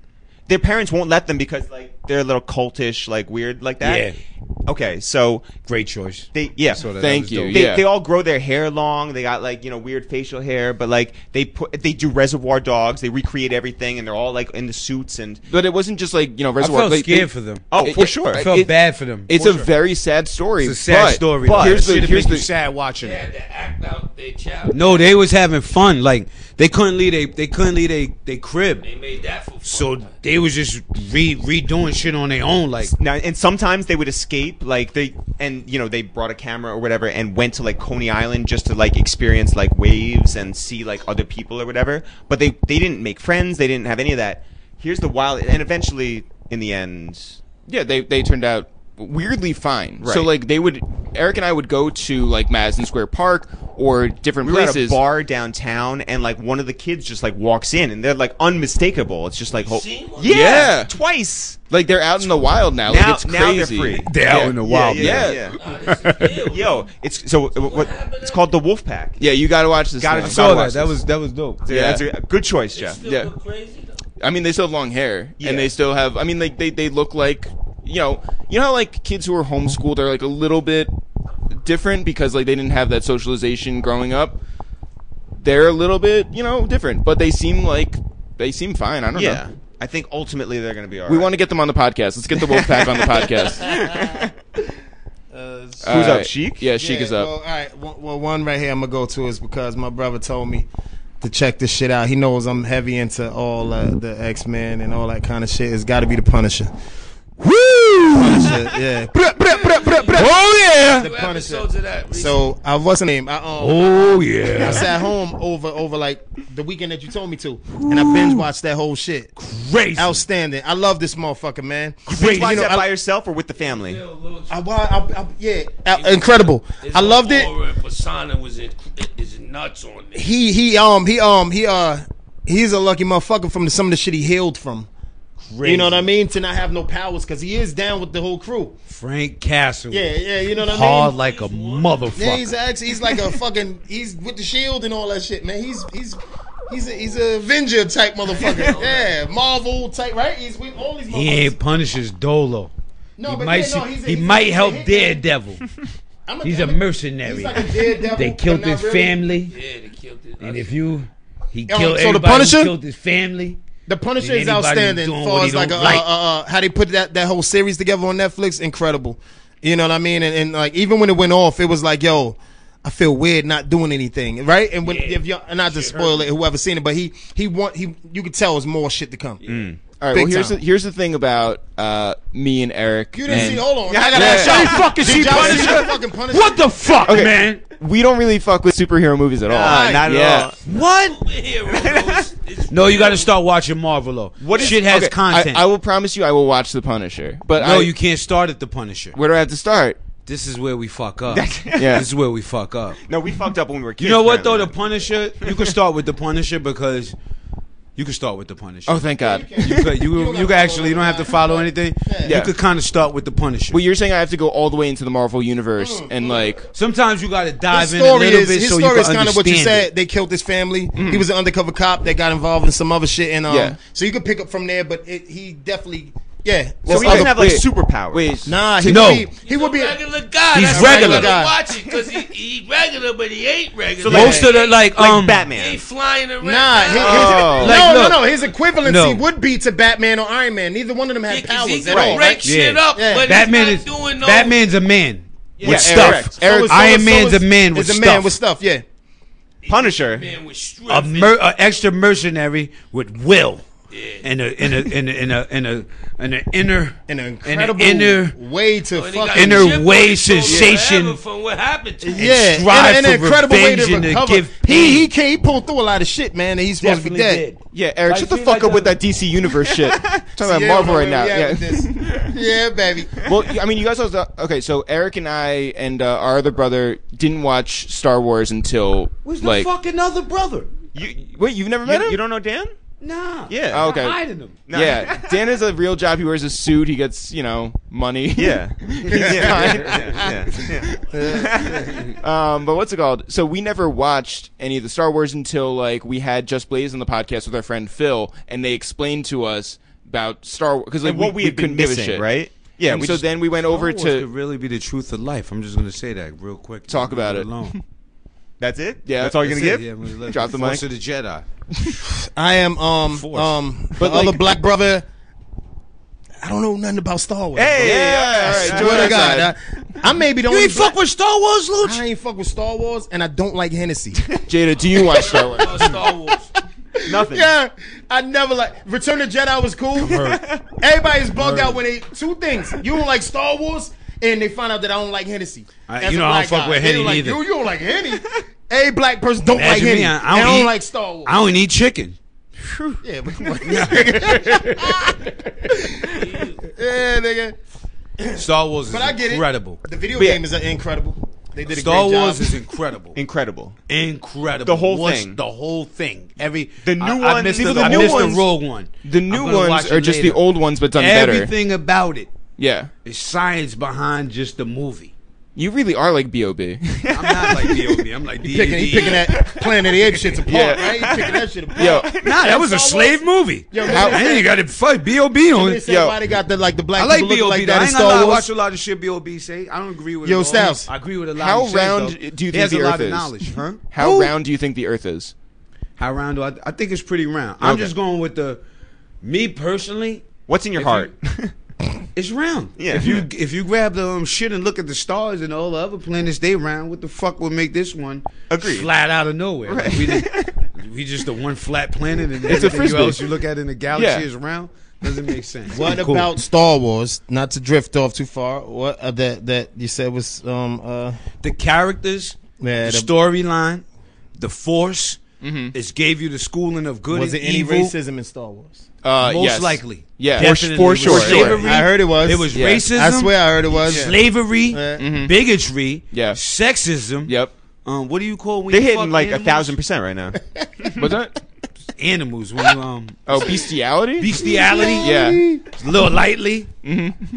[SPEAKER 2] Their parents won't let them because like they're a little cultish, like weird, like that.
[SPEAKER 6] Yeah.
[SPEAKER 2] Okay, so
[SPEAKER 6] Great choice.
[SPEAKER 2] they yeah.
[SPEAKER 6] saw that.
[SPEAKER 1] thank
[SPEAKER 6] was
[SPEAKER 1] you.
[SPEAKER 6] dope.
[SPEAKER 2] They,
[SPEAKER 1] yeah.
[SPEAKER 2] they all grow their hair long. They got like you know weird facial hair, but like they put they do Reservoir Dogs. They recreate everything, and they're all like in the suits and
[SPEAKER 1] but it wasn't just like you know
[SPEAKER 6] I
[SPEAKER 1] Reservoir.
[SPEAKER 6] felt
[SPEAKER 1] like, they-
[SPEAKER 6] scared for them.
[SPEAKER 2] oh
[SPEAKER 1] It-
[SPEAKER 2] for
[SPEAKER 1] it-
[SPEAKER 2] sure.
[SPEAKER 6] I felt
[SPEAKER 1] it-
[SPEAKER 6] bad for them.
[SPEAKER 1] It's
[SPEAKER 6] For
[SPEAKER 1] a
[SPEAKER 6] sure.
[SPEAKER 1] very sad story.
[SPEAKER 6] It's a sad
[SPEAKER 1] but-
[SPEAKER 6] story,
[SPEAKER 1] But
[SPEAKER 6] though.
[SPEAKER 1] here's the
[SPEAKER 4] Shit, it
[SPEAKER 1] here's
[SPEAKER 4] make you
[SPEAKER 1] the
[SPEAKER 4] sad watching
[SPEAKER 5] They
[SPEAKER 4] it.
[SPEAKER 5] had to act out their child.
[SPEAKER 6] No, they was having fun. Like they couldn't leave. They they couldn't leave. They they crib.
[SPEAKER 5] They made that for fun.
[SPEAKER 6] So they was just re redoing shit on their own. Like
[SPEAKER 2] Now, and sometimes they would escape, like they, and you know, they brought a camera or whatever, and went to like Coney Island just to like experience like waves and see like other people or whatever. But they they didn't make friends. They didn't have any of that. Here's the wild, and eventually, in the end,
[SPEAKER 1] yeah they they turned out weirdly fine. So
[SPEAKER 2] Right.
[SPEAKER 1] like they would Eric and I would go to like Madison Square Park or different
[SPEAKER 2] we were at a
[SPEAKER 1] places.
[SPEAKER 2] bar downtown, and like one of the kids just like walks in, and they're like unmistakable. It's just like, ho-
[SPEAKER 5] seen one?
[SPEAKER 2] yeah,
[SPEAKER 1] Yeah.
[SPEAKER 2] twice.
[SPEAKER 1] Like they're out in the wild now.
[SPEAKER 2] Now,
[SPEAKER 1] like it's crazy.
[SPEAKER 2] now they're free.
[SPEAKER 6] they out in the wild.
[SPEAKER 2] yeah, yeah,
[SPEAKER 1] man.
[SPEAKER 2] yeah.
[SPEAKER 5] Nah, this is ill.
[SPEAKER 2] Yo, it's so uh, what, it's called the Wolf Pack.
[SPEAKER 1] Yeah, you got to watch this.
[SPEAKER 2] Gotta
[SPEAKER 1] now.
[SPEAKER 6] I saw
[SPEAKER 2] watch
[SPEAKER 6] that. That
[SPEAKER 2] this.
[SPEAKER 6] was that was dope.
[SPEAKER 2] Yeah, that's a, a good choice, Jeff.
[SPEAKER 5] Still
[SPEAKER 1] Yeah.
[SPEAKER 5] look crazy though.
[SPEAKER 1] I mean, they still have long hair,
[SPEAKER 2] Yeah.
[SPEAKER 1] and they still have. I mean, like they they look like you know you know how like kids who are homeschooled are like a little bit different because like they didn't have that socialization growing up. They're a little bit you know different, but they seem like they seem fine. I don't
[SPEAKER 2] Yeah,
[SPEAKER 1] know.
[SPEAKER 2] I think ultimately they're gonna be alright.
[SPEAKER 1] We want to get them on the podcast. Let's get the Wolfpack on the podcast.
[SPEAKER 4] *laughs*
[SPEAKER 2] Who's
[SPEAKER 1] All
[SPEAKER 2] up,
[SPEAKER 1] right.
[SPEAKER 2] Sheik?
[SPEAKER 1] Yeah, Sheik is up.
[SPEAKER 4] Well, all right. Well, well, one right here I'm gonna go to is because my brother told me to check this shit out. He knows I'm heavy into all uh, the X Men and all that kind of shit. It's got to be the Punisher. Punisher, yeah.
[SPEAKER 6] Oh yeah.
[SPEAKER 4] The
[SPEAKER 5] Two
[SPEAKER 4] Punisher.
[SPEAKER 5] episodes of that. recently.
[SPEAKER 4] So I wasn't name. I um,
[SPEAKER 6] Oh yeah.
[SPEAKER 4] I sat home over over like the weekend that you told me to, and I binge watched that whole shit.
[SPEAKER 6] Race.
[SPEAKER 4] Outstanding. I love this motherfucker, man.
[SPEAKER 2] Wait, you
[SPEAKER 4] You know,
[SPEAKER 2] that by
[SPEAKER 4] I,
[SPEAKER 2] yourself or with the family?
[SPEAKER 5] Still looks-
[SPEAKER 4] I, wa- I, I, yeah, uh, incredible.
[SPEAKER 5] his
[SPEAKER 4] I loved it.
[SPEAKER 5] aura and persona was in, is nuts on me.
[SPEAKER 4] he he um he um he uh he's a lucky motherfucker from the, some of the shit he healed from. You know what I mean? To not have no powers because he is down with the whole crew.
[SPEAKER 6] Frank Castle.
[SPEAKER 4] Yeah, yeah, you know what I mean.
[SPEAKER 6] Hard like a motherfucker.
[SPEAKER 4] yeah, he's actually he's
[SPEAKER 6] *laughs*
[SPEAKER 4] like a fucking he's with the shield and all that shit, man. He's he's. He's a, he's a Avenger
[SPEAKER 6] *laughs*
[SPEAKER 4] type motherfucker. yeah, Marvel type, right? He's with all these motherfuckers.
[SPEAKER 6] he ain't punishes Dolo.
[SPEAKER 4] No,
[SPEAKER 6] he
[SPEAKER 4] but
[SPEAKER 6] might,
[SPEAKER 4] yeah, no,
[SPEAKER 6] see-
[SPEAKER 4] he's a-
[SPEAKER 6] he
[SPEAKER 4] he's a-
[SPEAKER 6] might
[SPEAKER 4] he's a
[SPEAKER 6] help
[SPEAKER 4] hit-
[SPEAKER 6] Daredevil.
[SPEAKER 4] *laughs* I'm
[SPEAKER 6] He's a
[SPEAKER 4] I'm
[SPEAKER 6] mercenary.
[SPEAKER 4] he's like a daredevil,
[SPEAKER 6] they
[SPEAKER 4] but
[SPEAKER 6] killed
[SPEAKER 4] not
[SPEAKER 6] his
[SPEAKER 4] really.
[SPEAKER 6] family,
[SPEAKER 5] Yeah, they killed it.
[SPEAKER 6] and if you, he
[SPEAKER 4] Oh,
[SPEAKER 6] killed
[SPEAKER 4] so the
[SPEAKER 6] everybody. who
[SPEAKER 4] Punisher?
[SPEAKER 6] killed his family.
[SPEAKER 4] The Punisher
[SPEAKER 6] Anybody
[SPEAKER 4] is outstanding
[SPEAKER 6] doing
[SPEAKER 4] as
[SPEAKER 6] what
[SPEAKER 4] far
[SPEAKER 6] he
[SPEAKER 4] as like, a,
[SPEAKER 6] don't like.
[SPEAKER 4] Uh, uh, uh, how they put that, that whole series together on Netflix, incredible. You know what I mean? And, and like even when it went off, it was like, yo, I feel weird not doing anything, right? And when if y'all, and not to spoil it, whoever seen it, but he he want he you could tell it was more shit to come.
[SPEAKER 1] All right.
[SPEAKER 4] Big
[SPEAKER 1] well, here's
[SPEAKER 4] time.
[SPEAKER 1] the, here's the thing about uh, me and Eric.
[SPEAKER 4] You didn't
[SPEAKER 6] Mm.
[SPEAKER 1] and
[SPEAKER 4] see? Hold on,
[SPEAKER 2] Yeah, I
[SPEAKER 4] I
[SPEAKER 2] gotta
[SPEAKER 4] gotta
[SPEAKER 2] ask
[SPEAKER 4] ask
[SPEAKER 2] y'all.
[SPEAKER 4] y'all.
[SPEAKER 2] Hey,
[SPEAKER 6] fucking
[SPEAKER 4] Did y'all see the fucking Punisher?
[SPEAKER 6] What the fuck,
[SPEAKER 1] Okay.
[SPEAKER 6] man?
[SPEAKER 1] We don't really fuck with superhero movies at all.
[SPEAKER 2] Nah, not at
[SPEAKER 1] Yeah.
[SPEAKER 2] all.
[SPEAKER 6] What? *laughs* No, you got to start watching Marvel. though.
[SPEAKER 1] What is-
[SPEAKER 6] shit has
[SPEAKER 1] okay, I-
[SPEAKER 6] content?
[SPEAKER 1] I, will promise you, I will watch The Punisher. But
[SPEAKER 6] no,
[SPEAKER 1] I,
[SPEAKER 6] you can't start at the Punisher.
[SPEAKER 1] Where do I have to start?
[SPEAKER 6] This is where we fuck up.
[SPEAKER 1] Yeah.
[SPEAKER 6] This is where we fuck up.
[SPEAKER 2] No, we fucked up when we were kids.
[SPEAKER 6] You know what though? The
[SPEAKER 2] apparently.
[SPEAKER 6] Punisher. You can start with the Punisher because you can start with the Punisher.
[SPEAKER 1] Oh, thank God.
[SPEAKER 6] you could, you, you, could actually you don't have to follow anything.
[SPEAKER 1] Yeah.
[SPEAKER 6] You could kind of start with the Punisher.
[SPEAKER 1] Well, you're saying I have to go all the way into the Marvel
[SPEAKER 4] Mm.
[SPEAKER 1] universe and like
[SPEAKER 6] Sometimes you got to dive
[SPEAKER 4] His
[SPEAKER 6] in a little
[SPEAKER 4] story is
[SPEAKER 6] bit
[SPEAKER 4] his
[SPEAKER 6] so you
[SPEAKER 4] story
[SPEAKER 6] can
[SPEAKER 4] is kind of what you
[SPEAKER 6] understand it. Mm-hmm.
[SPEAKER 4] said. They killed his family. He was an undercover cop that got involved in some other shit, and um,
[SPEAKER 1] Yeah.
[SPEAKER 4] so you could pick up from there. But it, he definitely, yeah.
[SPEAKER 2] So he doesn't have like
[SPEAKER 1] Wait.
[SPEAKER 2] superpowers.
[SPEAKER 1] wait.
[SPEAKER 4] Nah, he
[SPEAKER 6] No.
[SPEAKER 4] would be, he would be.
[SPEAKER 5] a regular guy.
[SPEAKER 6] He's
[SPEAKER 5] That's
[SPEAKER 6] regular.
[SPEAKER 5] why you
[SPEAKER 4] Guy.
[SPEAKER 5] gotta watch it because he, he regular, but he ain't regular.
[SPEAKER 2] like-
[SPEAKER 6] Most of the like,
[SPEAKER 2] like
[SPEAKER 6] um,
[SPEAKER 5] he
[SPEAKER 2] Batman.
[SPEAKER 5] ain't flying around.
[SPEAKER 4] Nah, he,
[SPEAKER 1] Oh.
[SPEAKER 4] his, no,
[SPEAKER 6] Like,
[SPEAKER 4] no,
[SPEAKER 6] look.
[SPEAKER 4] no. His equivalency
[SPEAKER 6] No.
[SPEAKER 4] would be to Batman or Iron Man. Neither one of them had
[SPEAKER 5] Yeah, 'cause he
[SPEAKER 4] powers
[SPEAKER 5] can
[SPEAKER 4] at all,
[SPEAKER 5] break
[SPEAKER 4] right?
[SPEAKER 5] shit
[SPEAKER 6] Yeah.
[SPEAKER 5] up,
[SPEAKER 4] Yeah.
[SPEAKER 5] but
[SPEAKER 6] Batman
[SPEAKER 5] he's
[SPEAKER 6] is
[SPEAKER 5] not doing no.
[SPEAKER 6] Batman's a man with
[SPEAKER 1] Eric.
[SPEAKER 6] stuff.
[SPEAKER 1] Eric-
[SPEAKER 4] is-
[SPEAKER 6] Iron
[SPEAKER 4] is-
[SPEAKER 6] Man's
[SPEAKER 4] is-
[SPEAKER 6] a man with
[SPEAKER 4] is a
[SPEAKER 6] stuff.
[SPEAKER 4] man with stuff. Yeah,
[SPEAKER 2] Punisher.
[SPEAKER 5] man with strength.
[SPEAKER 6] a
[SPEAKER 5] and-
[SPEAKER 6] mer- a extra mercenary with will. and a in a in a in a in a, in a inner and
[SPEAKER 4] an
[SPEAKER 6] a
[SPEAKER 4] incredible
[SPEAKER 6] inner
[SPEAKER 4] way to
[SPEAKER 5] But he got
[SPEAKER 4] fucking
[SPEAKER 6] inner
[SPEAKER 5] shit
[SPEAKER 6] way
[SPEAKER 5] for it from
[SPEAKER 6] sensation.
[SPEAKER 5] forever From what happened to him.
[SPEAKER 4] yeah, and-
[SPEAKER 6] strive
[SPEAKER 4] and,
[SPEAKER 6] for
[SPEAKER 4] an incredible way
[SPEAKER 6] revenge
[SPEAKER 4] to
[SPEAKER 6] and to
[SPEAKER 4] recover.
[SPEAKER 6] give
[SPEAKER 4] he he came, he pulled through a lot of shit, man. And he's supposed to be dead.
[SPEAKER 1] Yeah, Eric, shut the
[SPEAKER 8] see,
[SPEAKER 1] fuck
[SPEAKER 8] like
[SPEAKER 1] up with
[SPEAKER 8] the-
[SPEAKER 1] that DC Universe shit. Talking about
[SPEAKER 4] Yeah,
[SPEAKER 1] Marvel right
[SPEAKER 4] where we
[SPEAKER 1] now.
[SPEAKER 4] at with
[SPEAKER 1] Yeah. *laughs*
[SPEAKER 4] this? yeah, baby.
[SPEAKER 1] well, I mean, you guys also okay. So Eric and I and uh, our other brother didn't watch Star Wars until
[SPEAKER 3] Where's the
[SPEAKER 1] like
[SPEAKER 3] fucking other brother?
[SPEAKER 1] you. Wait, you've never met
[SPEAKER 2] You,
[SPEAKER 1] him?
[SPEAKER 2] you don't know Dan?
[SPEAKER 3] Nah.
[SPEAKER 2] Yeah.
[SPEAKER 1] Oh, okay.
[SPEAKER 3] I'm hiding him.
[SPEAKER 2] No.
[SPEAKER 1] Yeah, Dan has a real job. He wears a suit. He gets you know money. *laughs*
[SPEAKER 2] Yeah. yeah,
[SPEAKER 1] fine.
[SPEAKER 2] yeah,
[SPEAKER 1] *laughs*
[SPEAKER 2] yeah, yeah.
[SPEAKER 1] Um, but what's it called? So we never watched any of the Star Wars until like we had Just Blaze on the podcast with our friend Phil, and they explained to us about Star Wars because like
[SPEAKER 2] And what we had been
[SPEAKER 1] couldn't give a
[SPEAKER 2] missing,
[SPEAKER 1] shit.
[SPEAKER 2] right? Yeah,
[SPEAKER 1] And
[SPEAKER 2] we
[SPEAKER 1] so
[SPEAKER 2] just-
[SPEAKER 1] then we went over
[SPEAKER 6] Star Wars
[SPEAKER 1] to
[SPEAKER 6] could really be the truth of life. I'm just gonna say that real quick.
[SPEAKER 1] Talk about
[SPEAKER 6] Leave
[SPEAKER 1] it.
[SPEAKER 6] Alone.
[SPEAKER 2] That's it?
[SPEAKER 1] Yeah.
[SPEAKER 2] That's all you're
[SPEAKER 6] That's
[SPEAKER 2] going to give?
[SPEAKER 6] it. Yeah, I'm gonna let-
[SPEAKER 1] Drop the
[SPEAKER 6] Force
[SPEAKER 1] mic.
[SPEAKER 6] of the Jedi.
[SPEAKER 4] I am um um but the
[SPEAKER 1] like-
[SPEAKER 4] other black brother. I don't know nothing about Star Wars.
[SPEAKER 2] Hey,
[SPEAKER 1] Yeah,
[SPEAKER 2] all right.
[SPEAKER 1] all right.
[SPEAKER 4] Swear to
[SPEAKER 1] Join
[SPEAKER 4] God,
[SPEAKER 1] us,
[SPEAKER 4] I, I may be the only. black-
[SPEAKER 3] with Star Wars,
[SPEAKER 4] I ain't fuck with Star Wars, and I don't
[SPEAKER 6] *laughs*
[SPEAKER 4] like Hennessy.
[SPEAKER 1] Jada. Do you watch Star Wars?
[SPEAKER 5] Uh, Star Wars.
[SPEAKER 2] Nothing.
[SPEAKER 4] yeah, I never like Return of the Jedi was cool. *laughs* Everybody's bugged out when they two things. You don't like Star Wars, and they find out that I don't like Hennessy.
[SPEAKER 6] I-
[SPEAKER 4] As
[SPEAKER 6] you
[SPEAKER 4] a
[SPEAKER 6] know, I don't
[SPEAKER 4] black
[SPEAKER 6] fuck with
[SPEAKER 4] They
[SPEAKER 6] Henny
[SPEAKER 4] like,
[SPEAKER 6] neither.
[SPEAKER 4] You, you don't like Henny. Every black person don't like
[SPEAKER 6] Imagine
[SPEAKER 4] Henny.
[SPEAKER 6] me, I-
[SPEAKER 4] And
[SPEAKER 6] I
[SPEAKER 4] I
[SPEAKER 6] don't
[SPEAKER 4] don't
[SPEAKER 6] eat-
[SPEAKER 4] like Star Wars.
[SPEAKER 6] I don't eat chicken.
[SPEAKER 4] Yeah,
[SPEAKER 6] *laughs*
[SPEAKER 4] but yeah, nigga.
[SPEAKER 6] Star Wars is
[SPEAKER 4] But I get it.
[SPEAKER 6] incredible.
[SPEAKER 4] The video
[SPEAKER 1] yeah.
[SPEAKER 4] game is uh, incredible. They did a
[SPEAKER 6] Star
[SPEAKER 4] great
[SPEAKER 6] Wars
[SPEAKER 4] job.
[SPEAKER 6] is incredible.
[SPEAKER 2] Incredible.
[SPEAKER 6] incredible.
[SPEAKER 2] The whole
[SPEAKER 6] What's
[SPEAKER 2] thing.
[SPEAKER 6] The whole thing. Every
[SPEAKER 2] The new
[SPEAKER 6] I, I
[SPEAKER 2] ones-
[SPEAKER 6] missed
[SPEAKER 2] even
[SPEAKER 6] the,
[SPEAKER 2] the
[SPEAKER 6] I
[SPEAKER 2] new
[SPEAKER 6] missed
[SPEAKER 2] ones-
[SPEAKER 6] the rogue one.
[SPEAKER 1] The
[SPEAKER 6] I'm
[SPEAKER 1] new
[SPEAKER 6] gonna watch
[SPEAKER 1] ones
[SPEAKER 6] it
[SPEAKER 1] are just the
[SPEAKER 6] later.
[SPEAKER 1] old ones, but done better.
[SPEAKER 6] Everything about it
[SPEAKER 1] Yeah,
[SPEAKER 6] is science behind just the movie.
[SPEAKER 1] you really are like Bob.
[SPEAKER 6] *laughs* I'm not like B.O.B. I'm like
[SPEAKER 4] picking, he
[SPEAKER 6] D.O.B.
[SPEAKER 4] picking that Planet of the Apes shit apart,
[SPEAKER 1] Yeah.
[SPEAKER 4] right? He picking that shit apart.
[SPEAKER 1] Yo,
[SPEAKER 6] Nah, that was a slave movie.
[SPEAKER 4] Yo,
[SPEAKER 6] I ain't even got to fight B.O.B. on
[SPEAKER 4] They
[SPEAKER 6] it.
[SPEAKER 4] say
[SPEAKER 1] Yo.
[SPEAKER 4] why they got the like the black
[SPEAKER 6] I like
[SPEAKER 4] people looking
[SPEAKER 6] B.O.B.
[SPEAKER 4] like
[SPEAKER 6] though.
[SPEAKER 4] that
[SPEAKER 6] I
[SPEAKER 4] in
[SPEAKER 6] ain't gonna lie,
[SPEAKER 4] Star
[SPEAKER 6] I watch
[SPEAKER 4] Wars.
[SPEAKER 6] a lot of shit B.O.B. say. I don't agree with it
[SPEAKER 4] Yo,
[SPEAKER 6] all.
[SPEAKER 4] Styles.
[SPEAKER 6] I agree with a lot
[SPEAKER 1] How
[SPEAKER 6] he says,
[SPEAKER 1] round
[SPEAKER 6] though.
[SPEAKER 1] do you
[SPEAKER 6] He
[SPEAKER 1] think
[SPEAKER 6] has
[SPEAKER 1] the
[SPEAKER 6] a lot
[SPEAKER 1] Earth
[SPEAKER 6] of
[SPEAKER 1] is?
[SPEAKER 6] knowledge. Huh?
[SPEAKER 1] how
[SPEAKER 6] Who?
[SPEAKER 1] round do you think the Earth is?
[SPEAKER 6] How round do I? I think it's pretty round. I'm just going with the me personally.
[SPEAKER 2] What's in your heart? *laughs*
[SPEAKER 6] It's round.
[SPEAKER 2] Yeah.
[SPEAKER 6] If you if you grab the um, shit and look at the stars and all the other planets, they round. What the fuck would make this one
[SPEAKER 2] Agreed.
[SPEAKER 6] flat out of nowhere? Like,
[SPEAKER 1] *laughs*
[SPEAKER 6] we, just, we just the one flat planet, and
[SPEAKER 1] It's a
[SPEAKER 6] everything
[SPEAKER 1] Frisbee.
[SPEAKER 6] else you look at in the galaxy
[SPEAKER 1] Yeah.
[SPEAKER 6] is round. Doesn't make sense.
[SPEAKER 4] What
[SPEAKER 6] Cool.
[SPEAKER 4] about Star Wars? Not to drift off too far. What uh, that that you said was um uh
[SPEAKER 6] the characters?
[SPEAKER 4] Yeah,
[SPEAKER 6] the
[SPEAKER 4] the-
[SPEAKER 6] storyline, the force.
[SPEAKER 1] Mm-hmm.
[SPEAKER 6] It gave you the schooling of good
[SPEAKER 4] was
[SPEAKER 6] and
[SPEAKER 4] it any
[SPEAKER 6] evil.
[SPEAKER 4] racism in Star Wars?
[SPEAKER 1] Uh,
[SPEAKER 6] Most
[SPEAKER 1] yes.
[SPEAKER 6] likely.
[SPEAKER 1] Yeah.
[SPEAKER 6] Definitely
[SPEAKER 1] For, for
[SPEAKER 6] was
[SPEAKER 1] sure.
[SPEAKER 6] slavery.
[SPEAKER 4] I heard it was.
[SPEAKER 6] It was
[SPEAKER 1] Yeah.
[SPEAKER 6] racism.
[SPEAKER 4] I swear I heard it was.
[SPEAKER 6] slavery,
[SPEAKER 4] Yeah.
[SPEAKER 6] bigotry,
[SPEAKER 1] Mm-hmm. Yeah.
[SPEAKER 6] sexism.
[SPEAKER 1] Yep.
[SPEAKER 6] Um, what do you call when
[SPEAKER 2] They're
[SPEAKER 6] you
[SPEAKER 2] hitting
[SPEAKER 6] fuck
[SPEAKER 2] like a
[SPEAKER 6] animals?
[SPEAKER 2] thousand percent
[SPEAKER 1] *laughs*
[SPEAKER 2] right now.
[SPEAKER 1] What's that?
[SPEAKER 6] animals when you um *laughs*
[SPEAKER 1] Oh, bestiality.
[SPEAKER 6] bestiality,
[SPEAKER 1] *laughs* yeah. Mm-hmm.
[SPEAKER 6] little lightly,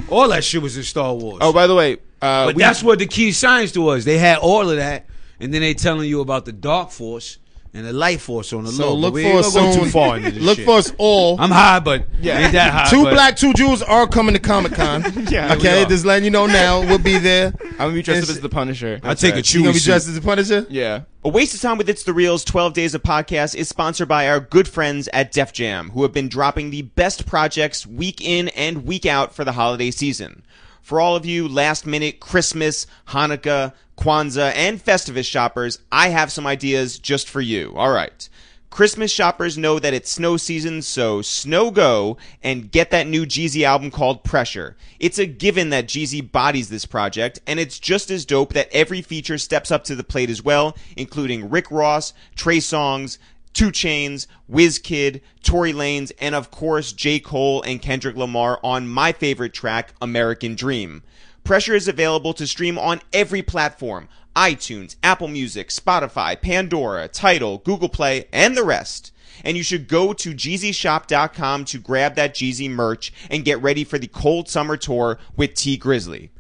[SPEAKER 6] all that shit was in Star Wars.
[SPEAKER 1] Oh, by the way, uh,
[SPEAKER 6] but
[SPEAKER 1] we-
[SPEAKER 6] that's what the key science to was. They had all of that, and then they telling you about the dark force and the light force on the
[SPEAKER 4] So
[SPEAKER 6] low.
[SPEAKER 4] look
[SPEAKER 6] but we
[SPEAKER 4] for
[SPEAKER 6] ain't
[SPEAKER 4] us
[SPEAKER 6] gonna go
[SPEAKER 4] soon.
[SPEAKER 6] too far
[SPEAKER 4] *laughs*
[SPEAKER 6] into this
[SPEAKER 4] Look
[SPEAKER 6] shit.
[SPEAKER 4] for us all.
[SPEAKER 6] I'm high, but
[SPEAKER 1] Yeah.
[SPEAKER 6] yeah, ain't
[SPEAKER 4] *laughs*
[SPEAKER 6] that high?
[SPEAKER 4] Two
[SPEAKER 6] but
[SPEAKER 4] black, two Jews are coming to Comic
[SPEAKER 6] *laughs*
[SPEAKER 4] Con.
[SPEAKER 1] Yeah,
[SPEAKER 4] okay,
[SPEAKER 6] are.
[SPEAKER 4] just letting you know now. We'll be
[SPEAKER 6] *laughs*
[SPEAKER 4] there.
[SPEAKER 1] I'm gonna be dressed up
[SPEAKER 4] It's-
[SPEAKER 1] as the Punisher.
[SPEAKER 6] I take a
[SPEAKER 1] That's
[SPEAKER 4] You
[SPEAKER 6] chewy
[SPEAKER 4] gonna be
[SPEAKER 6] suit.
[SPEAKER 4] dressed as the Punisher?
[SPEAKER 1] right. Yeah.
[SPEAKER 2] A Waste of Time with It's the Reels 12 Days of Podcast is sponsored by our good friends at Def Jam, who have been dropping the best projects week in and week out for the holiday season. For all of you last minute Christmas, Hanukkah, Kwanzaa, and Festivus shoppers, I have some ideas just for you. All right. Christmas shoppers know that it's snow season, so snow go and get that new Jeezy album called Pressure. It's a given that Jeezy bodies this project, and it's just as dope that every feature steps up to the plate as well, including Rick Ross, Trey Songs, Two Chains, Kid, Tory Lanez, and of course J. Cole and Kendrick Lamar on my favorite track, American Dream. Pressure is available to stream on every platform iTunes, Apple Music, Spotify, Pandora, Tidal, Google Play, and the rest. And you should go to jeezyshop.com to grab that Jeezy merch and get ready for the cold summer tour with T Grizzly.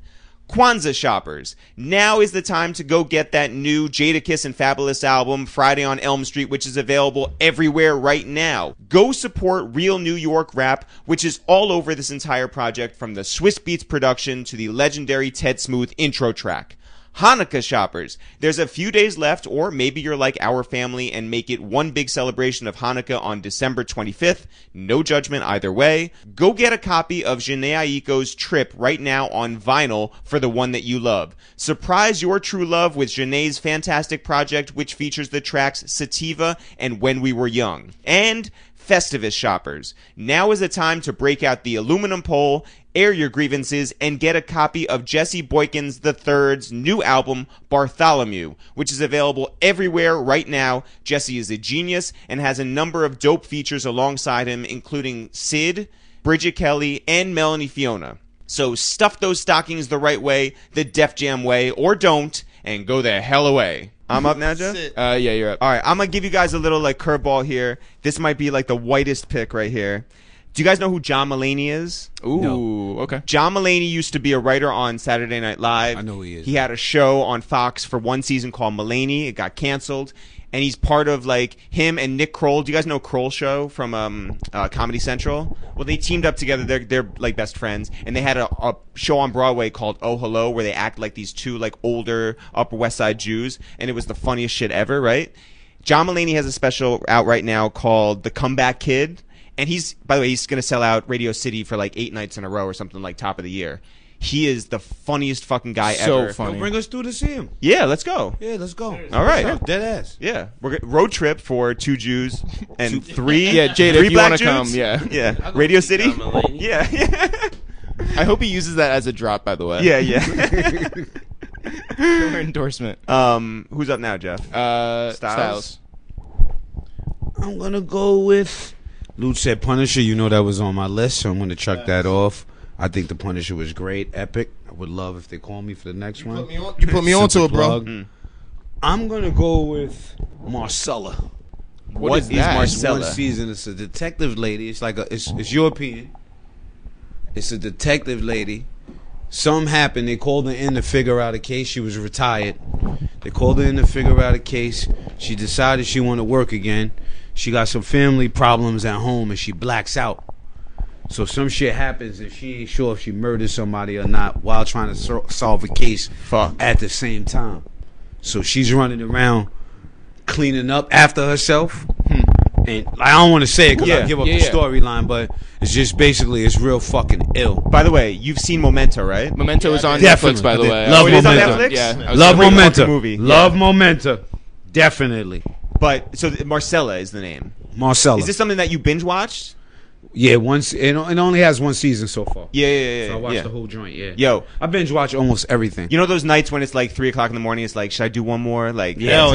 [SPEAKER 2] Kwanzaa shoppers, now is the time to go get that new Jadakiss and Fabulous album, Friday on Elm Street, which is available everywhere right now. Go support Real New York Rap, which is all over this entire project from the Swiss Beats production to the legendary Ted Smooth intro track. Hanukkah shoppers. There's a few days left, or maybe you're like our family and make it one big celebration of Hanukkah on December 25th. No judgment either way. Go get a copy of Janae Aiko's Trip right now on vinyl for the one that you love. Surprise your true love with Janae's fantastic project, which features the tracks Sativa and When We Were Young. And Festivus shoppers. Now is the time to break out the aluminum pole, air your grievances, and get a copy of Jesse Boykins III's new album, Bartholomew, which is available everywhere right now. Jesse is a genius and has a number of dope features alongside him, including Sid, Bridget Kelly, and Melanie Fiona. So stuff those stockings the right way, the Def Jam way, or don't, and go the hell away. I'm up now, Jeff?
[SPEAKER 4] Sit.
[SPEAKER 1] Uh, yeah, you're up.
[SPEAKER 2] All right, I'm gonna give you guys a little like curveball here. This might be like the whitest pick right here. Do you guys know who John Mulaney is?
[SPEAKER 1] Ooh, okay.
[SPEAKER 2] John Mulaney used to be a writer on Saturday Night Live.
[SPEAKER 3] I know who he is.
[SPEAKER 2] He had a show on Fox for one season called Mulaney. It got canceled, and he's part of like him and Nick Kroll. Do you guys know Kroll show from um, uh, Comedy Central? Well, they teamed up together. They're they're like best friends, and they had a, a show on Broadway called Oh Hello, where they act like these two like older Upper West Side Jews, and it was the funniest shit ever, right? John Mulaney has a special out right now called The Comeback Kid. And he's, by the way, he's going to sell out Radio City for like eight nights in a row or something like top of the year. He is the funniest fucking guy
[SPEAKER 1] So
[SPEAKER 2] ever.
[SPEAKER 1] funny.
[SPEAKER 8] Bring us through to see him.
[SPEAKER 2] Yeah, let's go.
[SPEAKER 8] Yeah, let's go.
[SPEAKER 2] All right.
[SPEAKER 8] Dead ass.
[SPEAKER 2] Yeah. We're g- road trip for two Jews and three.
[SPEAKER 1] *laughs* Yeah, Jada,
[SPEAKER 2] three
[SPEAKER 1] if you
[SPEAKER 2] black
[SPEAKER 1] wanna
[SPEAKER 2] Jews?
[SPEAKER 1] come, yeah.
[SPEAKER 2] *laughs* Yeah. Radio City? *laughs* Yeah.
[SPEAKER 1] I hope he uses that as a drop, by the way.
[SPEAKER 2] yeah, yeah.
[SPEAKER 1] For endorsement.
[SPEAKER 2] *laughs* um, who's up now, Jeff?
[SPEAKER 1] Uh, Styles.
[SPEAKER 2] Styles?
[SPEAKER 6] I'm gonna go with. Luke said Punisher. You know that was on my list, so I'm gonna chuck that off. I think the Punisher was great, epic. I would love if they call me for the next one.
[SPEAKER 4] Put me on- You put me onto
[SPEAKER 6] Simple
[SPEAKER 4] it, bro. *laughs*
[SPEAKER 6] plug. I'm gonna go with Marcella.
[SPEAKER 1] what is, that?
[SPEAKER 6] It's One season. It's a detective lady. It's like a. It's, it's European. It's a detective lady. Something happened. They called her in to figure out a case. She was retired. They called her in to figure out a case. She decided she wanted to work again. She got some family problems at home, and she blacks out. So some shit happens, and she ain't sure if she murdered somebody or not while trying to so- solve a case
[SPEAKER 2] Fuck.
[SPEAKER 6] at the same time. So she's running around cleaning up after herself. And like, I don't want to say it because
[SPEAKER 2] Yeah.
[SPEAKER 6] I give up
[SPEAKER 1] Yeah,
[SPEAKER 6] the
[SPEAKER 1] yeah.
[SPEAKER 6] storyline, but it's just basically it's real fucking ill.
[SPEAKER 2] By the way, you've seen Memento, right?
[SPEAKER 1] Memento is on
[SPEAKER 6] Definitely.
[SPEAKER 1] Netflix, by the way.
[SPEAKER 6] Love
[SPEAKER 1] Oh, it is on
[SPEAKER 6] Memento.
[SPEAKER 1] Netflix? Yeah. I was gonna
[SPEAKER 6] Love
[SPEAKER 1] bring it up.
[SPEAKER 6] Momenta.
[SPEAKER 2] movie.
[SPEAKER 6] Love Momenta. Definitely.
[SPEAKER 2] But so th- Marcella is the name.
[SPEAKER 6] Marcella.
[SPEAKER 2] Is this something that you binge watched?
[SPEAKER 6] yeah, once it, it only has one season so far.
[SPEAKER 2] Yeah, yeah, yeah.
[SPEAKER 6] So
[SPEAKER 2] yeah,
[SPEAKER 6] I watched
[SPEAKER 2] yeah.
[SPEAKER 6] the whole joint, yeah.
[SPEAKER 2] Yo.
[SPEAKER 6] I binge watch almost everything.
[SPEAKER 2] You know those nights when it's like three o'clock in the morning? It's like, should I do one more? Like,
[SPEAKER 4] Hell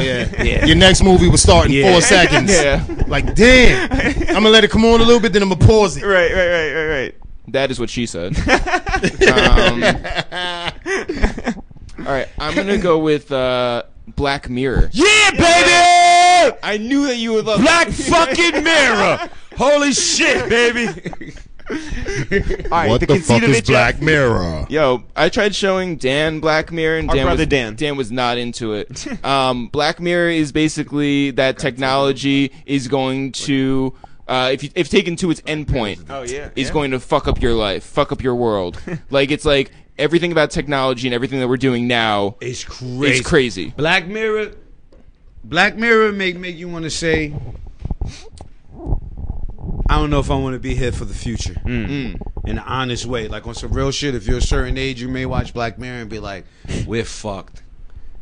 [SPEAKER 6] *laughs*
[SPEAKER 4] yeah. Your next movie was starting
[SPEAKER 6] Yeah. *laughs*
[SPEAKER 4] four seconds.
[SPEAKER 1] Yeah.
[SPEAKER 4] Like, damn. I'm going to let it come on a little bit, then I'm going to pause it.
[SPEAKER 2] *laughs* Right, right, right, right, right.
[SPEAKER 1] That is what she *laughs* said. *laughs* um, all right, I'm gonna go with uh, Black Mirror.
[SPEAKER 6] Yeah, baby!
[SPEAKER 1] I knew that you would love
[SPEAKER 6] Black fucking mirror! Holy shit, baby!
[SPEAKER 2] All right,
[SPEAKER 4] What
[SPEAKER 2] the,
[SPEAKER 4] the,
[SPEAKER 2] conceit
[SPEAKER 4] fuck
[SPEAKER 2] of
[SPEAKER 4] is
[SPEAKER 2] it, Jeff-
[SPEAKER 4] Black Mirror?
[SPEAKER 1] *laughs* Yo, I tried showing Dan Black Mirror, and
[SPEAKER 2] Our
[SPEAKER 1] Dan
[SPEAKER 2] brother
[SPEAKER 1] was,
[SPEAKER 2] Dan.
[SPEAKER 1] was not into it. um, Black Mirror is basically that technology is going to, uh, if you, if taken to its endpoint,
[SPEAKER 2] Oh, yeah,
[SPEAKER 1] is
[SPEAKER 2] yeah.
[SPEAKER 1] going to fuck up your life, fuck up your world. like it's like everything about technology and everything that we're doing now
[SPEAKER 6] It's crazy.
[SPEAKER 1] is crazy.
[SPEAKER 6] Black Mirror. Black Mirror make make you want to say, I don't know if I want to be here for the future. Mm. In an honest way, like on some real shit. If you're a certain age, you may watch Black Mirror and be like, "We're fucked."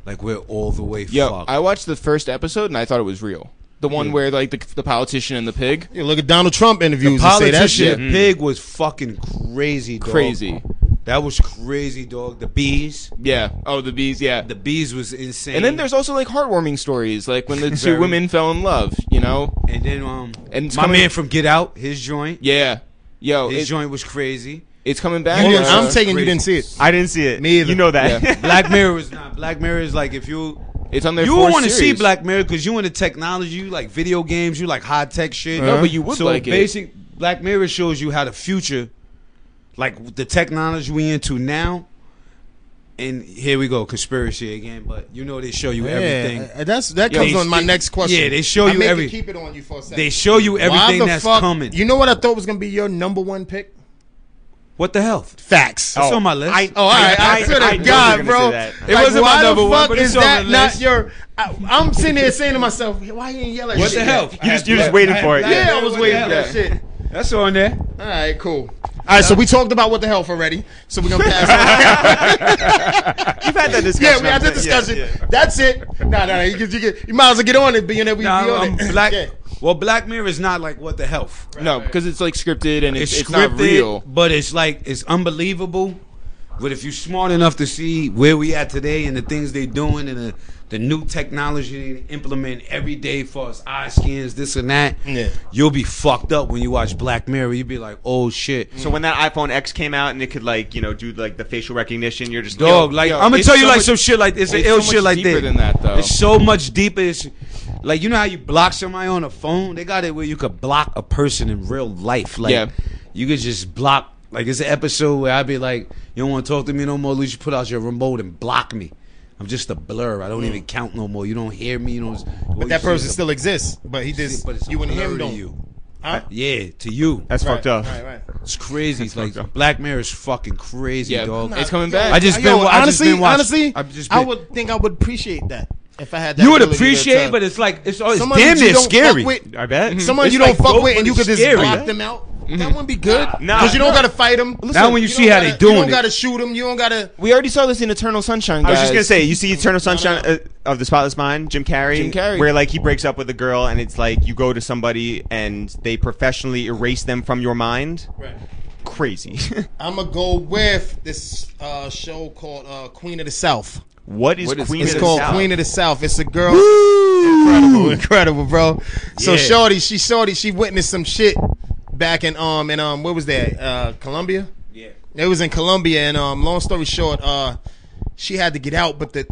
[SPEAKER 6] Like we're all the way
[SPEAKER 1] Yo,
[SPEAKER 6] fucked.
[SPEAKER 1] I watched the first episode and I thought it was real. The one where like the, the politician and the pig,
[SPEAKER 4] You look at Donald Trump interviews and say that
[SPEAKER 6] Politician
[SPEAKER 4] shit.
[SPEAKER 6] the pig was fucking crazy. Dog.
[SPEAKER 1] crazy.
[SPEAKER 6] That was crazy, dog. The bees.
[SPEAKER 1] Yeah. Oh, the bees. Yeah.
[SPEAKER 6] The bees was insane.
[SPEAKER 1] and then there's also like heartwarming stories, like when the two
[SPEAKER 6] Very.
[SPEAKER 1] women fell in love. You know.
[SPEAKER 6] and then um
[SPEAKER 1] And
[SPEAKER 6] and
[SPEAKER 1] it's
[SPEAKER 6] my
[SPEAKER 1] coming-
[SPEAKER 6] man from Get Out, his joint.
[SPEAKER 1] Yeah. Yo,
[SPEAKER 6] His
[SPEAKER 1] it,
[SPEAKER 6] joint was crazy.
[SPEAKER 1] it's coming back.
[SPEAKER 4] Hold on,
[SPEAKER 1] uh,
[SPEAKER 4] I'm taking you didn't see it.
[SPEAKER 2] I didn't see it.
[SPEAKER 4] Me either.
[SPEAKER 2] You know that. *laughs*
[SPEAKER 1] Yeah.
[SPEAKER 6] Black Mirror is not. Black Mirror is like if you
[SPEAKER 1] it's on their.
[SPEAKER 6] you
[SPEAKER 1] fourth
[SPEAKER 6] want to see
[SPEAKER 1] series.
[SPEAKER 6] Black Mirror because you into technology, you like video games, you like high tech shit.
[SPEAKER 1] No, but you would
[SPEAKER 6] so
[SPEAKER 1] like it.
[SPEAKER 6] basic, Black Mirror shows you how the future, like the technology we into now. And here we go, conspiracy again. But you know they show you everything.
[SPEAKER 4] Yeah, uh, that's that
[SPEAKER 6] Yo,
[SPEAKER 4] comes
[SPEAKER 6] they-
[SPEAKER 4] on my next question.
[SPEAKER 6] yeah, they show
[SPEAKER 4] I
[SPEAKER 6] you
[SPEAKER 4] make it
[SPEAKER 6] every-
[SPEAKER 4] Keep it on you for a second.
[SPEAKER 6] They show you everything
[SPEAKER 4] Why the
[SPEAKER 6] that's
[SPEAKER 4] fuck,
[SPEAKER 6] coming.
[SPEAKER 4] You know what I thought was gonna be your number one pick?
[SPEAKER 6] what the hell?
[SPEAKER 4] Facts.
[SPEAKER 6] It's on my list.
[SPEAKER 2] I-
[SPEAKER 4] Oh, all right. I,
[SPEAKER 2] I-
[SPEAKER 4] swear
[SPEAKER 2] I
[SPEAKER 4] to
[SPEAKER 2] know
[SPEAKER 4] God,
[SPEAKER 2] you're gonna say
[SPEAKER 4] bro.
[SPEAKER 2] that.
[SPEAKER 6] It wasn't my
[SPEAKER 4] why
[SPEAKER 6] number
[SPEAKER 4] the
[SPEAKER 6] one,
[SPEAKER 4] fuck
[SPEAKER 6] but it's
[SPEAKER 4] is
[SPEAKER 6] on the
[SPEAKER 4] that
[SPEAKER 6] list.
[SPEAKER 4] not your? I, I'm sitting there saying to myself, why you didn't yell at
[SPEAKER 6] what
[SPEAKER 4] shit?
[SPEAKER 6] the hell?
[SPEAKER 2] You just, you're just waiting for it.
[SPEAKER 4] Yeah, I
[SPEAKER 6] What
[SPEAKER 4] was
[SPEAKER 6] the
[SPEAKER 4] waiting
[SPEAKER 6] hell?
[SPEAKER 4] for that shit.
[SPEAKER 6] That's on there.
[SPEAKER 4] All right, cool. All right, so we talked about what the health already. So *laughs* we're gonna pass. on.
[SPEAKER 2] You've had that discussion.
[SPEAKER 4] *laughs* yeah, we had the
[SPEAKER 2] I'm saying.
[SPEAKER 4] discussion. That's it. No, no, no. You, can, you, can, you might as well get on it, being that we
[SPEAKER 6] Nah,
[SPEAKER 4] be on
[SPEAKER 6] I'm
[SPEAKER 4] it.
[SPEAKER 6] black.
[SPEAKER 4] *laughs* Yeah.
[SPEAKER 6] Well, Black Mirror is not like what the health.
[SPEAKER 1] no, because it's like scripted and it's,
[SPEAKER 6] It's,
[SPEAKER 1] it's,
[SPEAKER 6] scripted,
[SPEAKER 1] not real.
[SPEAKER 6] but it's like it's unbelievable. But if you're smart enough to see where we at today and the things they're doing and the, the new technology they implement every day for us eye scans, this and that,
[SPEAKER 4] Yeah.
[SPEAKER 6] you'll be fucked up when you watch Black Mirror. You'll be like, oh shit.
[SPEAKER 2] So when that iPhone X came out and it could like you know do like the facial recognition, you're just
[SPEAKER 6] Dog,
[SPEAKER 2] Yo,
[SPEAKER 6] like
[SPEAKER 1] yo,
[SPEAKER 6] I'm gonna
[SPEAKER 1] it's
[SPEAKER 6] tell you
[SPEAKER 1] so
[SPEAKER 6] like
[SPEAKER 1] much-
[SPEAKER 6] some shit like
[SPEAKER 1] it's
[SPEAKER 6] it's, an ill
[SPEAKER 1] so much
[SPEAKER 6] shit like
[SPEAKER 1] deeper
[SPEAKER 6] that.
[SPEAKER 1] than that, though.
[SPEAKER 6] It's so much deeper. It's like you know how you block somebody on a phone. They got it where you could block a person in real life. Like
[SPEAKER 1] Yeah.
[SPEAKER 6] you could just block. Like it's an episode where I'd be like, "You don't want to talk to me no more. Luis, you put out your remote and block me. I'm just a blur. I don't even
[SPEAKER 1] Mm.
[SPEAKER 6] count no more. You don't hear me. You don't."
[SPEAKER 4] But that person still exists. But he just you and him don't.
[SPEAKER 6] You.
[SPEAKER 4] Huh?
[SPEAKER 6] Yeah, to you.
[SPEAKER 2] that's fucked up.
[SPEAKER 4] Right, right.
[SPEAKER 6] It's crazy. It's like Black Mirror is fucking crazy,
[SPEAKER 1] Yeah,
[SPEAKER 6] dog.
[SPEAKER 1] it's coming
[SPEAKER 4] Yo,
[SPEAKER 1] back.
[SPEAKER 6] I just
[SPEAKER 4] yo,
[SPEAKER 6] been wa- I
[SPEAKER 4] honestly,
[SPEAKER 6] just been watching-
[SPEAKER 4] honestly,
[SPEAKER 6] I've just
[SPEAKER 4] I
[SPEAKER 6] been-
[SPEAKER 4] would think I would appreciate that if I had that.
[SPEAKER 6] you would
[SPEAKER 4] ability to
[SPEAKER 6] appreciate,
[SPEAKER 4] tell-
[SPEAKER 6] but it's like it's, oh, it's
[SPEAKER 4] Someone
[SPEAKER 6] damn
[SPEAKER 4] that you
[SPEAKER 6] near
[SPEAKER 4] don't fuck
[SPEAKER 6] scary.
[SPEAKER 4] with-
[SPEAKER 2] I bet.
[SPEAKER 4] someone
[SPEAKER 6] It's
[SPEAKER 4] you don't
[SPEAKER 6] like
[SPEAKER 4] fuck
[SPEAKER 6] dope,
[SPEAKER 4] with
[SPEAKER 6] but
[SPEAKER 4] and you
[SPEAKER 6] it's
[SPEAKER 4] could just
[SPEAKER 6] scary, Mhm.
[SPEAKER 4] block
[SPEAKER 6] yeah.
[SPEAKER 4] them out. That wouldn't be good
[SPEAKER 2] Nah,
[SPEAKER 4] because you don't
[SPEAKER 2] nah.
[SPEAKER 4] gotta fight them.
[SPEAKER 6] Now when you see
[SPEAKER 4] don't
[SPEAKER 6] how they
[SPEAKER 4] gotta-
[SPEAKER 6] doing
[SPEAKER 4] you don't
[SPEAKER 6] it.
[SPEAKER 4] gotta shoot them. You don't gotta.
[SPEAKER 1] we already saw this in Eternal Sunshine.
[SPEAKER 2] I was just
[SPEAKER 1] guys.
[SPEAKER 2] gonna say, you see Eternal Sunshine uh, of the Spotless Mind, Jim Carrey,
[SPEAKER 1] Jim Carrey.
[SPEAKER 2] where like he breaks up with a girl, and it's like you go to somebody and they professionally erase them from your mind. Crazy. *laughs*
[SPEAKER 4] I'm gonna go with this uh, show called uh, Queen of the South.
[SPEAKER 2] what is
[SPEAKER 1] What is-
[SPEAKER 2] Queen
[SPEAKER 1] it's
[SPEAKER 2] of the
[SPEAKER 4] It's called
[SPEAKER 2] South?
[SPEAKER 4] Queen of the South. It's a girl. Incredible, incredible, bro. So Shorty, she Shorty, she witnessed some shit back in um in um where was that? Uh Colombia? Yeah. It was in Colombia and um long story short, uh she had to get out, but the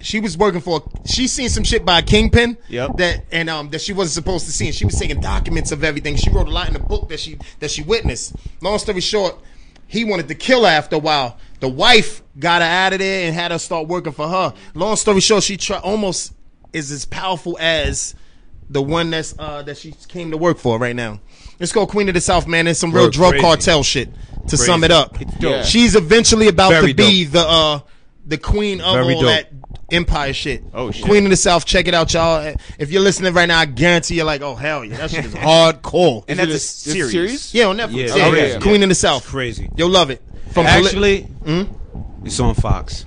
[SPEAKER 4] she was working for she seen some shit by a kingpin
[SPEAKER 2] Yep.
[SPEAKER 4] that and um that she wasn't supposed to see and she was taking documents of everything. She wrote a lot in the book that she that she witnessed. Long story short, he wanted to kill her after a while. The wife got her out of there and had her start working for her. Long story short, she try, almost is as powerful as the one that's uh that she came to work for right now. It's called Queen of the South, man. It's some real
[SPEAKER 6] Word,
[SPEAKER 4] drug
[SPEAKER 6] crazy.
[SPEAKER 4] cartel shit. To sum it up,
[SPEAKER 1] dope.
[SPEAKER 4] she's eventually about
[SPEAKER 6] Very
[SPEAKER 4] to be the uh the queen of
[SPEAKER 6] Very
[SPEAKER 4] all
[SPEAKER 6] dope.
[SPEAKER 4] that empire shit.
[SPEAKER 2] Oh, shit.
[SPEAKER 4] Queen of the South, check it out, y'all. If you're listening right now, I guarantee you're like, oh hell yeah, that shit *laughs* is hardcore.
[SPEAKER 2] and that's a
[SPEAKER 1] Is it
[SPEAKER 2] series.
[SPEAKER 1] series?
[SPEAKER 4] yeah, on Netflix.
[SPEAKER 6] Yeah,
[SPEAKER 4] Yeah,
[SPEAKER 6] oh,
[SPEAKER 4] yeah.
[SPEAKER 1] yeah.
[SPEAKER 4] Queen of the South.
[SPEAKER 6] crazy.
[SPEAKER 4] You'll love it. From Poli-
[SPEAKER 6] Actually, it's on Fox.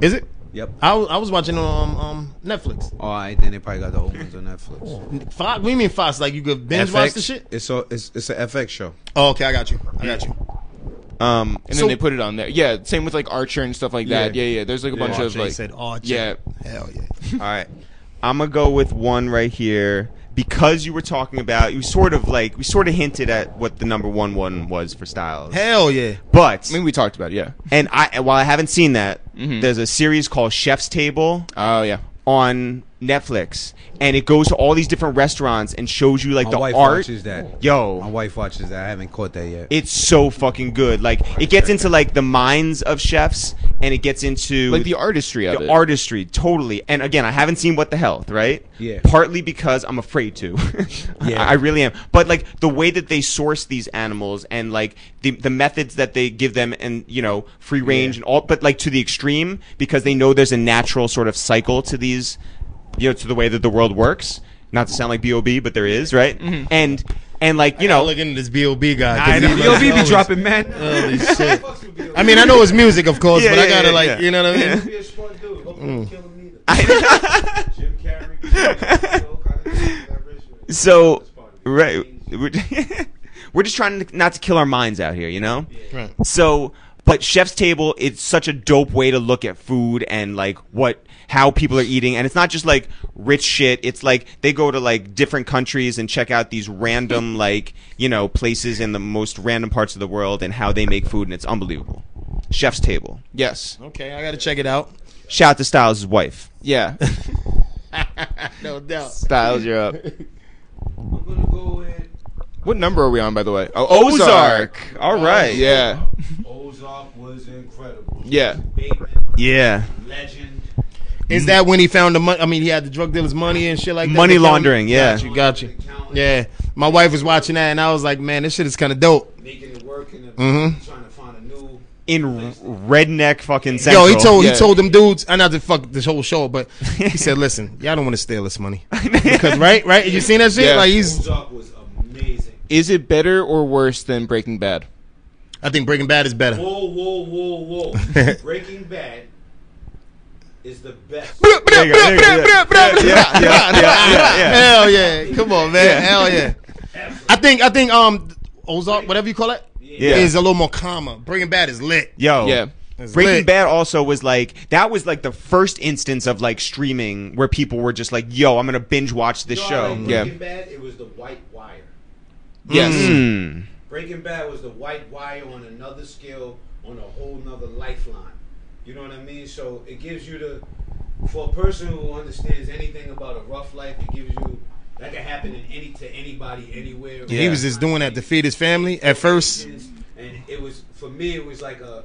[SPEAKER 4] is it?
[SPEAKER 6] Yep.
[SPEAKER 4] I, was- I was watching on um, um, Netflix.
[SPEAKER 6] All right, then they probably got the old ones on Netflix.
[SPEAKER 4] Fox? What do you mean Fox? Like you could binge watch the shit?
[SPEAKER 6] Oh. It's a it's, it's an FX show.
[SPEAKER 4] Oh, okay, I got you. I got you.
[SPEAKER 2] Um,
[SPEAKER 1] And
[SPEAKER 4] So-
[SPEAKER 1] then they put it on there. Yeah, same with like Archer and stuff like that. Yeah, yeah. There's like a bunch of
[SPEAKER 4] Jay
[SPEAKER 1] like.
[SPEAKER 4] said, oh,
[SPEAKER 1] yeah,
[SPEAKER 4] Jay. hell yeah.
[SPEAKER 2] All right. I'm going to go with one right here because you were talking about you sort of like we sort of hinted at what the number 1 one was for Styles.
[SPEAKER 4] Hell yeah.
[SPEAKER 2] But
[SPEAKER 1] I mean we talked about it. Yeah.
[SPEAKER 2] and I and while I haven't seen that,
[SPEAKER 6] Mm-hmm.
[SPEAKER 2] there's a series called Chef's Table
[SPEAKER 1] Oh yeah.
[SPEAKER 2] on Netflix and it goes to all these different restaurants and shows you like
[SPEAKER 6] My
[SPEAKER 2] the
[SPEAKER 6] wife
[SPEAKER 2] art.
[SPEAKER 6] watches that.
[SPEAKER 2] Yo.
[SPEAKER 6] My wife watches that. I haven't caught that yet.
[SPEAKER 2] It's so fucking good. Like it gets into like the minds of chefs and it gets into
[SPEAKER 1] Like the artistry of
[SPEAKER 2] the
[SPEAKER 1] it.
[SPEAKER 2] artistry totally and again i haven't seen what the health right
[SPEAKER 6] Yeah.
[SPEAKER 2] partly because i'm afraid to *laughs*
[SPEAKER 6] Yeah.
[SPEAKER 2] yeah I, I really am but like the way that they source these animals and like the, the methods that they give them and you know free range and all but like to the extreme because they know there's a natural sort of cycle to these you know to the way that the world works not to sound like bob but there is right and and like you know
[SPEAKER 4] Look into this B.O.B. guy. 'cause
[SPEAKER 2] I know.
[SPEAKER 4] he
[SPEAKER 2] Yo,
[SPEAKER 4] loves
[SPEAKER 2] B.O.B.
[SPEAKER 4] always-
[SPEAKER 6] man.
[SPEAKER 4] Holy *laughs* shit. I mean, I know it's music, of
[SPEAKER 6] *laughs*
[SPEAKER 4] course,
[SPEAKER 2] Yeah,
[SPEAKER 4] but I
[SPEAKER 2] yeah,
[SPEAKER 4] gotta
[SPEAKER 2] yeah,
[SPEAKER 4] like,
[SPEAKER 2] yeah.
[SPEAKER 4] you know what I mean?
[SPEAKER 2] so right we're, *laughs* we're just trying to, not to kill our minds out here you know
[SPEAKER 4] Right.
[SPEAKER 2] so but chef's table it's such a dope way to look at food and like what how people are eating and it's not just like rich shit it's like they go to like different countries and check out these random like you know places in the most random parts of the world and how they make food and it's unbelievable chef's table
[SPEAKER 1] Yes.
[SPEAKER 4] Okay, I gotta check it out.
[SPEAKER 2] shout out to styles' wife
[SPEAKER 1] Yeah.
[SPEAKER 4] No doubt.
[SPEAKER 1] Styles, you're up.
[SPEAKER 9] I'm gonna go with
[SPEAKER 6] *laughs*
[SPEAKER 1] What number are we on, by the way? Oh, Ozark.
[SPEAKER 2] all right
[SPEAKER 1] Yeah.
[SPEAKER 9] Ozark was incredible.
[SPEAKER 1] Yeah.
[SPEAKER 9] Bateman,
[SPEAKER 2] yeah
[SPEAKER 9] legend.
[SPEAKER 4] Is that when he found the money? I mean, he had the drug dealer's money and shit like that.
[SPEAKER 2] Money
[SPEAKER 4] They found-
[SPEAKER 2] laundering, yeah.
[SPEAKER 4] Got you, got you. Yeah, my wife was watching that, and I was like, man, this shit is kind of dope.
[SPEAKER 9] Making it work and
[SPEAKER 6] Mm-hmm.
[SPEAKER 9] trying to find a new.
[SPEAKER 2] in r- redneck fucking central
[SPEAKER 4] Yo, he told
[SPEAKER 1] Yeah.
[SPEAKER 4] he told them dudes, I not to fuck this whole show, but he
[SPEAKER 2] *laughs*
[SPEAKER 4] said, listen, y'all don't want to steal this money because right, right, you seen that shit?
[SPEAKER 1] Yeah.
[SPEAKER 4] Like he's,
[SPEAKER 9] Ozark was amazing.
[SPEAKER 1] Is it better or worse than Breaking Bad?
[SPEAKER 4] I think Breaking Bad is better.
[SPEAKER 9] Whoa, whoa, whoa, whoa! Breaking Bad
[SPEAKER 8] is the best.
[SPEAKER 2] There you go, there you go, yeah. Yeah, yeah, yeah, yeah, yeah, yeah.
[SPEAKER 4] Hell yeah! Come on, man. Hell yeah! I think I think um Ozark, whatever you call it, is
[SPEAKER 2] Yeah.
[SPEAKER 4] a little more calmer. Breaking Bad is lit.
[SPEAKER 2] Yo.
[SPEAKER 1] Yeah.
[SPEAKER 4] It's
[SPEAKER 2] Breaking
[SPEAKER 4] lit.
[SPEAKER 2] Bad also was like that was like the first instance of like streaming where people were just like, "Yo, I'm gonna binge watch this show."
[SPEAKER 8] Breaking
[SPEAKER 1] Yeah.
[SPEAKER 8] Bad, it was the White Wire.
[SPEAKER 1] Yes.
[SPEAKER 2] Mm.
[SPEAKER 8] Breaking Bad was the White Wire on another scale, on a whole nother lifeline. You know what I mean? So it gives you the for a person who understands anything about a rough life, it gives you that can happen in any to anybody anywhere.
[SPEAKER 4] He was just doing that to feed his family at first.
[SPEAKER 8] and it was for me it was like a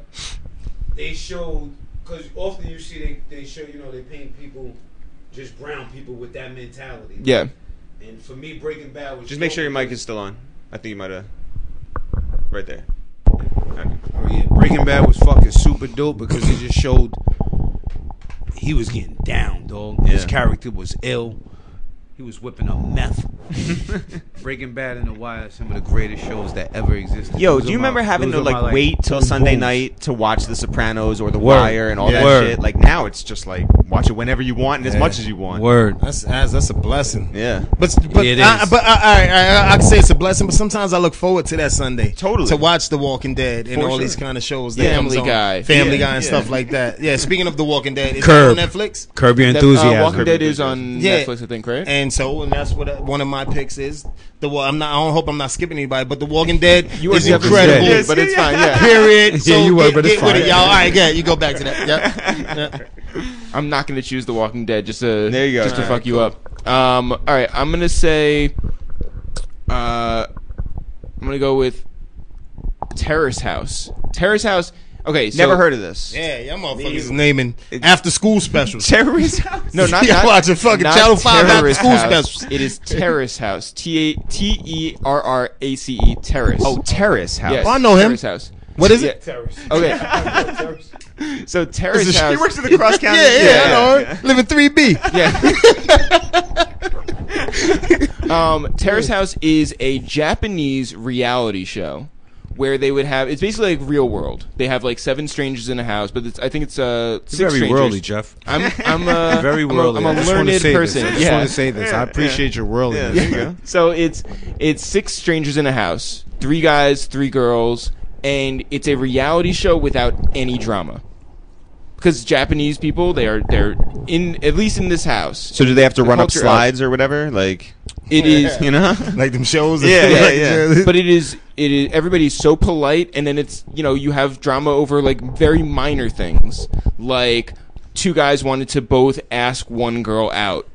[SPEAKER 8] they showed because often you see they, they show you know they paint people just brown people with that mentality
[SPEAKER 1] Yeah.
[SPEAKER 8] and for me breaking bad was
[SPEAKER 2] Just make sure your
[SPEAKER 8] dope
[SPEAKER 2] mic is still on. I think you might have right there. Okay.
[SPEAKER 3] Oh, yeah. Breaking Bad was fucking super dope because it just showed he was getting down, dog. His
[SPEAKER 2] Yeah.
[SPEAKER 3] character was ill. He was whipping up
[SPEAKER 2] *laughs*
[SPEAKER 3] meth. Breaking Bad and The Wire, are some of the greatest shows that ever existed.
[SPEAKER 2] Yo,
[SPEAKER 3] Those
[SPEAKER 2] do you
[SPEAKER 3] are my-
[SPEAKER 2] remember having to
[SPEAKER 3] those are
[SPEAKER 2] like,
[SPEAKER 3] my,
[SPEAKER 2] wait till
[SPEAKER 3] those
[SPEAKER 2] Sunday
[SPEAKER 3] bones.
[SPEAKER 2] night to watch The Sopranos or The
[SPEAKER 3] Word.
[SPEAKER 2] Wire and all
[SPEAKER 4] Yeah.
[SPEAKER 2] that
[SPEAKER 4] Word.
[SPEAKER 2] shit? Like now, it's just like watch it whenever you want and as much as you want.
[SPEAKER 3] Word.
[SPEAKER 4] That's as that's a blessing.
[SPEAKER 2] Yeah.
[SPEAKER 4] But but
[SPEAKER 3] It
[SPEAKER 4] I,
[SPEAKER 3] is.
[SPEAKER 4] but I, I, I, I can say it's a blessing. But sometimes I look forward to that Sunday
[SPEAKER 2] Totally.
[SPEAKER 4] to watch The Walking Dead and
[SPEAKER 2] For
[SPEAKER 4] all
[SPEAKER 2] sure.
[SPEAKER 4] these kind of shows. That
[SPEAKER 1] Family
[SPEAKER 4] comes on.
[SPEAKER 1] Guy.
[SPEAKER 4] Family
[SPEAKER 2] Yeah,
[SPEAKER 4] Guy, and
[SPEAKER 2] yeah.
[SPEAKER 4] stuff like that. Yeah. Speaking of The Walking Dead, is
[SPEAKER 3] Curb.
[SPEAKER 4] that on Netflix.
[SPEAKER 3] Curb Your
[SPEAKER 1] That, uh,
[SPEAKER 3] Enthusiasm.
[SPEAKER 1] Walking Dead is on
[SPEAKER 4] Yeah.
[SPEAKER 1] Netflix, I think, right?
[SPEAKER 4] And so, and that's what uh, one of my picks is. The Wa- I'm not. I don't hope I'm not skipping anybody, but The Walking Dead is incredible.
[SPEAKER 1] Yeah, but it's fine. Yeah.
[SPEAKER 4] Period. So
[SPEAKER 3] you were,
[SPEAKER 4] get,
[SPEAKER 3] but it's
[SPEAKER 4] get with
[SPEAKER 3] fine.
[SPEAKER 4] it, y'all. All right, yeah, you go back to that. Yep. Yep.
[SPEAKER 1] I'm not gonna choose The Walking Dead just to
[SPEAKER 2] There you go.
[SPEAKER 1] just to
[SPEAKER 2] All
[SPEAKER 1] fuck you up. Um. All right. I'm gonna say. Uh, I'm gonna go with Terrace House. Terrace House. Okay. So,
[SPEAKER 2] Never heard of this.
[SPEAKER 4] Yeah, y'all motherfuckers naming after school specials.
[SPEAKER 2] Terrorist house?
[SPEAKER 1] No, not
[SPEAKER 4] Y'all
[SPEAKER 1] not,
[SPEAKER 4] watching fucking
[SPEAKER 1] not
[SPEAKER 4] Channel 5 after
[SPEAKER 1] Terrace
[SPEAKER 4] school
[SPEAKER 1] House.
[SPEAKER 4] specials.
[SPEAKER 1] It is Terrace House. T a t e r r a c e. Terrace.
[SPEAKER 2] Oh, terrace house.
[SPEAKER 1] yes,
[SPEAKER 4] I know him.
[SPEAKER 1] Terrace House.
[SPEAKER 4] What is it?
[SPEAKER 1] Yeah. Okay. so Terrace *laughs*
[SPEAKER 2] She
[SPEAKER 1] House.
[SPEAKER 2] works at the cross county.
[SPEAKER 4] Yeah, yeah, I know.
[SPEAKER 2] yeah.
[SPEAKER 4] her. Living 3B.
[SPEAKER 1] Yeah. um, Terrace House is a Japanese reality show where they would have it's basically like Real World. They have like seven strangers in a house, but it's, I think it's uh six
[SPEAKER 3] Very
[SPEAKER 1] strangers.
[SPEAKER 3] worldly, Jeff.
[SPEAKER 1] I'm I'm uh,
[SPEAKER 3] Very
[SPEAKER 1] I'm a-
[SPEAKER 3] worldly.
[SPEAKER 1] I'm a,
[SPEAKER 3] I just wanna
[SPEAKER 1] learned
[SPEAKER 3] say
[SPEAKER 1] person.
[SPEAKER 3] This. I just
[SPEAKER 1] yeah.
[SPEAKER 3] want to say this. I appreciate your worldliness.
[SPEAKER 2] Yeah. There you go.
[SPEAKER 1] So it's it's six strangers in a house, three guys, three girls, and it's a reality show without any drama. Because Japanese people, they are they're in at least in this house,
[SPEAKER 2] So do they have to
[SPEAKER 1] The
[SPEAKER 2] run up
[SPEAKER 1] culture of-
[SPEAKER 2] slides or whatever? Like,
[SPEAKER 1] it is.
[SPEAKER 2] you know?
[SPEAKER 4] Like them shows.
[SPEAKER 1] *laughs*
[SPEAKER 2] Yeah, yeah, yeah.
[SPEAKER 1] But it is it is everybody's so polite, and then it's you know you have drama over like very minor things, like two guys wanted to both ask one girl out,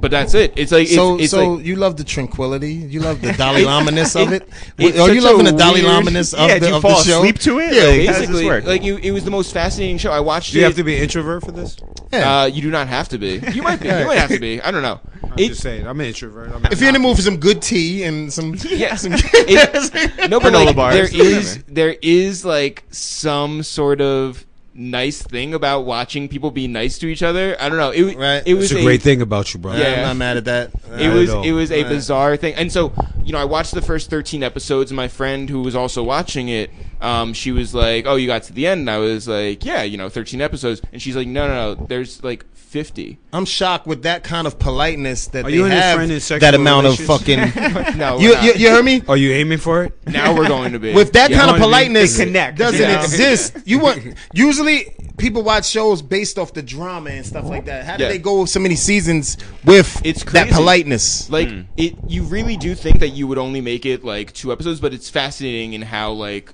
[SPEAKER 1] but that's it. It's like it's,
[SPEAKER 4] So,
[SPEAKER 1] it's
[SPEAKER 4] so
[SPEAKER 1] like
[SPEAKER 4] you love the tranquility. You love the Dalai Lama-ness of it.
[SPEAKER 1] it's
[SPEAKER 4] Are you
[SPEAKER 1] such a
[SPEAKER 4] loving the Dalai
[SPEAKER 1] weird-
[SPEAKER 4] Lama-ness of,
[SPEAKER 2] yeah,
[SPEAKER 4] the,
[SPEAKER 2] do you
[SPEAKER 4] of the
[SPEAKER 2] fall
[SPEAKER 4] show?
[SPEAKER 2] asleep to it? like, how
[SPEAKER 4] Yeah,
[SPEAKER 2] does this
[SPEAKER 1] basically
[SPEAKER 2] work?
[SPEAKER 1] like you. It was the most fascinating show. I watched
[SPEAKER 3] Do
[SPEAKER 1] it.
[SPEAKER 3] you have to be an introvert for this?
[SPEAKER 4] Yeah.
[SPEAKER 1] Uh, you do not have to be. You might be. You might have to be. I don't know.
[SPEAKER 3] I'm
[SPEAKER 1] It-
[SPEAKER 3] just saying. I'm an introvert. I'm
[SPEAKER 4] if you're in the mood for some good tea and some,
[SPEAKER 1] Yeah.
[SPEAKER 4] some *laughs*
[SPEAKER 1] It- no, but
[SPEAKER 2] Granola
[SPEAKER 1] like,
[SPEAKER 2] bars,
[SPEAKER 1] there is
[SPEAKER 2] whatever.
[SPEAKER 1] there is like some sort of nice thing about watching people be nice to each other. I don't know. It w-
[SPEAKER 4] Right.
[SPEAKER 1] it
[SPEAKER 3] It's
[SPEAKER 1] was
[SPEAKER 3] a great thing about you, bro.
[SPEAKER 1] Yeah.
[SPEAKER 4] I'm not mad at that.
[SPEAKER 1] It
[SPEAKER 3] I
[SPEAKER 1] was
[SPEAKER 3] know.
[SPEAKER 1] it was a
[SPEAKER 4] Right.
[SPEAKER 1] bizarre thing, and so you know I watched the first thirteen episodes, and my friend who was also watching it, um, she was like, "Oh, you got to the end," and I was like, "Yeah, you know, thirteen episodes," and she's like, "No, no, no, there's like 50.
[SPEAKER 4] I'm shocked with that kind of politeness that
[SPEAKER 3] Are
[SPEAKER 4] they
[SPEAKER 3] you and your
[SPEAKER 4] have.
[SPEAKER 3] friend in sexual
[SPEAKER 4] that amount of
[SPEAKER 3] relations?
[SPEAKER 1] *laughs*
[SPEAKER 4] fucking.
[SPEAKER 1] No,
[SPEAKER 4] you,
[SPEAKER 1] we're
[SPEAKER 4] you
[SPEAKER 1] not.
[SPEAKER 4] you hear me?
[SPEAKER 3] Are you aiming for it?
[SPEAKER 1] now we're going to be
[SPEAKER 4] With that
[SPEAKER 3] Yeah,
[SPEAKER 4] kind
[SPEAKER 3] I
[SPEAKER 4] of
[SPEAKER 3] wanna be-
[SPEAKER 4] politeness,
[SPEAKER 3] They
[SPEAKER 2] connect.
[SPEAKER 4] doesn't
[SPEAKER 1] Yeah.
[SPEAKER 4] exist. You want usually people watch shows based off the drama and stuff like that. How do
[SPEAKER 1] Yeah.
[SPEAKER 4] they go so many seasons with
[SPEAKER 1] It's
[SPEAKER 4] that
[SPEAKER 1] crazy.
[SPEAKER 4] politeness?
[SPEAKER 1] Like it, you really do think that you would only make it like two episodes, but it's fascinating in how like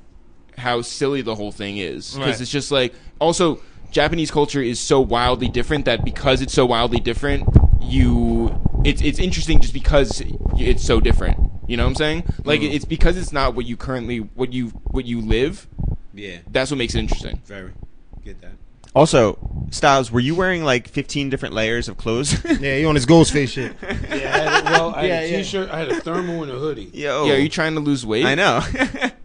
[SPEAKER 1] how silly the whole thing is because
[SPEAKER 4] Right.
[SPEAKER 1] it's just like also Japanese culture is so wildly different that because it's so wildly different, you it's it's interesting just because it's so different. You know what I'm saying? Like it's because it's not what you currently what you what you live.
[SPEAKER 3] Yeah.
[SPEAKER 1] That's what makes it interesting.
[SPEAKER 3] Very. Get that.
[SPEAKER 2] Also, Styles, were you wearing like 15 different layers of clothes?
[SPEAKER 4] Yeah, you on his ghost face shit.
[SPEAKER 3] Yeah, I had, a- well, I had
[SPEAKER 4] Yeah, yeah.
[SPEAKER 3] a t-shirt. I had a thermal and a hoodie.
[SPEAKER 2] Yo.
[SPEAKER 1] Yeah, are you trying to lose weight?
[SPEAKER 2] Oh. I *laughs* know.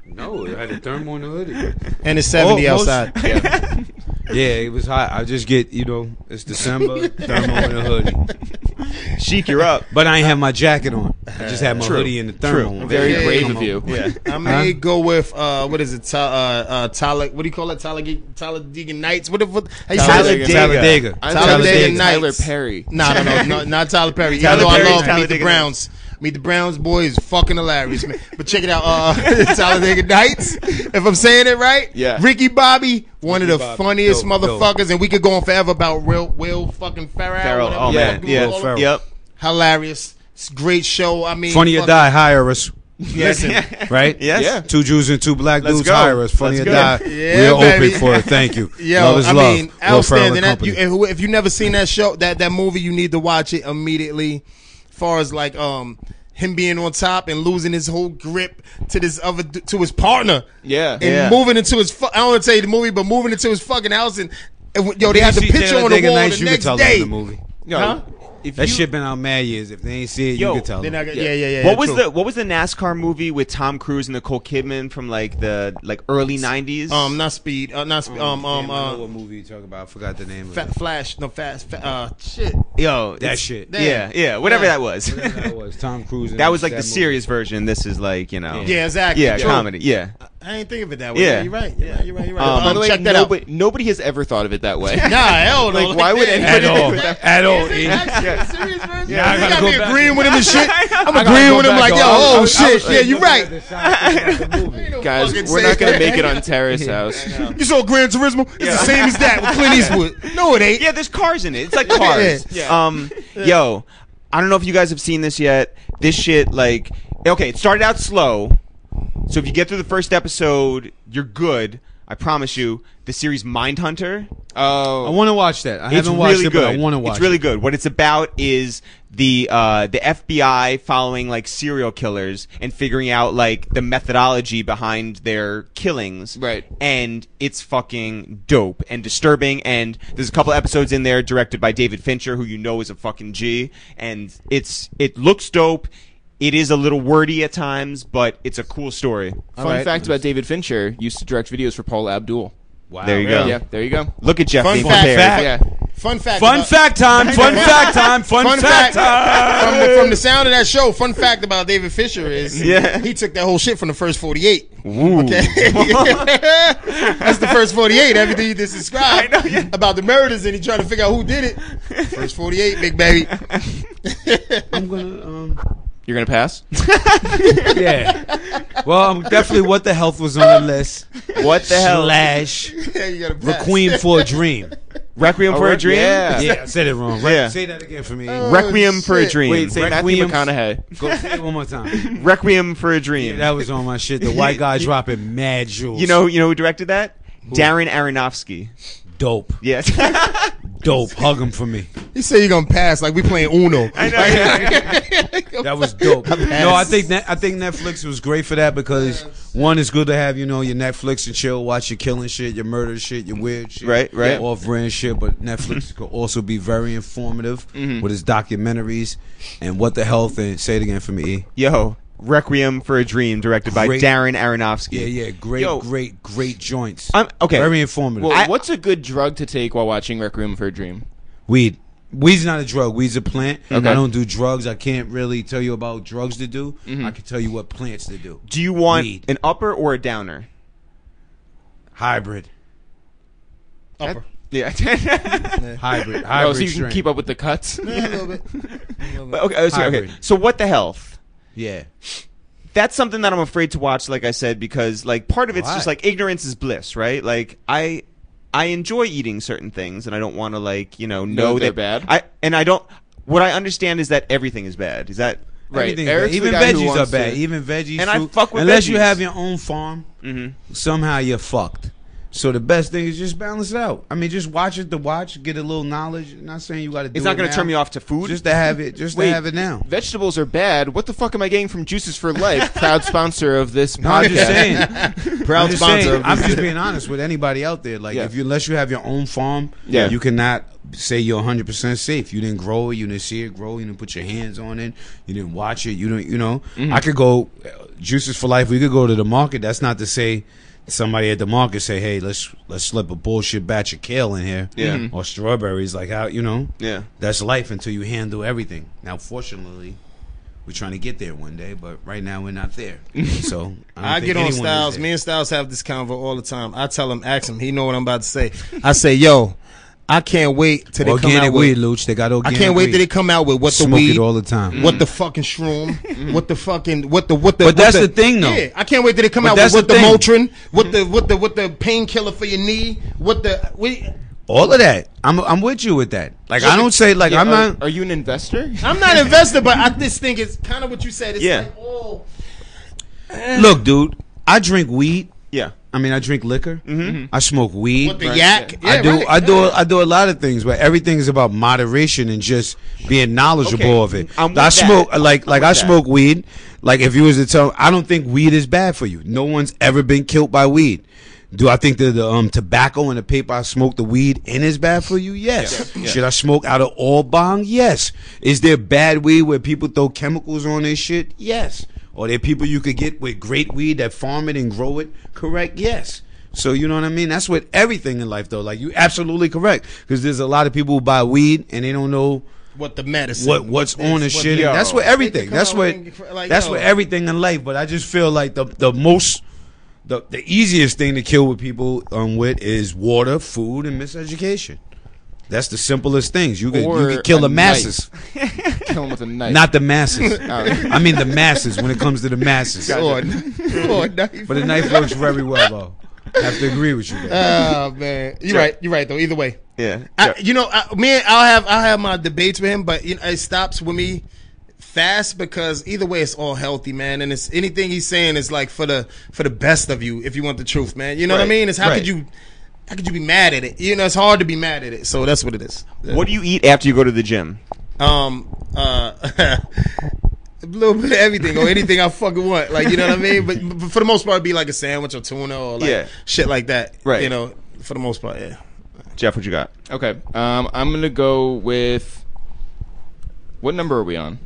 [SPEAKER 3] No, I had a thermal and a hoodie.
[SPEAKER 4] And it's 70
[SPEAKER 3] Almost.
[SPEAKER 4] outside.
[SPEAKER 3] Yeah, it was hot. I just get you know, it's December. thermal and a hoodie.
[SPEAKER 2] Sheik, you're up.
[SPEAKER 6] But I ain't have my jacket on. I just had my hoodie and the thermal.
[SPEAKER 2] True.
[SPEAKER 6] on.
[SPEAKER 2] Very
[SPEAKER 4] Yeah,
[SPEAKER 2] brave
[SPEAKER 4] come
[SPEAKER 2] of you.
[SPEAKER 1] *laughs*
[SPEAKER 2] Yeah.
[SPEAKER 4] I may go with uh, what is it? Ta- uh, uh, Tyler, what do you call it? Talladega, Talladega Nights. What if what, how you say that?
[SPEAKER 2] Talladega.
[SPEAKER 6] Talladega.
[SPEAKER 1] I'm
[SPEAKER 4] Tyler
[SPEAKER 1] Talladega
[SPEAKER 4] Day and
[SPEAKER 1] Tyler
[SPEAKER 4] Nights.
[SPEAKER 1] Perry.
[SPEAKER 4] No, no, no, no, not Tyler Perry.
[SPEAKER 2] Tyler
[SPEAKER 4] Even though I
[SPEAKER 2] Perry's
[SPEAKER 4] love Meet the
[SPEAKER 2] Talladega
[SPEAKER 4] Browns. Meet the Browns boy is fucking hilarious, man. But check it out, uh, *laughs* Talladega Nights. If I'm saying it right,
[SPEAKER 2] Yeah.
[SPEAKER 4] Ricky Bobby, one of the funniest
[SPEAKER 6] Dope, dope.
[SPEAKER 4] motherfuckers, and we could go on forever about Will Will fucking Ferrell.
[SPEAKER 2] Farrell.
[SPEAKER 4] whatever
[SPEAKER 2] Oh
[SPEAKER 4] the
[SPEAKER 2] man.
[SPEAKER 4] fuck
[SPEAKER 2] *laughs*
[SPEAKER 4] you
[SPEAKER 2] Yeah.
[SPEAKER 4] call him.
[SPEAKER 2] Yep.
[SPEAKER 4] hilarious. It's a great show. I mean,
[SPEAKER 6] Funny or
[SPEAKER 4] fuck-
[SPEAKER 6] die, hire us.
[SPEAKER 2] Listen.
[SPEAKER 6] Right?
[SPEAKER 2] Yes.
[SPEAKER 1] Yeah.
[SPEAKER 6] Two Jews and two black
[SPEAKER 2] Let's
[SPEAKER 6] dudes
[SPEAKER 2] go.
[SPEAKER 6] hire us. Funny
[SPEAKER 2] Let's
[SPEAKER 6] or
[SPEAKER 2] go.
[SPEAKER 6] die.
[SPEAKER 4] Yeah,
[SPEAKER 6] We're
[SPEAKER 4] baby.
[SPEAKER 6] open for it. Thank you.
[SPEAKER 4] Yo,
[SPEAKER 6] love is
[SPEAKER 4] I
[SPEAKER 6] love.
[SPEAKER 4] mean,
[SPEAKER 6] Will Ferrell
[SPEAKER 4] outstanding.
[SPEAKER 6] and
[SPEAKER 4] That, you,
[SPEAKER 6] company.
[SPEAKER 4] and who, if you never seen that show, that that movie, you need to watch it immediately. Far as like um him being on top and losing his whole grip to this other d- to his partner,
[SPEAKER 1] Yeah.
[SPEAKER 4] and moving into his. Fu- I don't want to tell you the movie, but moving into his fucking house and. and w- Yo, they
[SPEAKER 6] You
[SPEAKER 4] had the
[SPEAKER 6] see
[SPEAKER 4] picture on the
[SPEAKER 6] Talladega
[SPEAKER 4] wall
[SPEAKER 6] Nights,
[SPEAKER 4] the
[SPEAKER 6] you can
[SPEAKER 4] next
[SPEAKER 6] tell them
[SPEAKER 4] day.
[SPEAKER 6] in the movie.
[SPEAKER 1] Yo,
[SPEAKER 4] Huh?
[SPEAKER 1] if
[SPEAKER 6] That
[SPEAKER 1] you-
[SPEAKER 6] shit been out mad years. If they ain't see it,
[SPEAKER 2] Yo,
[SPEAKER 6] you can tell
[SPEAKER 4] They're
[SPEAKER 6] them.
[SPEAKER 4] not gonna- yeah, yeah, yeah.
[SPEAKER 2] What was
[SPEAKER 4] true.
[SPEAKER 2] the What was the NASCAR movie with Tom Cruise and Nicole Kidman from like the like early '90s?
[SPEAKER 4] um not speed uh, not speed, um um
[SPEAKER 6] Damn, I know
[SPEAKER 4] uh,
[SPEAKER 6] what movie you talk about. I forgot the name of
[SPEAKER 4] fa-
[SPEAKER 6] it.
[SPEAKER 4] flash no fast fa- uh shit
[SPEAKER 2] yo,
[SPEAKER 6] That
[SPEAKER 2] it's-
[SPEAKER 6] shit.
[SPEAKER 4] Damn.
[SPEAKER 2] Yeah, yeah, whatever
[SPEAKER 4] Yeah.
[SPEAKER 2] that was. *laughs*
[SPEAKER 6] Whatever that was Tom Cruise. and
[SPEAKER 2] that was like the
[SPEAKER 6] movie.
[SPEAKER 2] serious version. This is like you know.
[SPEAKER 4] yeah exactly
[SPEAKER 2] Yeah,
[SPEAKER 4] true.
[SPEAKER 2] comedy. Yeah.
[SPEAKER 4] I ain't think of it that way
[SPEAKER 2] Yeah.
[SPEAKER 4] yeah you're right you're right you're right, you're right.
[SPEAKER 2] Um,
[SPEAKER 1] by the
[SPEAKER 4] Um,
[SPEAKER 1] way,
[SPEAKER 4] check that out
[SPEAKER 1] nobody, nobody has ever thought of it that
[SPEAKER 4] *laughs*
[SPEAKER 1] way.
[SPEAKER 4] Nah, hell no.
[SPEAKER 1] Like, why would
[SPEAKER 4] that.
[SPEAKER 1] anybody
[SPEAKER 6] At all.
[SPEAKER 1] do that?
[SPEAKER 6] At all.
[SPEAKER 4] Is it
[SPEAKER 6] E.
[SPEAKER 4] actually a serious version?
[SPEAKER 6] Yeah, I gotta
[SPEAKER 4] You gotta
[SPEAKER 6] go
[SPEAKER 4] be
[SPEAKER 6] back.
[SPEAKER 4] agreeing with him and shit. I'm
[SPEAKER 6] I gotta
[SPEAKER 4] agreeing
[SPEAKER 6] go
[SPEAKER 4] with him
[SPEAKER 6] back
[SPEAKER 4] like,
[SPEAKER 6] on-
[SPEAKER 4] yo,
[SPEAKER 6] I was- I
[SPEAKER 4] oh
[SPEAKER 6] was- I
[SPEAKER 4] shit,
[SPEAKER 6] was
[SPEAKER 4] yeah,
[SPEAKER 6] like
[SPEAKER 4] you
[SPEAKER 6] looking at
[SPEAKER 4] right.
[SPEAKER 6] the side of the movie.
[SPEAKER 1] Guys,
[SPEAKER 4] Fucking
[SPEAKER 1] we're not
[SPEAKER 4] say
[SPEAKER 1] gonna
[SPEAKER 4] that.
[SPEAKER 1] make it on Terrace House.
[SPEAKER 4] You saw Gran Turismo? It's the same as that with Clint Eastwood. No, it ain't.
[SPEAKER 2] Yeah, there's cars in it. It's like cars.
[SPEAKER 1] *laughs* Yeah. Yeah.
[SPEAKER 2] Um, yo, I don't know if you guys have seen this yet. This shit, like, okay, it started out slow. So if you get through the first episode, you're good. I promise you. The series Mindhunter.
[SPEAKER 6] I
[SPEAKER 1] Oh,
[SPEAKER 6] want to watch that. I
[SPEAKER 2] It's
[SPEAKER 6] haven't watched
[SPEAKER 2] really
[SPEAKER 6] it,
[SPEAKER 2] good.
[SPEAKER 6] but I want to watch
[SPEAKER 2] It's really
[SPEAKER 6] it.
[SPEAKER 2] good. What it's about is the uh, the FBI following like serial killers and figuring out like the methodology behind their killings.
[SPEAKER 1] Right.
[SPEAKER 2] And it's fucking dope and disturbing. And there's a couple episodes in there directed by David Fincher, who you know is a fucking G. And it's it looks dope. It is a little wordy at times, but it's a cool story.
[SPEAKER 1] fun fact about David Fincher: used to direct videos for Paul Abdul.
[SPEAKER 6] Wow.
[SPEAKER 2] There you go.
[SPEAKER 1] Yeah, there you go.
[SPEAKER 2] Look at Jeff
[SPEAKER 4] Fun
[SPEAKER 2] being
[SPEAKER 4] fact.
[SPEAKER 2] prepared.
[SPEAKER 4] Fact.
[SPEAKER 1] Yeah,
[SPEAKER 4] *laughs* Fun fact.
[SPEAKER 6] Fun
[SPEAKER 4] about-
[SPEAKER 6] fact time. Fun fact time. Fun,
[SPEAKER 4] Fun
[SPEAKER 6] fact,
[SPEAKER 4] fact,
[SPEAKER 6] time.
[SPEAKER 4] from, the, from the sound of that show, fun fact about David Fisher is
[SPEAKER 2] Yeah.
[SPEAKER 4] he took that whole shit from the first 48. Okay. *laughs* That's the first 48, everything you just described about the murders, and he tried to figure out who did it. First 48, big baby. *laughs*
[SPEAKER 6] I'm gonna. Um,
[SPEAKER 1] you're gonna
[SPEAKER 6] *laughs*
[SPEAKER 1] pass.
[SPEAKER 6] yeah. *laughs* Well, I'm definitely what the health was on the list.
[SPEAKER 2] What the hell?
[SPEAKER 6] Slash
[SPEAKER 4] yeah, you gotta pass.
[SPEAKER 6] Requiem for a Dream.
[SPEAKER 2] Requiem for a
[SPEAKER 1] Alright,
[SPEAKER 2] Dream?
[SPEAKER 1] yeah.
[SPEAKER 6] Yeah, I said it wrong. Right?
[SPEAKER 2] Yeah. Oh.
[SPEAKER 6] Say that again for me.
[SPEAKER 2] Requiem for a
[SPEAKER 4] shit.
[SPEAKER 2] Dream.
[SPEAKER 1] Wait, say Matthew
[SPEAKER 6] Requiem.
[SPEAKER 1] McConaughey.
[SPEAKER 6] Go say it one more time.
[SPEAKER 2] Requiem for a Dream.
[SPEAKER 6] That was on my shit. The
[SPEAKER 2] *laughs*
[SPEAKER 6] white guy dropping mad jewels.
[SPEAKER 2] you know, you know who directed that? Darren Aronofsky.
[SPEAKER 6] dope,
[SPEAKER 2] Yes. *laughs*
[SPEAKER 6] dope. Hug him for me.
[SPEAKER 4] He said you're gonna pass like we playing Uno. I *laughs* know.
[SPEAKER 6] That
[SPEAKER 1] *laughs*
[SPEAKER 6] was dope. no, I think that, I think Netflix was great for that because one, it's good to have you know your Netflix and chill, watch your killing shit, your murder shit, your weird shit,
[SPEAKER 2] Right, right.
[SPEAKER 6] off brand shit. But
[SPEAKER 1] Mm-hmm.
[SPEAKER 6] Netflix could also be very informative with its documentaries and what the health. And say it again for me. E.
[SPEAKER 2] Yo, Requiem for a Dream, directed by
[SPEAKER 6] Great.
[SPEAKER 2] Darren Aronofsky.
[SPEAKER 6] Yeah, yeah, great,
[SPEAKER 2] Yo.
[SPEAKER 6] great, great joints.
[SPEAKER 2] I'm- okay.
[SPEAKER 6] very informative.
[SPEAKER 1] Well,
[SPEAKER 2] I-
[SPEAKER 1] what's a good drug to take while watching Requiem for a Dream?
[SPEAKER 6] Weed. Weed's not a drug. Weed's a plant.
[SPEAKER 1] Okay.
[SPEAKER 6] I don't do drugs. I can't really tell you about drugs to do.
[SPEAKER 1] Mm-hmm.
[SPEAKER 6] I can tell you what plants to do.
[SPEAKER 2] Do you want
[SPEAKER 6] Weed.
[SPEAKER 2] an upper or a downer?
[SPEAKER 6] Hybrid.
[SPEAKER 4] Upper.
[SPEAKER 2] Yeah. *laughs*
[SPEAKER 6] Hybrid. Hybrid.
[SPEAKER 1] Oh, so you
[SPEAKER 6] strain.
[SPEAKER 1] can keep up with the
[SPEAKER 6] *laughs*
[SPEAKER 1] cuts.
[SPEAKER 4] A little bit.
[SPEAKER 2] okay, oh, sorry, okay.
[SPEAKER 6] Hybrid.
[SPEAKER 2] So what the health?
[SPEAKER 6] Yeah.
[SPEAKER 2] That's something that I'm afraid to watch, like I said, because like part of it's
[SPEAKER 6] Why?
[SPEAKER 2] just like ignorance is bliss, right? Like I I enjoy eating certain things and I don't want to like, you know, know,
[SPEAKER 1] Know they're
[SPEAKER 2] that
[SPEAKER 1] bad?
[SPEAKER 2] I and I don't what I understand is that everything is bad. Is that
[SPEAKER 1] Right.
[SPEAKER 6] Everything's
[SPEAKER 1] Eric's the
[SPEAKER 6] bad. Even
[SPEAKER 1] guy who
[SPEAKER 6] veggies are
[SPEAKER 1] wants
[SPEAKER 6] bad.
[SPEAKER 1] to-
[SPEAKER 6] Even veggies.
[SPEAKER 2] And I
[SPEAKER 6] fruit-
[SPEAKER 2] fuck with
[SPEAKER 6] unless you
[SPEAKER 2] veggies. Mm-hmm.
[SPEAKER 6] have your own farm. Somehow you're fucked. So the best thing is just balance it out. I mean, just watch it to watch, get a little knowledge. not saying you got to. do
[SPEAKER 2] It's not
[SPEAKER 6] going
[SPEAKER 2] going to turn me off to food.
[SPEAKER 6] Just to have it. Just
[SPEAKER 1] Wait.
[SPEAKER 6] to have
[SPEAKER 2] *laughs*
[SPEAKER 6] it now.
[SPEAKER 1] Vegetables are bad. What the fuck am I getting from Juices for Life?
[SPEAKER 6] *laughs*
[SPEAKER 1] Proud sponsor of this podcast.
[SPEAKER 6] No, I'm just saying.
[SPEAKER 4] Proud
[SPEAKER 6] I'm just
[SPEAKER 4] sponsor.
[SPEAKER 6] saying,
[SPEAKER 4] of
[SPEAKER 6] I'm
[SPEAKER 4] this.
[SPEAKER 6] just being honest with anybody out there. Like,
[SPEAKER 1] Yeah.
[SPEAKER 6] if you unless you have your own farm,
[SPEAKER 1] Yeah.
[SPEAKER 6] you cannot say you're 100 percent safe. You didn't grow it, you didn't see it grow, you didn't put your hands on it, you didn't
[SPEAKER 4] Mm-hmm.
[SPEAKER 6] watch it. You don't, you know. I could go uh, juices for life. We could go to the market. That's not to say somebody at the market say, "Hey, let's let's slip a bullshit batch of kale in here,
[SPEAKER 2] Yeah.
[SPEAKER 4] Mm-hmm.
[SPEAKER 2] Mhm.
[SPEAKER 6] or strawberries." Like how you know,
[SPEAKER 2] Yeah.
[SPEAKER 6] that's life until you handle everything. Now, fortunately, we're trying to get there one day, but right now we're not
[SPEAKER 4] *laughs*
[SPEAKER 6] there. So
[SPEAKER 4] I get on Styles. Me and Styles have this convo all the time. I tell him, ask him. He know what I'm about to say. I say, yo, I can't wait till they come
[SPEAKER 6] organic
[SPEAKER 4] out
[SPEAKER 6] weed,
[SPEAKER 4] with.
[SPEAKER 6] Luch. They got
[SPEAKER 4] I
[SPEAKER 6] organic.
[SPEAKER 4] can't wait
[SPEAKER 6] weed.
[SPEAKER 4] till they come out with what the
[SPEAKER 6] smoke
[SPEAKER 4] weed,
[SPEAKER 6] it all the time.
[SPEAKER 4] what the fucking shroom, what the fucking what the what the.
[SPEAKER 6] But
[SPEAKER 4] what
[SPEAKER 6] that's the thing, though.
[SPEAKER 4] Yeah, I can't wait till they come
[SPEAKER 6] But
[SPEAKER 4] out
[SPEAKER 6] that's
[SPEAKER 4] with what
[SPEAKER 6] the
[SPEAKER 4] the, Motrin, what the what the what the painkiller for your knee, what the we.
[SPEAKER 6] All of that. I'm I'm with you with that. Like I don't say like
[SPEAKER 1] Yeah,
[SPEAKER 6] I'm
[SPEAKER 4] uh,
[SPEAKER 1] are,
[SPEAKER 6] not.
[SPEAKER 1] Are you an investor? *laughs*
[SPEAKER 4] I'm not invested, but I just think it's kind of what you said. It's
[SPEAKER 2] Yeah.
[SPEAKER 4] like, oh,
[SPEAKER 6] Look, dude, I drink weed.
[SPEAKER 2] Yeah.
[SPEAKER 6] I mean, I drink liquor. Mm-hmm. I smoke weed.
[SPEAKER 4] what the yak.
[SPEAKER 6] I
[SPEAKER 4] Yeah,
[SPEAKER 6] do.
[SPEAKER 4] right.
[SPEAKER 6] I do. I do a lot of things, but everything is about moderation and just being knowledgeable
[SPEAKER 2] Okay,
[SPEAKER 6] of it.
[SPEAKER 2] I'm with
[SPEAKER 6] I
[SPEAKER 2] that.
[SPEAKER 6] smoke like like I
[SPEAKER 2] that.
[SPEAKER 6] smoke weed. Like if you was to tell, I don't think weed is bad for you. No one's ever been killed by weed. Do I think that the um, tobacco and the paper I smoke the weed in is bad for you? Yes. Should I smoke out of all bong? Yes. Is there bad weed where people throw chemicals on their shit? Yes. Are there people you could get with great weed that farm it and grow it? Correct. Yes. So you know what I mean? That's with everything in life, though. Like you, absolutely correct. Because there's a lot of people who buy weed and they don't know
[SPEAKER 4] What the medicine?
[SPEAKER 6] what what's on the
[SPEAKER 4] this, what
[SPEAKER 6] shit.
[SPEAKER 4] the-
[SPEAKER 6] That's what everything.
[SPEAKER 4] come
[SPEAKER 6] That's
[SPEAKER 4] out
[SPEAKER 6] what
[SPEAKER 4] and, like,
[SPEAKER 6] that's
[SPEAKER 4] yo.
[SPEAKER 6] what everything in life. But I just feel like the the most the the easiest thing to kill with people um with is water, food, and miseducation. That's the simplest things. You could
[SPEAKER 1] Or
[SPEAKER 6] you could kill
[SPEAKER 1] a
[SPEAKER 6] the masses,
[SPEAKER 1] Kill him with a knife.
[SPEAKER 6] *laughs* not the masses.
[SPEAKER 1] right.
[SPEAKER 6] I mean the masses. When it comes to the masses,
[SPEAKER 4] Or, *laughs* or knife.
[SPEAKER 6] but the knife works very well though. I have to agree with you. There.
[SPEAKER 4] Oh man, you're right. You're right though. Either way,
[SPEAKER 2] Yeah.
[SPEAKER 4] I, you know, I, me, and- I'll have I'll have my debates with him, but you know, it stops with me fast because either way, it's all healthy, man. And it's anything he's saying is like for the for the best of you, if you want the truth, man. You know what I
[SPEAKER 2] Right,
[SPEAKER 4] mean? It's how
[SPEAKER 6] right.
[SPEAKER 4] could you how could you be mad at it? You know, it's hard to be mad at it. So that's what it is.
[SPEAKER 2] What do you eat after you go to the gym?
[SPEAKER 4] um uh *laughs* a little bit of everything or anything I fucking want. Like you know what I mean? But, but for the most part, it'd be like a sandwich or tuna or like
[SPEAKER 2] Yeah.
[SPEAKER 4] shit like that.
[SPEAKER 2] Right.
[SPEAKER 4] You know, for the most part, yeah.
[SPEAKER 2] Jeff, what you got?
[SPEAKER 1] Okay. Um, I'm gonna go with. What number are we on?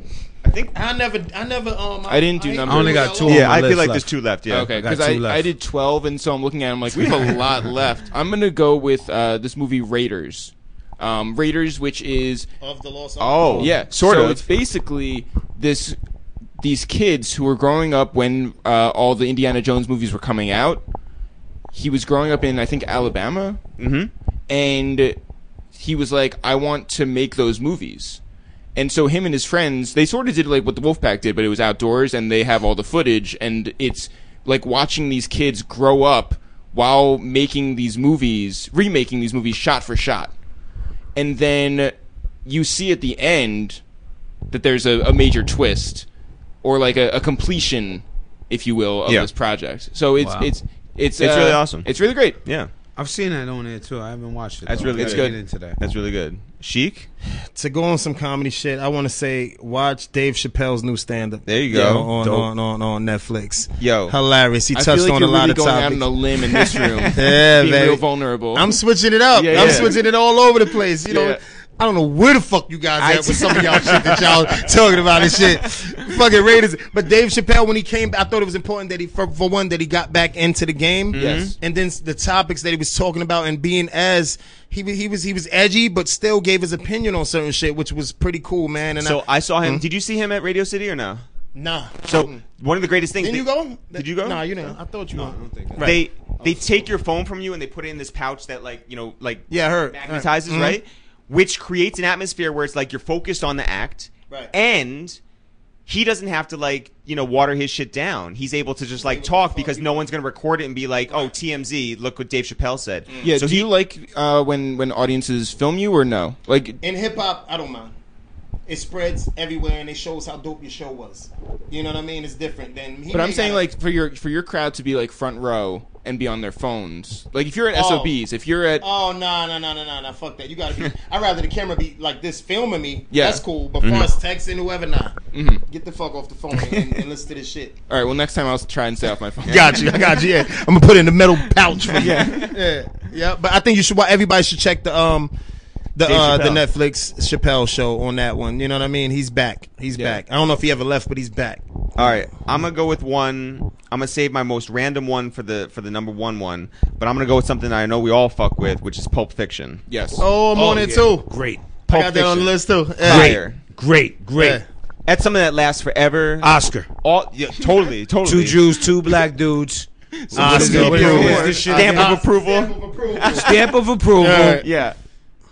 [SPEAKER 4] I never, I never. Um,
[SPEAKER 1] I didn't do numbers. I only
[SPEAKER 6] got two.
[SPEAKER 4] Yeah.
[SPEAKER 6] Yeah,
[SPEAKER 2] Yeah,
[SPEAKER 6] my
[SPEAKER 2] I feel
[SPEAKER 6] list
[SPEAKER 2] like
[SPEAKER 6] left.
[SPEAKER 2] there's two left. Yeah.
[SPEAKER 1] okay,
[SPEAKER 6] I got
[SPEAKER 1] because I,
[SPEAKER 6] two
[SPEAKER 1] I,
[SPEAKER 6] left.
[SPEAKER 1] did 12, and so I'm looking at him like, we have a lot left. I'm going to go with uh, this movie Raiders. Um, Raiders, which is
[SPEAKER 4] Of the lost.
[SPEAKER 2] Oh,
[SPEAKER 1] yeah,
[SPEAKER 2] sort
[SPEAKER 1] so
[SPEAKER 2] of.
[SPEAKER 1] it's basically this these kids who were growing up when uh, all the Indiana Jones movies were coming out. He was growing up in I think Alabama,
[SPEAKER 2] Mhm.
[SPEAKER 1] and he was like, I want to make those movies. And so him and his friends, they sort of did like what the Wolfpack did, but it was outdoors, and they have all the footage, and it's like watching these kids grow up while making these movies, remaking these movies shot for shot and then you see at the end that there's a, a major twist or like a, a completion, if you will, of
[SPEAKER 2] Yeah.
[SPEAKER 1] this project. So it's
[SPEAKER 6] Wow.
[SPEAKER 1] it's it's
[SPEAKER 2] It's
[SPEAKER 1] uh,
[SPEAKER 2] really awesome.
[SPEAKER 1] It's really great.
[SPEAKER 2] Yeah.
[SPEAKER 6] I've seen that on there too. I haven't watched it.
[SPEAKER 2] That's
[SPEAKER 6] though.
[SPEAKER 2] really
[SPEAKER 6] I gotta
[SPEAKER 2] good.
[SPEAKER 6] get into that.
[SPEAKER 2] That's really good. Chic?
[SPEAKER 4] To go on some comedy shit, I want to say watch Dave Chappelle's new stand-up.
[SPEAKER 2] There you
[SPEAKER 4] Yeah,
[SPEAKER 2] go.
[SPEAKER 4] on,
[SPEAKER 2] Dope.
[SPEAKER 4] on on on Netflix.
[SPEAKER 2] Yo.
[SPEAKER 4] hilarious. He
[SPEAKER 1] I
[SPEAKER 4] touched
[SPEAKER 1] feel like
[SPEAKER 4] on
[SPEAKER 1] you're
[SPEAKER 4] a lot
[SPEAKER 1] really
[SPEAKER 4] of
[SPEAKER 1] going
[SPEAKER 4] topics.
[SPEAKER 1] out on a limb in this room.
[SPEAKER 4] *laughs* Yeah,
[SPEAKER 1] being
[SPEAKER 4] baby.
[SPEAKER 1] real vulnerable.
[SPEAKER 4] I'm switching it up.
[SPEAKER 1] Yeah,
[SPEAKER 4] I'm
[SPEAKER 1] yeah.
[SPEAKER 4] switching it all over the place. You know,
[SPEAKER 1] Yeah.
[SPEAKER 4] I don't know where the fuck you guys at with some of y'all shit that y'all talking about and shit. Fucking Raiders. But Dave Chappelle, when he came, I thought it was important that he, for, for one, that he got back into the game.
[SPEAKER 1] Yes.
[SPEAKER 4] And then the topics that he was talking about and being as he wa- he was he was edgy, but still gave his opinion on certain shit, which was pretty cool, man. And
[SPEAKER 2] So
[SPEAKER 4] I,
[SPEAKER 2] I saw him. Did you see him at Radio City or no?
[SPEAKER 4] nah.
[SPEAKER 2] So one of the greatest things.
[SPEAKER 4] didn't
[SPEAKER 2] they-
[SPEAKER 4] you go?
[SPEAKER 2] Did you go?
[SPEAKER 4] Nah, you didn't. I thought you. No, I don't think. Right.
[SPEAKER 2] They they take your phone from you and they put it in this pouch that like you know like
[SPEAKER 4] Yeah, I heard.
[SPEAKER 2] magnetizes
[SPEAKER 4] Mhm.
[SPEAKER 2] right, which creates an atmosphere where it's like you're focused on the act
[SPEAKER 4] Right.
[SPEAKER 2] and. He doesn't have to like you know water his shit down. He's able to just like talk because no one's gonna record it and be like, "Oh, TMZ, look what Dave Chappelle said."
[SPEAKER 4] Mm.
[SPEAKER 1] yeah.
[SPEAKER 2] So
[SPEAKER 1] do
[SPEAKER 2] he-
[SPEAKER 1] you like uh, when when audiences film you or no? Like
[SPEAKER 4] in hip hop, I don't mind. It spreads everywhere and it shows how dope your show was. You know what I mean? It's different than. He
[SPEAKER 1] But I'm
[SPEAKER 4] may
[SPEAKER 1] saying
[SPEAKER 4] not-
[SPEAKER 1] like for your for your crowd to be like front row and be on their phones. Like if you're at
[SPEAKER 4] Oh.
[SPEAKER 1] SOBs, if you're at
[SPEAKER 4] Oh no no no no no no! Fuck that! You gotta *laughs* be. I'd rather the camera be like this filming me.
[SPEAKER 1] Yeah.
[SPEAKER 4] that's cool. But far as texting whoever, nah. Get the fuck off the phone and, *laughs* and listen to this shit.
[SPEAKER 1] all right, well next time I'll try and stay off my phone.
[SPEAKER 4] Got you. I got you. Yeah, I'm gonna put it in the metal pouch. For yeah, *laughs* yeah, yeah. But I think you should. wa- Everybody should check the um, the
[SPEAKER 2] Dave
[SPEAKER 4] uh, the
[SPEAKER 2] Chappelle.
[SPEAKER 4] Netflix Chappelle show on that one. You know what I mean? He's back. He's back. I don't know if he ever left, but he's back.
[SPEAKER 2] All right, I'm gonna go with one. I'm gonna save my most random one for the for the number one one, but I'm gonna go with something I know we all fuck with, which is Pulp Fiction.
[SPEAKER 1] Yes.
[SPEAKER 4] Oh, I'm on it too.
[SPEAKER 6] Great,
[SPEAKER 4] I
[SPEAKER 2] Pulp
[SPEAKER 4] got that on the
[SPEAKER 2] Fiction.
[SPEAKER 4] list too. Yeah.
[SPEAKER 2] Fire.
[SPEAKER 6] great, great.
[SPEAKER 4] Yeah.
[SPEAKER 2] That's something that lasts forever.
[SPEAKER 6] Oscar.
[SPEAKER 2] all yeah,
[SPEAKER 4] *laughs*
[SPEAKER 2] totally, totally.
[SPEAKER 6] Two Jews, two black dudes.
[SPEAKER 4] Oscar
[SPEAKER 6] What is it? What is
[SPEAKER 4] approved.
[SPEAKER 6] this shit?
[SPEAKER 2] Stamp of
[SPEAKER 6] Stamp
[SPEAKER 2] approval.
[SPEAKER 4] Stamp of approval.
[SPEAKER 6] Stamp of approval.
[SPEAKER 4] Yeah.
[SPEAKER 2] Yeah.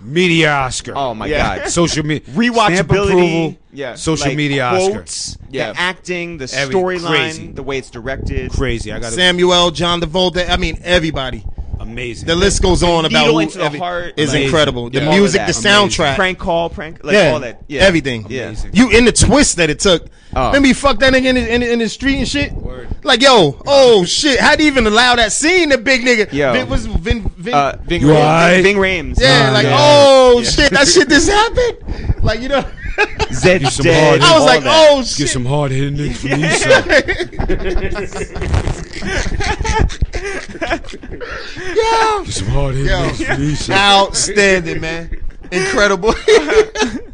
[SPEAKER 6] Media Oscar.
[SPEAKER 2] Oh my
[SPEAKER 1] Yeah.
[SPEAKER 2] god.
[SPEAKER 6] *laughs* Social media. Stamp
[SPEAKER 2] Rewatchability.
[SPEAKER 6] approval.
[SPEAKER 2] Yeah.
[SPEAKER 6] Social
[SPEAKER 2] Like,
[SPEAKER 6] media Oscar.
[SPEAKER 2] quotes,
[SPEAKER 1] Yeah.
[SPEAKER 2] The acting, the
[SPEAKER 6] Every- crazy.
[SPEAKER 2] storyline, the way it's directed.
[SPEAKER 6] Crazy. I got to
[SPEAKER 4] Samuel, John Travolta. I mean, everybody.
[SPEAKER 6] amazing.
[SPEAKER 4] The list goes on about
[SPEAKER 2] Needle
[SPEAKER 4] who
[SPEAKER 2] into the
[SPEAKER 4] every-
[SPEAKER 2] heart.
[SPEAKER 4] is
[SPEAKER 2] Amazing.
[SPEAKER 4] incredible. The
[SPEAKER 2] Yeah. All of
[SPEAKER 4] music, the
[SPEAKER 2] that.
[SPEAKER 4] soundtrack,
[SPEAKER 2] Prank call, prank, like
[SPEAKER 4] yeah,
[SPEAKER 2] all that. Yeah.
[SPEAKER 4] everything.
[SPEAKER 2] Yeah.
[SPEAKER 4] You in the twist that it took.
[SPEAKER 2] Oh.
[SPEAKER 4] Remember you fucked that nigga in the, in, the- in the street and shit? Like, yo, oh shit, how'd you even allow that scene, the big nigga?
[SPEAKER 2] Yo.
[SPEAKER 4] It was Vin, Vin,
[SPEAKER 2] Uh, Ving
[SPEAKER 6] You
[SPEAKER 2] Rhames.
[SPEAKER 6] alright?
[SPEAKER 2] Ving Rhames.
[SPEAKER 4] yeah, like, oh shit, that shit just happened. Like, you know,
[SPEAKER 2] Zed's
[SPEAKER 6] some
[SPEAKER 2] dead.
[SPEAKER 6] hard-
[SPEAKER 4] *laughs* I was
[SPEAKER 2] all
[SPEAKER 4] like,
[SPEAKER 2] that.
[SPEAKER 4] oh
[SPEAKER 6] Get
[SPEAKER 4] shit.
[SPEAKER 6] some hard hitting niggas from the east *laughs* side.
[SPEAKER 4] yo.
[SPEAKER 6] Get some hard hitting
[SPEAKER 4] Yo.
[SPEAKER 6] niggas from the east side.
[SPEAKER 4] Outstanding, man. Incredible. *laughs* that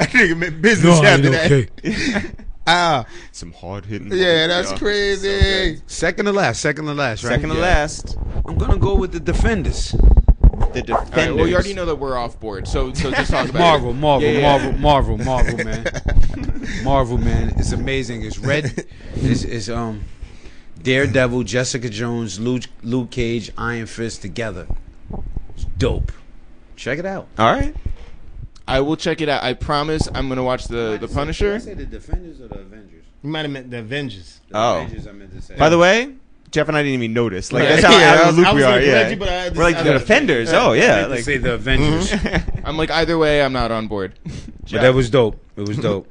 [SPEAKER 4] nigga meant business
[SPEAKER 6] No, I ain't
[SPEAKER 4] after that.
[SPEAKER 6] okay.
[SPEAKER 4] Ah,
[SPEAKER 2] some hard hitting.
[SPEAKER 4] yeah, that's crazy.
[SPEAKER 6] Second to last. Second to last. Right.
[SPEAKER 2] Second to
[SPEAKER 6] Yeah.
[SPEAKER 2] last,
[SPEAKER 3] I'm gonna go with the defenders.
[SPEAKER 2] the
[SPEAKER 1] All right,
[SPEAKER 2] defenders.
[SPEAKER 1] well, you already know that we're off board, so so just talk about
[SPEAKER 6] Marvel,
[SPEAKER 1] It.
[SPEAKER 6] Marvel,
[SPEAKER 1] Yeah, yeah.
[SPEAKER 6] Marvel, Marvel, Marvel, man. *laughs* Marvel, man. It's amazing. It's red. It's, it's um, Daredevil, Jessica Jones, Luke, Luke Cage, Iron Fist together. It's dope. Check it out.
[SPEAKER 2] All right.
[SPEAKER 1] I will check it out. I promise. I'm gonna watch the the Punisher.
[SPEAKER 6] the Defenders or the Avengers?
[SPEAKER 4] You might have meant the Avengers.
[SPEAKER 2] Oh. Avengers,
[SPEAKER 6] Avengers, I meant to say.
[SPEAKER 2] By the way, Jeff and I didn't even notice. Like
[SPEAKER 4] Yeah.
[SPEAKER 2] that's how
[SPEAKER 4] Yeah,
[SPEAKER 2] out
[SPEAKER 4] I
[SPEAKER 2] of
[SPEAKER 4] was-
[SPEAKER 2] the
[SPEAKER 4] I
[SPEAKER 2] loop we
[SPEAKER 4] was
[SPEAKER 2] are.
[SPEAKER 4] gonna correct
[SPEAKER 2] Yeah.
[SPEAKER 4] you, but I just-
[SPEAKER 2] We're like
[SPEAKER 4] I
[SPEAKER 2] the
[SPEAKER 4] just-
[SPEAKER 2] defenders. Oh yeah. Like
[SPEAKER 6] say the Avengers,
[SPEAKER 1] I'm like either way, I'm not on board.
[SPEAKER 6] but that was dope. It was dope.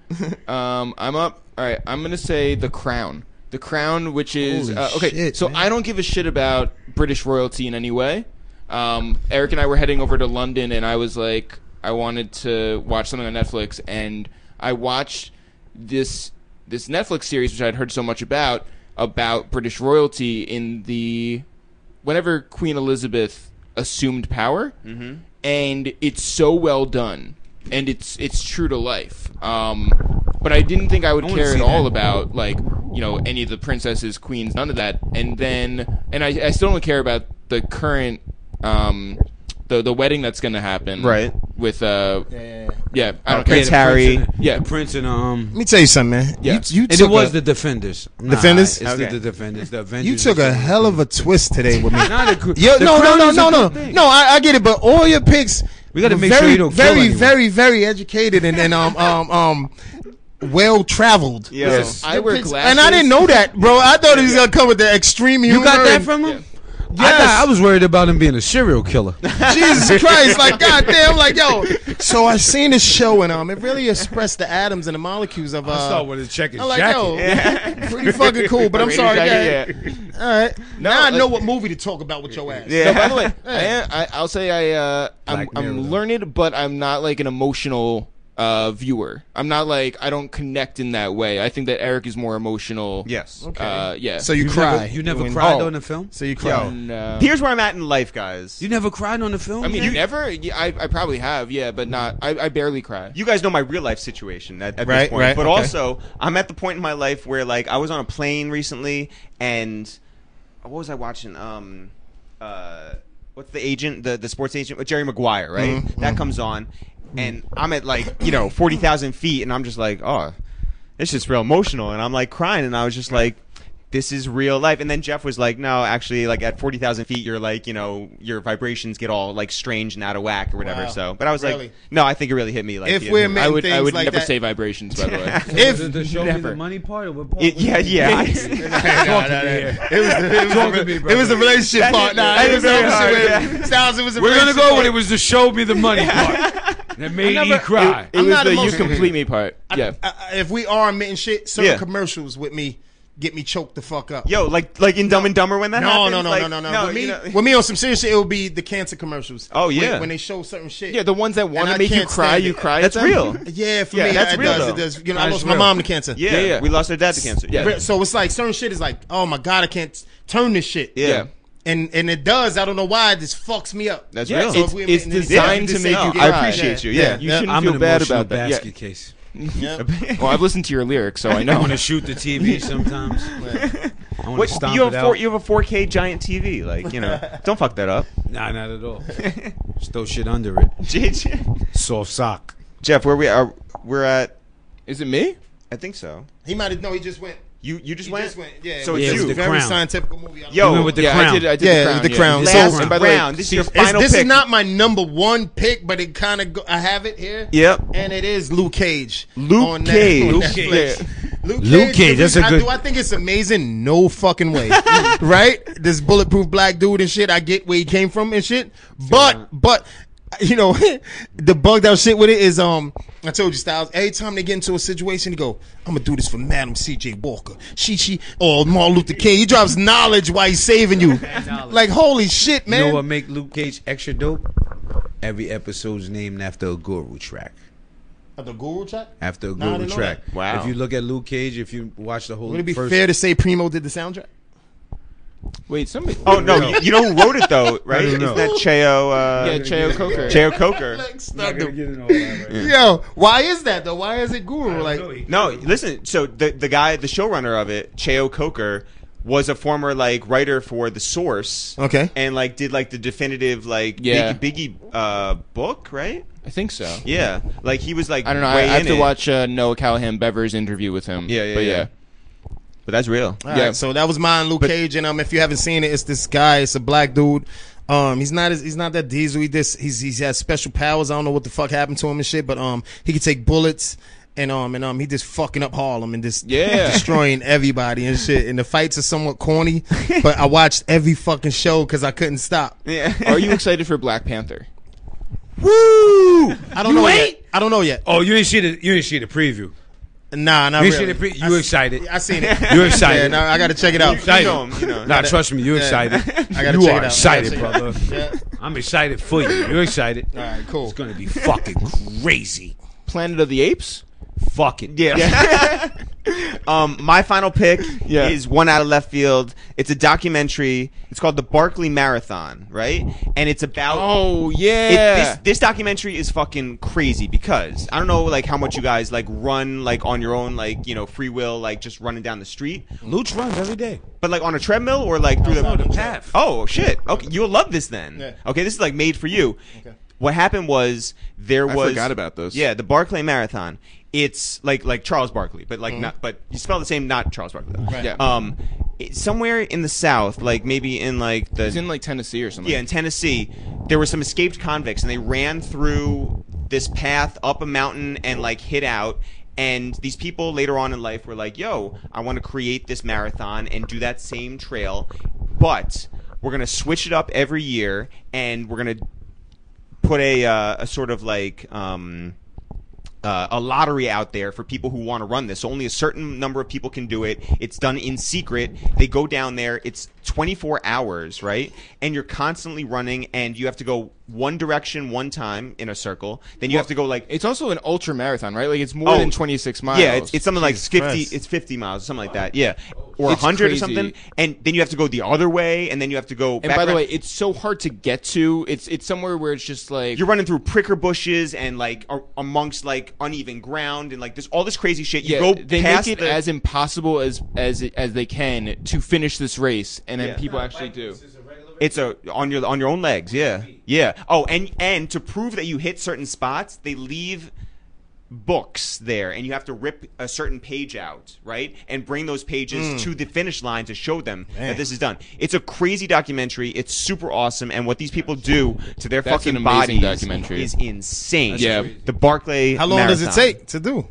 [SPEAKER 1] Um, I'm up. All right, I'm gonna say The Crown. The Crown, which is
[SPEAKER 6] Holy
[SPEAKER 1] uh, okay.
[SPEAKER 6] shit,
[SPEAKER 1] so I don't give a shit about British royalty in any way. Um, Eric and I were heading over to London, and I was like, I wanted to watch something on Netflix, and I watched this this Netflix series which I'd heard so much about about British royalty in the whenever Queen Elizabeth assumed power, and it's so well done, and it's it's true to life. Um, but I didn't think I would care at all about like you know any of the princesses, queens, none of that. And then and I, I still don't care about the current um, the the wedding that's going to happen
[SPEAKER 2] Right.
[SPEAKER 1] with uh
[SPEAKER 4] Yeah.
[SPEAKER 1] yeah I don't
[SPEAKER 2] Prince
[SPEAKER 1] care.
[SPEAKER 2] Harry.
[SPEAKER 1] Yeah.
[SPEAKER 3] yeah, the Prince and um.
[SPEAKER 4] Let me tell you something, man.
[SPEAKER 1] Yeah.
[SPEAKER 4] You, you
[SPEAKER 3] And
[SPEAKER 4] took
[SPEAKER 3] it was
[SPEAKER 4] a,
[SPEAKER 3] the defenders. Nah,
[SPEAKER 4] Defenders?
[SPEAKER 6] It's
[SPEAKER 2] Okay.
[SPEAKER 6] the, the Defenders. The Avengers.
[SPEAKER 4] you took a hell of a twist today with me.
[SPEAKER 3] Nah,
[SPEAKER 6] *laughs*
[SPEAKER 3] the cr-
[SPEAKER 4] Yo,
[SPEAKER 3] the
[SPEAKER 4] no, no,
[SPEAKER 3] crown
[SPEAKER 4] no,
[SPEAKER 3] is a
[SPEAKER 4] no, no,
[SPEAKER 3] good thing.
[SPEAKER 4] no. I, I get it, but all your picks, we
[SPEAKER 3] gotta make sure
[SPEAKER 4] very,
[SPEAKER 3] you don't kill
[SPEAKER 4] very,
[SPEAKER 3] anyone.
[SPEAKER 4] very, very educated and, and um um um well traveled.
[SPEAKER 2] Yo.
[SPEAKER 1] Yes. I wear glasses.
[SPEAKER 4] And I didn't know that, bro. I thought he was gonna come with the extreme humor.
[SPEAKER 6] You got that
[SPEAKER 4] and-
[SPEAKER 6] from him? I,
[SPEAKER 4] Yes.
[SPEAKER 6] thought- I was worried about him being a serial killer. *laughs*
[SPEAKER 4] Jesus Christ, like goddamn, like yo. So I seen this show and um, it really expressed the atoms and the molecules of uh.
[SPEAKER 6] with a checkered
[SPEAKER 4] I'm like yo, *laughs* pretty fucking cool. But I'm
[SPEAKER 1] British
[SPEAKER 4] sorry,
[SPEAKER 1] Jacket,
[SPEAKER 4] yeah.
[SPEAKER 1] yeah.
[SPEAKER 4] All right, now I
[SPEAKER 1] like-
[SPEAKER 4] know what movie to talk about with your ass.
[SPEAKER 1] No, by
[SPEAKER 2] Yeah.
[SPEAKER 1] the
[SPEAKER 4] *laughs*
[SPEAKER 1] way, I, am- I, I'll say I uh, I'm, I'm learned, but I'm not like an emotional uh, viewer. I'm not like I don't connect in that way. I think that Eric is more emotional.
[SPEAKER 2] Yes.
[SPEAKER 1] Okay. Uh, yeah.
[SPEAKER 4] So you, cry.
[SPEAKER 6] Never, you never
[SPEAKER 4] when-
[SPEAKER 6] cried
[SPEAKER 4] Oh.
[SPEAKER 6] on the film.
[SPEAKER 4] So you cry.
[SPEAKER 2] Yo.
[SPEAKER 1] No.
[SPEAKER 2] Here's where I'm at in life, guys.
[SPEAKER 6] You never cried on the film.
[SPEAKER 1] uh, I mean,
[SPEAKER 6] man?
[SPEAKER 1] never. Yeah, I, I probably have. Yeah, but not. I, I barely cry.
[SPEAKER 2] you guys know my real life situation at, at
[SPEAKER 4] Right,
[SPEAKER 2] this point.
[SPEAKER 4] right,
[SPEAKER 2] but
[SPEAKER 4] okay.
[SPEAKER 2] also, I'm at the point in my life where like I was on a plane recently, and uh, what was I watching? Um, uh, what's the agent? The the sports agent with Jerry Maguire, right?
[SPEAKER 4] Mm-hmm,
[SPEAKER 2] That comes on, and I'm at like you know forty thousand feet, and I'm just like, oh, this is real emotional, and I'm like crying, and I was just like. This is real life, and then Jeff was like, "No, actually, like at forty thousand feet, you're like, you know, your vibrations get all like strange and out of whack or whatever."
[SPEAKER 4] Wow.
[SPEAKER 2] So, but I was
[SPEAKER 4] Really?
[SPEAKER 2] like, "No, I think it really hit me." Like,
[SPEAKER 4] If
[SPEAKER 2] yeah.
[SPEAKER 4] we're ma-
[SPEAKER 1] I would. I
[SPEAKER 4] things
[SPEAKER 1] would
[SPEAKER 4] like
[SPEAKER 1] never
[SPEAKER 4] that.
[SPEAKER 1] say vibrations. By the
[SPEAKER 4] *laughs*
[SPEAKER 1] way.
[SPEAKER 4] If
[SPEAKER 6] Did the show me the money part or what part?
[SPEAKER 2] It- *laughs*
[SPEAKER 6] was
[SPEAKER 2] yeah, *laughs*
[SPEAKER 6] it?
[SPEAKER 2] yeah.
[SPEAKER 1] *laughs*
[SPEAKER 4] Nah, nah, nah. It was the, it was
[SPEAKER 6] Talk
[SPEAKER 4] the,
[SPEAKER 6] to me,
[SPEAKER 4] it was the
[SPEAKER 6] brother.
[SPEAKER 4] relationship part. Nah,
[SPEAKER 2] that
[SPEAKER 4] it
[SPEAKER 2] is
[SPEAKER 4] was
[SPEAKER 2] very hard,
[SPEAKER 4] obviously with Styles. It was the
[SPEAKER 6] We're gonna
[SPEAKER 4] relationship
[SPEAKER 6] go
[SPEAKER 4] part.
[SPEAKER 6] with it was the show me the money part that made me cry.
[SPEAKER 1] It
[SPEAKER 4] I'm
[SPEAKER 1] was
[SPEAKER 4] not
[SPEAKER 1] the you
[SPEAKER 4] emotional.
[SPEAKER 1] complete me part. Yeah.
[SPEAKER 4] I- I- Uh, if we are admitting shit, certain
[SPEAKER 2] Yeah.
[SPEAKER 4] commercials with me get me choked the fuck up.
[SPEAKER 2] Yo, like like in Dumb and Dumber when that
[SPEAKER 4] no,
[SPEAKER 2] happens.
[SPEAKER 4] no, no,
[SPEAKER 2] like,
[SPEAKER 4] no, no, no, With me,
[SPEAKER 2] you know-
[SPEAKER 4] with me on some serious shit, it would be the cancer commercials.
[SPEAKER 2] Oh, yeah.
[SPEAKER 4] when, when they show certain shit.
[SPEAKER 1] yeah. The ones that want
[SPEAKER 4] And I
[SPEAKER 1] to make you
[SPEAKER 4] can't
[SPEAKER 1] cry,
[SPEAKER 4] stand
[SPEAKER 1] you
[SPEAKER 4] it.
[SPEAKER 1] cry. at
[SPEAKER 2] That's
[SPEAKER 1] them.
[SPEAKER 2] real.
[SPEAKER 4] yeah, for
[SPEAKER 2] Yeah,
[SPEAKER 4] me,
[SPEAKER 2] that's
[SPEAKER 4] it
[SPEAKER 2] real,
[SPEAKER 4] does.
[SPEAKER 2] though.
[SPEAKER 4] It does. You know, I
[SPEAKER 6] That is
[SPEAKER 4] lost my
[SPEAKER 6] real.
[SPEAKER 4] mom to cancer.
[SPEAKER 2] Yeah,
[SPEAKER 1] Yeah, yeah.
[SPEAKER 2] we lost our dad to cancer. Yeah,
[SPEAKER 1] Yeah.
[SPEAKER 4] So it's like certain shit is like, oh my god, I can't tone this shit.
[SPEAKER 2] yeah.
[SPEAKER 1] Yeah.
[SPEAKER 4] and and it does. I don't know why. It just fucks me up.
[SPEAKER 2] that's
[SPEAKER 1] Yeah,
[SPEAKER 2] real.
[SPEAKER 1] it's,
[SPEAKER 4] we-
[SPEAKER 1] it's
[SPEAKER 4] and- and-
[SPEAKER 1] designed
[SPEAKER 2] yeah,
[SPEAKER 1] to make you
[SPEAKER 2] I
[SPEAKER 1] cry.
[SPEAKER 2] appreciate you, yeah.
[SPEAKER 1] You shouldn't
[SPEAKER 6] I'm
[SPEAKER 1] feel
[SPEAKER 6] an
[SPEAKER 1] bad
[SPEAKER 6] emotional
[SPEAKER 1] about that.
[SPEAKER 6] basket
[SPEAKER 1] Yeah.
[SPEAKER 6] case.
[SPEAKER 2] *laughs*
[SPEAKER 1] Well, Oh, I've listened to your lyrics,
[SPEAKER 4] *laughs*
[SPEAKER 1] so I
[SPEAKER 3] I
[SPEAKER 1] know.
[SPEAKER 3] want to shoot the TV sometimes. I want
[SPEAKER 2] What,
[SPEAKER 3] to stomp
[SPEAKER 2] you
[SPEAKER 3] it
[SPEAKER 2] have
[SPEAKER 3] out.
[SPEAKER 2] four, you have a 4K giant TV, like you know.
[SPEAKER 4] *laughs*
[SPEAKER 2] don't fuck that up.
[SPEAKER 3] Nah, not at all. Just throw shit under it. Soft sock.
[SPEAKER 2] Jeff, where we are? We're at.
[SPEAKER 1] Is it me?
[SPEAKER 2] I think so.
[SPEAKER 4] He might have. No, he just went.
[SPEAKER 2] You you just
[SPEAKER 4] He
[SPEAKER 2] went.
[SPEAKER 4] just went. Yeah.
[SPEAKER 2] So
[SPEAKER 3] Yeah,
[SPEAKER 2] it's
[SPEAKER 3] with
[SPEAKER 2] you.
[SPEAKER 3] the
[SPEAKER 4] Very
[SPEAKER 3] crown.
[SPEAKER 4] scientific movie.
[SPEAKER 2] Yo,
[SPEAKER 4] I love
[SPEAKER 3] You
[SPEAKER 4] it.
[SPEAKER 3] went with the
[SPEAKER 1] yeah,
[SPEAKER 3] crown.
[SPEAKER 1] I did. I did
[SPEAKER 4] Yeah,
[SPEAKER 1] the crown.
[SPEAKER 4] the
[SPEAKER 1] yeah.
[SPEAKER 4] crown.
[SPEAKER 1] This-
[SPEAKER 2] last
[SPEAKER 4] So-
[SPEAKER 1] and by the way,
[SPEAKER 2] round. this is your
[SPEAKER 4] It's-
[SPEAKER 2] final
[SPEAKER 4] this
[SPEAKER 2] pick.
[SPEAKER 4] is not my number one pick, but it kind of go, I have it here.
[SPEAKER 2] Yep.
[SPEAKER 4] and it is Luke Cage.
[SPEAKER 2] Luke
[SPEAKER 4] on
[SPEAKER 2] Cage.
[SPEAKER 4] on
[SPEAKER 2] Luke
[SPEAKER 4] Netflix. Luke Cage.
[SPEAKER 3] Luke Cage, that's a
[SPEAKER 4] I-
[SPEAKER 3] good-
[SPEAKER 4] Do I think it's amazing? No
[SPEAKER 3] *laughs*
[SPEAKER 4] fucking way. right? This bulletproof black dude and shit. I get where he came from and shit. But but *laughs* you know the bugged out shit with it is um. I told you, Styles. Every time they get into a situation, they go, "I'm gonna do this for Madam C.J. Walker, she she, or Martin Luther King." He drops knowledge while he's saving you. Like holy shit, man!
[SPEAKER 3] You know what make Luke Cage extra dope? Every episode's named after a guru track.
[SPEAKER 4] Of the Guru track?
[SPEAKER 3] After a
[SPEAKER 4] Nah, I
[SPEAKER 3] guru
[SPEAKER 4] didn't know
[SPEAKER 3] track.
[SPEAKER 4] that.
[SPEAKER 2] Wow.
[SPEAKER 3] If you look at Luke Cage, if you watch the whole
[SPEAKER 4] Would it be
[SPEAKER 3] first, *laughs*
[SPEAKER 4] fair to say Primo did the soundtrack?
[SPEAKER 1] Wait, somebody.
[SPEAKER 2] Oh no, you, you know who wrote it
[SPEAKER 4] *laughs*
[SPEAKER 2] though, right? Isn't that Cheo? Uh,
[SPEAKER 1] yeah, Cheo Coker.
[SPEAKER 2] Cheo Coker.
[SPEAKER 4] Yo, why is that though? Why is it Guru? Like,
[SPEAKER 2] No, listen. So the the guy, the showrunner of it, Cheo Coker, was a former like writer for The Source.
[SPEAKER 4] Okay.
[SPEAKER 2] And like did like the definitive like
[SPEAKER 1] Yeah.
[SPEAKER 2] Biggie Biggie uh, book, right?
[SPEAKER 1] I think so.
[SPEAKER 2] Yeah. Like he was like
[SPEAKER 1] I don't know. I, I
[SPEAKER 2] way
[SPEAKER 1] have
[SPEAKER 2] in
[SPEAKER 1] to
[SPEAKER 2] it.
[SPEAKER 1] watch uh, Noah Callahan Bever's interview with him.
[SPEAKER 2] Yeah, yeah,
[SPEAKER 1] but
[SPEAKER 2] yeah.
[SPEAKER 1] yeah.
[SPEAKER 2] But
[SPEAKER 1] *laughs*
[SPEAKER 2] that's real.
[SPEAKER 4] All right,
[SPEAKER 1] Yeah.
[SPEAKER 4] so that was mine, Luke Cage, and um, if you haven't seen it, it's this guy. It's a black dude. Um, he's not as, he's not that diesel. He this he's he's has special powers. I don't know what the fuck happened to him and shit, but um, he could take bullets. And um and um he just fucking up Harlem and just
[SPEAKER 1] Yeah.
[SPEAKER 4] destroying everybody and shit and the fights are somewhat corny, but I watched every fucking show because I couldn't stop.
[SPEAKER 2] *laughs*
[SPEAKER 1] Are you excited for Black Panther?
[SPEAKER 4] I don't know yet. I don't know yet.
[SPEAKER 3] Oh, you didn't see the you didn't see the preview.
[SPEAKER 4] Nah, not
[SPEAKER 3] You
[SPEAKER 4] really.
[SPEAKER 3] see the pre-
[SPEAKER 4] I
[SPEAKER 3] you
[SPEAKER 4] s-
[SPEAKER 3] excited?
[SPEAKER 4] I *laughs* seen it.
[SPEAKER 3] You're excited.
[SPEAKER 4] Yeah, no, I gotta check it out.
[SPEAKER 2] You know
[SPEAKER 1] *laughs*
[SPEAKER 2] him, you know.
[SPEAKER 3] Nah, trust me, you're excited.
[SPEAKER 4] *laughs* I gotta
[SPEAKER 3] you are
[SPEAKER 4] check it out. I
[SPEAKER 3] excited,
[SPEAKER 4] gotta check it
[SPEAKER 3] brother.
[SPEAKER 4] Yeah.
[SPEAKER 3] I'm excited for you. You're excited.
[SPEAKER 4] All right, cool.
[SPEAKER 3] It's gonna be fucking crazy.
[SPEAKER 1] Planet of the Apes?
[SPEAKER 3] Fuck it.
[SPEAKER 2] Yeah. um, my final pick
[SPEAKER 1] *laughs* Yeah.
[SPEAKER 2] is one out of left field. It's a documentary. It's called the Barkley Marathon, right? And it's about
[SPEAKER 1] Oh
[SPEAKER 2] it-
[SPEAKER 1] yeah.
[SPEAKER 2] this, this documentary is fucking crazy because I don't know like how much you guys like run like on your own like you know free will like just running down the street,
[SPEAKER 3] Luch runs every day.
[SPEAKER 2] but like on a treadmill or like through the,
[SPEAKER 3] Path.
[SPEAKER 2] Oh shit! Okay, you'll love this then.
[SPEAKER 4] Yeah.
[SPEAKER 2] Okay, this is like made for you. What happened was there was
[SPEAKER 1] forgot about this.
[SPEAKER 2] Yeah, the Barclay Marathon. It's like like Charles Barkley, but
[SPEAKER 1] Mm-hmm.
[SPEAKER 2] like not but you spell the same, not Charles Barkley. Though.
[SPEAKER 1] Yeah.
[SPEAKER 2] Um, it- somewhere in the South, like maybe in like the
[SPEAKER 1] it's in like Tennessee or something.
[SPEAKER 2] yeah, in Tennessee, there were some escaped convicts, and they ran through this path up a mountain and like hid out. And these people later on in life were like, "Yo, I want to create this marathon and do that same trail, but we're gonna switch it up every year, and we're gonna put a uh, a sort of like." Um, uh, a lottery out there for people who want to run this. Only a certain number of people can do it. It's done in secret. They go down there. It's 24 hours, right? And you're constantly running, and you have to go one direction one time in a circle. Then you have to go like
[SPEAKER 1] It's also an ultra marathon, right? Like it's more
[SPEAKER 2] Oh.
[SPEAKER 1] than 26 miles.
[SPEAKER 2] yeah, it's, it's something like 50.
[SPEAKER 4] Christ.
[SPEAKER 2] It's 50 miles, something like that. Yeah, or
[SPEAKER 1] It's
[SPEAKER 2] 100 or
[SPEAKER 1] crazy.
[SPEAKER 2] something. And then you have to go the other way, and then you have to go.
[SPEAKER 1] and
[SPEAKER 2] back
[SPEAKER 1] by the
[SPEAKER 2] around.
[SPEAKER 1] way, it's so hard to get to. It's it's somewhere where it's just like
[SPEAKER 2] you're running through pricker bushes and like ar- amongst like uneven ground and like this all this crazy shit. You
[SPEAKER 1] yeah,
[SPEAKER 2] go
[SPEAKER 1] they make
[SPEAKER 2] past
[SPEAKER 1] it
[SPEAKER 2] the-
[SPEAKER 1] as impossible as as as they can to finish this race, and then
[SPEAKER 2] Yeah.
[SPEAKER 1] people actually do.
[SPEAKER 2] It's a on your on your own legs. Yeah, yeah. Oh, and and to prove that you hit certain spots, they leave books there, and you have to rip a certain page out, right, and bring those pages
[SPEAKER 1] Mm.
[SPEAKER 2] to the finish line to show them that this is done. It's a crazy documentary. It's super awesome, and what these people do to their
[SPEAKER 1] That's
[SPEAKER 2] fucking
[SPEAKER 1] an amazing
[SPEAKER 2] bodies
[SPEAKER 1] documentary.
[SPEAKER 2] is insane.
[SPEAKER 1] Yeah. crazy.
[SPEAKER 2] the Barclay.
[SPEAKER 4] How long does it
[SPEAKER 2] Marathon.
[SPEAKER 4] take to do?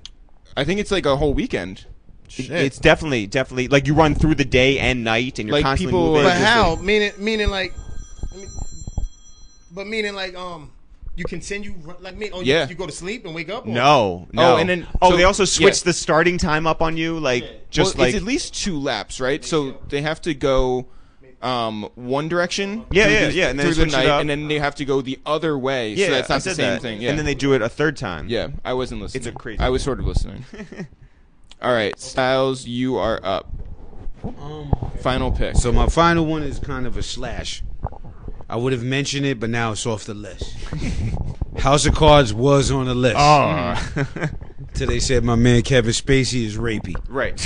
[SPEAKER 1] I think it's like a whole weekend.
[SPEAKER 4] Shit.
[SPEAKER 2] It's definitely, definitely like you run through the day and night, and you're
[SPEAKER 1] Like,
[SPEAKER 2] constantly
[SPEAKER 1] people-
[SPEAKER 2] moving.
[SPEAKER 4] but
[SPEAKER 1] Interesting.
[SPEAKER 4] how? Meaning, meaning like, I mean, but meaning like, um, you continue ru- like me. Oh, you-
[SPEAKER 1] Yeah.
[SPEAKER 4] You, go to sleep and wake up. or-
[SPEAKER 2] No, no.
[SPEAKER 1] Oh, and then-
[SPEAKER 2] oh,
[SPEAKER 1] so-
[SPEAKER 2] they also switched
[SPEAKER 1] yeah.
[SPEAKER 2] the starting time up on you, like just
[SPEAKER 1] Well,
[SPEAKER 2] like
[SPEAKER 1] it's at least two laps, right? So they have to go um one direction.
[SPEAKER 2] Yeah,
[SPEAKER 1] through
[SPEAKER 2] yeah,
[SPEAKER 1] the,
[SPEAKER 2] yeah, and then
[SPEAKER 1] through
[SPEAKER 2] they
[SPEAKER 1] the
[SPEAKER 2] switch
[SPEAKER 1] night,
[SPEAKER 2] it up.
[SPEAKER 1] and then they have to go the other way.
[SPEAKER 2] yeah,
[SPEAKER 1] so that's
[SPEAKER 2] I
[SPEAKER 1] not the
[SPEAKER 2] said
[SPEAKER 1] same
[SPEAKER 2] that.
[SPEAKER 1] thing. Yeah,
[SPEAKER 2] And then they do it a third time.
[SPEAKER 1] yeah, I wasn't listening.
[SPEAKER 2] a crazy-
[SPEAKER 1] I was sort of
[SPEAKER 2] *laughs*
[SPEAKER 1] listening. All right, Styles, you are up.
[SPEAKER 4] Um,
[SPEAKER 1] Final pick.
[SPEAKER 3] So my final one is kind of a slash. I would have mentioned it, but
[SPEAKER 2] *laughs* Oh.
[SPEAKER 1] Mm-hmm.
[SPEAKER 6] Ah.
[SPEAKER 3] now it's off the list. House of Cards was on the list.
[SPEAKER 6] till they said my man Kevin Spacey is rapey.
[SPEAKER 2] Right.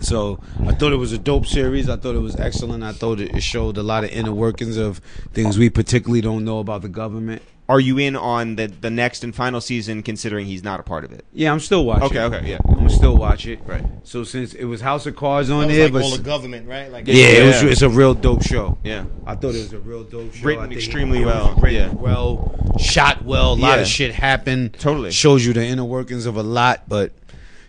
[SPEAKER 6] So I thought it was a dope series. I thought it was excellent. I thought it it showed a lot of inner workings of things we particularly don't know about the government.
[SPEAKER 2] *laughs* Are you in on the the next and final season? Considering he's not a part of it.
[SPEAKER 6] Yeah, I'm still watching.
[SPEAKER 2] Okay, okay, yeah.
[SPEAKER 6] I'm gonna still watch it.
[SPEAKER 2] Right.
[SPEAKER 6] So since it was House of Cards on
[SPEAKER 4] That was
[SPEAKER 6] there,
[SPEAKER 4] like
[SPEAKER 6] but
[SPEAKER 4] all the government, right? Like
[SPEAKER 6] yeah, It was,
[SPEAKER 2] Yeah.
[SPEAKER 6] it's a real dope show.
[SPEAKER 2] Yeah.
[SPEAKER 6] I thought it was a real dope show.
[SPEAKER 2] Written
[SPEAKER 6] I think
[SPEAKER 2] extremely
[SPEAKER 6] it was
[SPEAKER 2] well.
[SPEAKER 6] Written
[SPEAKER 2] Yeah.
[SPEAKER 6] well, shot well. A lot
[SPEAKER 2] Yeah.
[SPEAKER 6] of shit happened.
[SPEAKER 2] Totally.
[SPEAKER 6] shows you the inner workings of a lot. But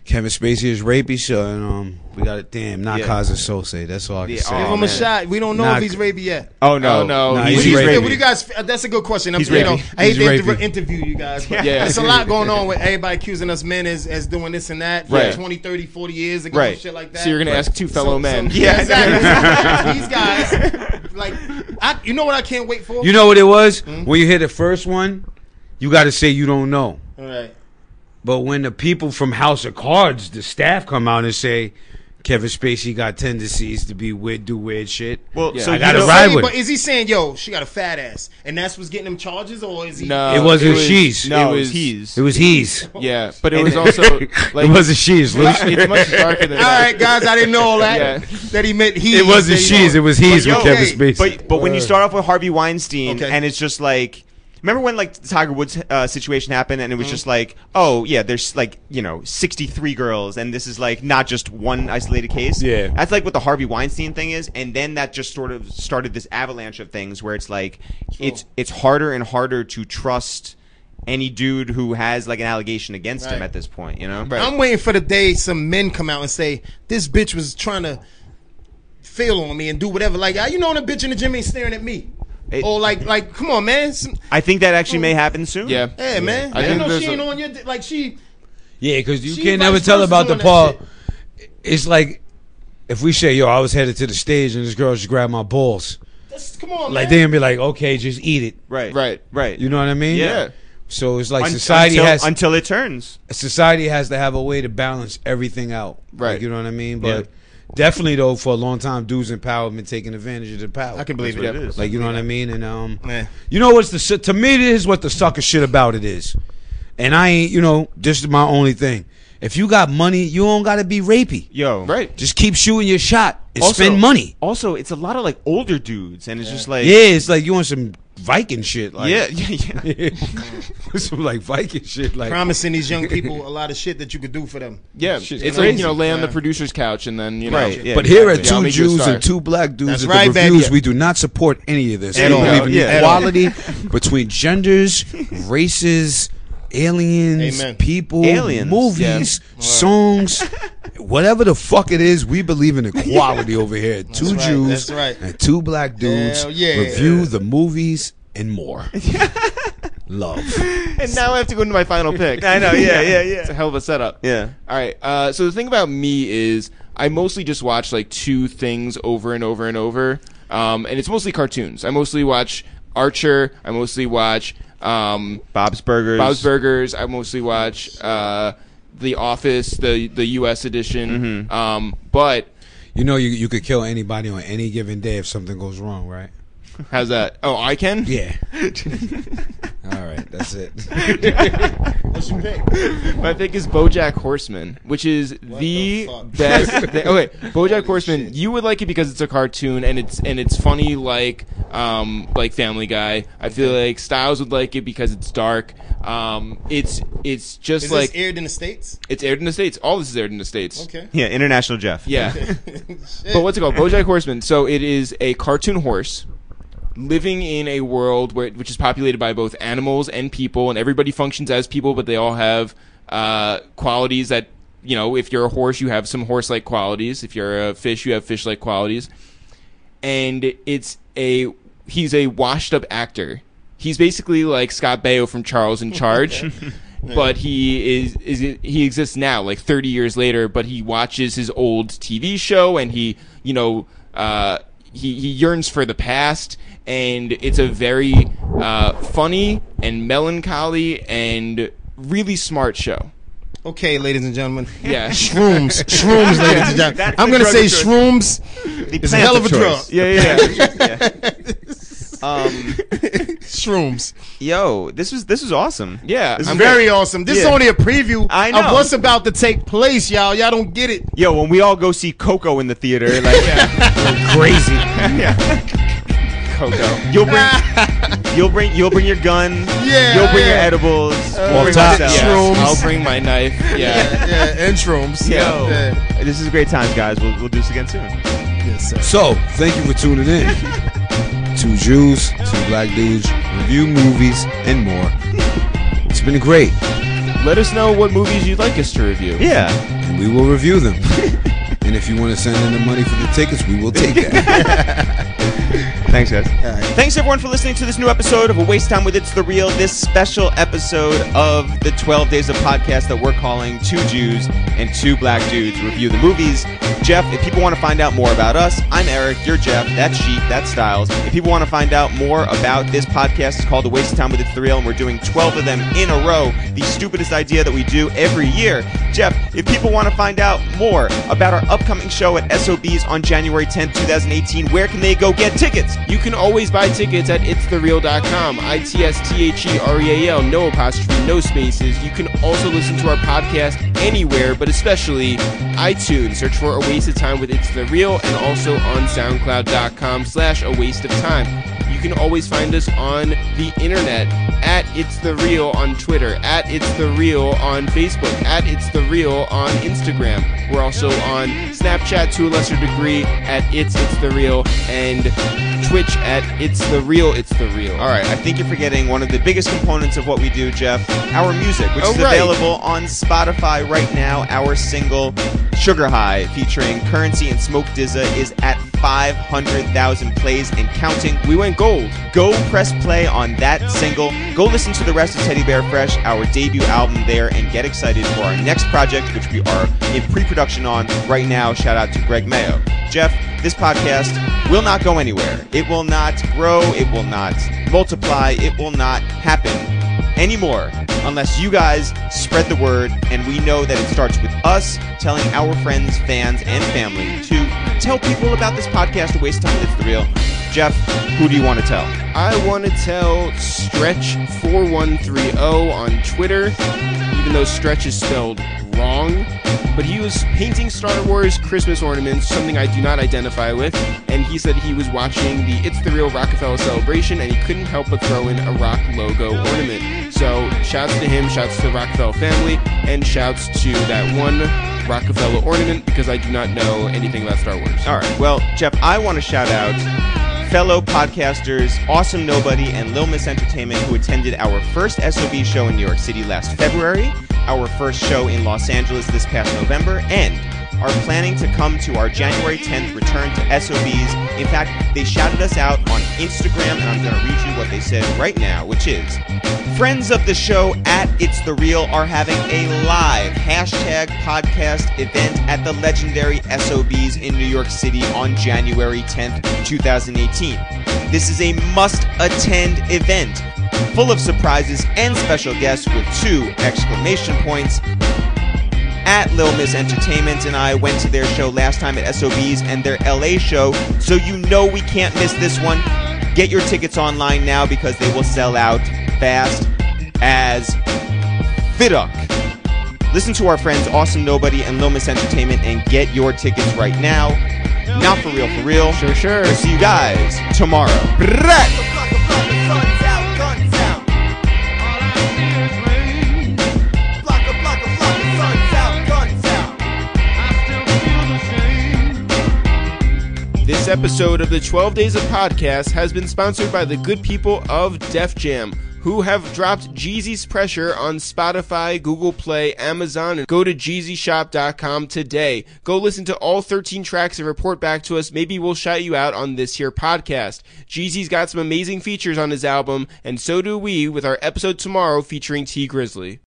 [SPEAKER 6] Kevin Spacey is rapey, so and, um, we got it. Damn, not
[SPEAKER 2] Yeah.
[SPEAKER 6] Kaza Sose. That's all I can
[SPEAKER 2] Yeah,
[SPEAKER 6] say.
[SPEAKER 2] oh,
[SPEAKER 4] Give him
[SPEAKER 2] man.
[SPEAKER 4] a shot. We don't know
[SPEAKER 6] Nah,
[SPEAKER 4] if he's rapey yet.
[SPEAKER 2] Oh no,
[SPEAKER 1] Oh, no. He's
[SPEAKER 6] Nah,
[SPEAKER 4] What
[SPEAKER 6] he's
[SPEAKER 4] do, you,
[SPEAKER 6] rapey.
[SPEAKER 4] what do you guys? uh, That's a good question. I'm,
[SPEAKER 2] He's
[SPEAKER 4] you know,
[SPEAKER 2] rapey.
[SPEAKER 4] I
[SPEAKER 6] He's
[SPEAKER 4] hate to inter-
[SPEAKER 6] rapey.
[SPEAKER 4] interview you guys. But
[SPEAKER 2] Yeah.
[SPEAKER 4] There's a lot going on with everybody accusing us men as, as doing this and that for
[SPEAKER 1] Right.
[SPEAKER 4] 20, 30, 40 years ago
[SPEAKER 2] Right.
[SPEAKER 4] and shit like that.
[SPEAKER 1] So you're gonna ask two fellow
[SPEAKER 2] *laughs*
[SPEAKER 4] So-
[SPEAKER 1] men.
[SPEAKER 4] so- yeah, exactly. *laughs* These guys, like, I, you know what I can't wait for?
[SPEAKER 6] You know what it was
[SPEAKER 2] Hmm?
[SPEAKER 6] when you hear the first one, you got to say you don't know.
[SPEAKER 4] All right.
[SPEAKER 6] But when the people from House of Cards, the staff come out and say Kevin Spacey got tendencies to be weird, do weird shit.
[SPEAKER 2] Well, so
[SPEAKER 6] I
[SPEAKER 2] you
[SPEAKER 6] gotta
[SPEAKER 2] know-
[SPEAKER 6] ride with.
[SPEAKER 4] But
[SPEAKER 6] it.
[SPEAKER 4] is he saying, "Yo, she got a fat ass," and that's what's getting him charges, or is he?
[SPEAKER 1] No,
[SPEAKER 6] It wasn't she's.
[SPEAKER 1] No,
[SPEAKER 2] it was
[SPEAKER 1] he's.
[SPEAKER 2] he's.
[SPEAKER 6] It was he's.
[SPEAKER 1] Yeah, but it was also like
[SPEAKER 6] *laughs* it wasn't she's. Luke.
[SPEAKER 1] *laughs* it's much darker than
[SPEAKER 4] All right, guys, I didn't know all that.
[SPEAKER 1] Yeah.
[SPEAKER 4] That he meant he.
[SPEAKER 6] It wasn't
[SPEAKER 4] that he-
[SPEAKER 6] she's. It was he's
[SPEAKER 4] But
[SPEAKER 6] with
[SPEAKER 4] yo,
[SPEAKER 6] Kevin
[SPEAKER 4] hey,
[SPEAKER 6] Spacey.
[SPEAKER 2] But but
[SPEAKER 1] Uh.
[SPEAKER 2] when you start off with Harvey Weinstein,
[SPEAKER 4] Okay.
[SPEAKER 2] and it's just like, remember when like the Tiger Woods uh, situation happened, and it
[SPEAKER 1] Mm-hmm.
[SPEAKER 2] was just like, oh yeah, there's like you know 63 girls, and this is like not just one isolated case.
[SPEAKER 6] Yeah.
[SPEAKER 2] that's like what the Harvey Weinstein thing is, and then that just sort of started this avalanche of things where it's like, it's it's harder and harder to trust any dude who has like an allegation against him
[SPEAKER 4] Right.
[SPEAKER 2] at this point, you know.
[SPEAKER 4] I'm waiting for the day some men come out and say this bitch was trying to feel on me and do whatever. Like, ah, you know, the bitch in the gym ain't staring at me.
[SPEAKER 2] It-
[SPEAKER 4] or like, like, come on, man. Some,
[SPEAKER 2] I think that actually may happen soon.
[SPEAKER 1] yeah.
[SPEAKER 4] yeah, man.
[SPEAKER 1] I
[SPEAKER 4] I,
[SPEAKER 1] think
[SPEAKER 4] know
[SPEAKER 1] there's
[SPEAKER 4] she
[SPEAKER 1] a-
[SPEAKER 4] ain't on your di- like she.
[SPEAKER 6] yeah, because you
[SPEAKER 4] She
[SPEAKER 6] can't
[SPEAKER 4] vice
[SPEAKER 6] never tell
[SPEAKER 4] versa
[SPEAKER 6] about the
[SPEAKER 4] doing that
[SPEAKER 6] part. It's like if we say, "Yo, I was headed to the stage and this girl just grabbed my balls,"
[SPEAKER 4] That's, come on,
[SPEAKER 6] like
[SPEAKER 4] man.
[SPEAKER 6] they gonna be like, "Okay, just eat it."
[SPEAKER 2] Right.
[SPEAKER 1] Right.
[SPEAKER 2] Right.
[SPEAKER 6] You know what I mean?
[SPEAKER 2] Yeah.
[SPEAKER 6] So it's like
[SPEAKER 2] Un-
[SPEAKER 6] society
[SPEAKER 2] until,
[SPEAKER 6] has
[SPEAKER 2] until it turns.
[SPEAKER 6] society has to have a way to balance everything out.
[SPEAKER 1] Right.
[SPEAKER 6] Like, you know what I mean?
[SPEAKER 2] Yeah.
[SPEAKER 6] But definitely though, for a long time, dudes in power have been taking advantage of the power.
[SPEAKER 4] I can believe
[SPEAKER 1] That's
[SPEAKER 4] it.
[SPEAKER 1] what
[SPEAKER 2] is.
[SPEAKER 6] Like you know what I mean? And um,
[SPEAKER 4] Yeah.
[SPEAKER 6] you know what's the shit? To me, this is what the sucker shit about it is. And I ain't, you know, this is my only thing. If you got money, you don't gotta be rapey.
[SPEAKER 2] Yo.
[SPEAKER 1] Right.
[SPEAKER 6] Just keep shooting your shot and
[SPEAKER 2] Also-
[SPEAKER 6] spend money.
[SPEAKER 2] Also, it's a lot of like older dudes, and it's just like
[SPEAKER 6] Yeah, it's like you on some Viking shit. Like,
[SPEAKER 2] yeah, yeah,
[SPEAKER 6] *laughs*
[SPEAKER 2] yeah.
[SPEAKER 6] some like Viking shit. Like,
[SPEAKER 4] promising these
[SPEAKER 1] *laughs*
[SPEAKER 4] young people a lot of shit that you could do for them.
[SPEAKER 1] Yeah,
[SPEAKER 6] Shit's
[SPEAKER 1] it's like
[SPEAKER 6] crazy.
[SPEAKER 1] you know, lay on the
[SPEAKER 4] Yeah.
[SPEAKER 1] producer's couch and then you know.
[SPEAKER 2] Right, yeah.
[SPEAKER 6] but here at
[SPEAKER 1] exactly. I'll
[SPEAKER 6] Two
[SPEAKER 1] make you a
[SPEAKER 6] Jews
[SPEAKER 1] star.
[SPEAKER 6] and Two Black Dudes
[SPEAKER 4] That's
[SPEAKER 6] at
[SPEAKER 4] right,
[SPEAKER 6] the
[SPEAKER 4] baby.
[SPEAKER 6] reviews, we do not support any of this.
[SPEAKER 2] At
[SPEAKER 6] we
[SPEAKER 2] all.
[SPEAKER 6] believe in
[SPEAKER 2] Yeah. At all.
[SPEAKER 4] *laughs*
[SPEAKER 6] equality between genders, races, aliens,
[SPEAKER 4] Amen.
[SPEAKER 6] people,
[SPEAKER 2] Aliens.
[SPEAKER 6] movies,
[SPEAKER 4] *laughs*
[SPEAKER 6] songs, whatever the fuck it is. We believe in equality over here. at Two
[SPEAKER 4] right,
[SPEAKER 6] Jews
[SPEAKER 4] that's right.
[SPEAKER 6] and Two Black Dudes
[SPEAKER 4] Hell yeah.
[SPEAKER 6] review the movies and
[SPEAKER 4] *laughs*
[SPEAKER 6] more. Love.
[SPEAKER 1] And now I have to go into my final pick.
[SPEAKER 2] I
[SPEAKER 1] *laughs*
[SPEAKER 2] know, yeah, yeah, yeah.
[SPEAKER 1] It's a hell of a setup.
[SPEAKER 2] Yeah.
[SPEAKER 1] All right. Uh, so the thing about me is I mostly just watch like two things over and over and over, um, and it's mostly cartoons. I mostly watch Archer. I mostly watch um,
[SPEAKER 2] Bob's Burgers.
[SPEAKER 1] Bob's Burgers. I mostly watch uh, The Office, the the U.S. edition. Um, but
[SPEAKER 6] You know, you, you could kill anybody on any given day if something goes wrong, right?
[SPEAKER 1] how's that? Oh, I can.
[SPEAKER 4] *laughs*
[SPEAKER 6] Yeah. All right, that's it.
[SPEAKER 4] What's your pick?
[SPEAKER 1] My pick is BoJack Horseman, which is the,
[SPEAKER 4] the fuck? *laughs*
[SPEAKER 1] best. Thing. Okay, BoJack Horseman. You would like it because it's a cartoon and it's and it's funny like um like Family Guy. I feel like Styles would like it because it's dark. Um, it's it's just
[SPEAKER 4] Is
[SPEAKER 1] like
[SPEAKER 4] this aired in the states?
[SPEAKER 1] it's aired in the states. All this is aired in the states.
[SPEAKER 4] Okay.
[SPEAKER 2] Yeah, International *laughs* Jeff.
[SPEAKER 1] Yeah.
[SPEAKER 4] Shit.
[SPEAKER 1] But what's it called? BoJack Horseman. So it is a cartoon horse living in a world where which is populated by both animals and people, and everybody functions as people, but they all have uh, qualities that you know. If you're a horse, you have some horse-like qualities. If you're a fish, you have fish-like qualities. And it's a he's a washed-up actor. He's basically like Scott Baio from Charles in *laughs* Charge. But he is, is he exists now, like 30 years later. But he watches his old TV show, and he, you know, uh, he, he yearns for the past and it's a very uh, funny and melancholy and really smart show
[SPEAKER 4] Okay, ladies
[SPEAKER 2] *laughs*
[SPEAKER 4] and gentlemen.
[SPEAKER 1] yeah *laughs*
[SPEAKER 4] Shrooms, shrooms, ladies and gentlemen. I'm gonna say shrooms
[SPEAKER 2] The
[SPEAKER 4] is a hell of a
[SPEAKER 2] Panther
[SPEAKER 4] drug.
[SPEAKER 2] choice.
[SPEAKER 1] yeah yeah
[SPEAKER 2] Yeah. Um,
[SPEAKER 4] Shrooms.
[SPEAKER 2] yo, this was this was awesome.
[SPEAKER 1] Yeah,
[SPEAKER 2] this
[SPEAKER 4] I'm
[SPEAKER 2] is
[SPEAKER 4] very awesome. This is
[SPEAKER 2] Yeah.
[SPEAKER 4] only a preview
[SPEAKER 2] I
[SPEAKER 4] of
[SPEAKER 2] know.
[SPEAKER 4] what's about to take place, y'all. Y'all don't get it.
[SPEAKER 2] Yo, when we all go see Coco in the theater, like *laughs*
[SPEAKER 7] Crazy.
[SPEAKER 2] Coco, you'll bring you'll bring you'll bring your gun.
[SPEAKER 4] Yeah,
[SPEAKER 2] you'll bring your
[SPEAKER 4] yeah.
[SPEAKER 2] edibles. we'll bring
[SPEAKER 8] top.
[SPEAKER 2] myself.
[SPEAKER 1] Yeah,
[SPEAKER 4] Shrooms.
[SPEAKER 1] I'll bring my *laughs* knife. Yeah.
[SPEAKER 4] Yeah, yeah, and shrooms.
[SPEAKER 2] Yo,
[SPEAKER 4] Yeah.
[SPEAKER 2] this is great times, guys. We'll, we'll do this again soon.
[SPEAKER 4] Yes, sir.
[SPEAKER 3] So, thank you for tuning in. two Jews, two black dudes, review movies, and more. It's been great,
[SPEAKER 1] Let us know what movies you'd like us to review.
[SPEAKER 2] Yeah,
[SPEAKER 3] and we will review them. and if you want to send in the money for the tickets, we will take that.
[SPEAKER 2] thanks, guys. Thanks everyone for listening to this new episode of A Waste Time with It's the Real. This special episode of the 12 Days of Podcast that we're calling Two Jews and Two Black Dudes Review the Movies. Jeff, if people want to find out more about us, I'm Eric, you're Jeff, that's Sheep, that's Styles. If people want to find out more about this podcast, it's called A Waste of Time with It's the Real, and we're doing 12 of them in a row. The stupidest idea that we do every year. Jeff, if people want to find out more about our upcoming show at SOBs on January 10th, 2018, where can they go get tickets?
[SPEAKER 1] You can always buy tickets at itsthereal.com. I T S T H E R E A L, no apostrophe, no spaces. You can also listen to our podcast anywhere, but especially iTunes. Search for A Waste of Time with It's the Real and also on SoundCloud.com slash A Waste of Time. You can always find us on the internet at It's the Real on Twitter, at It's the Real on Facebook, at It's the Real on Instagram. We're also on Snapchat to a lesser degree at It's It's the Real and Twitch at It's the Real, It's the Real.
[SPEAKER 2] All right, I think you're forgetting one of the biggest components of what we do, Jeff. Our music, which
[SPEAKER 1] Oh,
[SPEAKER 2] is
[SPEAKER 1] right.
[SPEAKER 2] available on Spotify right now. Our single "Sugar High" featuring Currency and Smoke Dizza is at 500,000 plays and counting.
[SPEAKER 1] We went gold.
[SPEAKER 2] Go press play on that single. Go listen to the rest of Teddy Bear Fresh, our debut album there, and get excited for our next project, which we are in pre production on right now. Shout out to Greg Mayo. Jeff, this podcast will not go anywhere. It will not grow. It will not multiply. It will not happen anymore unless you guys spread the word and we know that it starts with us telling our friends fans and family to tell people about this podcast to waste time it's the real jeff who do you want to tell
[SPEAKER 1] I want to tell Stretch4130 on Twitter, even though Stretch is spelled wrong, but he was painting Star Wars Christmas ornaments, something I do not identify with, and he said he was watching the It's the Real Rockefeller celebration and he couldn't help but throw in a rock logo ornament. So, shouts to him, shouts to the Rockefeller family, and shouts to that one Rockefeller ornament because I do not know anything about Star Wars.
[SPEAKER 2] all right well jeff i want to shout out fellow podcasters awesome nobody and lil miss entertainment who attended our first sob show in new york city last february our first show in los angeles this past november and are planning to come to our January 10th return to SOBs. In fact, they shouted us out on Instagram, and I'm going to read you what they said right now, which is Friends of the show at It's The Real are having a live hashtag podcast event at the legendary SOBs in New York City on January 10th, 2018. This is a must attend event full of surprises and special guests with two exclamation points at Lil Miss Entertainment, and I went to their show last time at SOB's and their LA show, so you know we can't miss this one. Get your tickets online now because they will sell out fast as fiduck. Listen to our friends Awesome Nobody and Lil Miss Entertainment and get your tickets right now. Not for real, for real. Sure, sure. We'll see you guys tomorrow.
[SPEAKER 1] This episode of the 12 Days of Podcast has been sponsored by the good people of Def Jam, who have dropped Jeezy's Pressure on Spotify, Google Play, Amazon, and go to JeezyShop.com today. Go listen to all 13 tracks and report back to us. Maybe we'll shout you out on this here podcast. Jeezy's got some amazing features on his album, and so do we with our episode tomorrow featuring T Grizzly.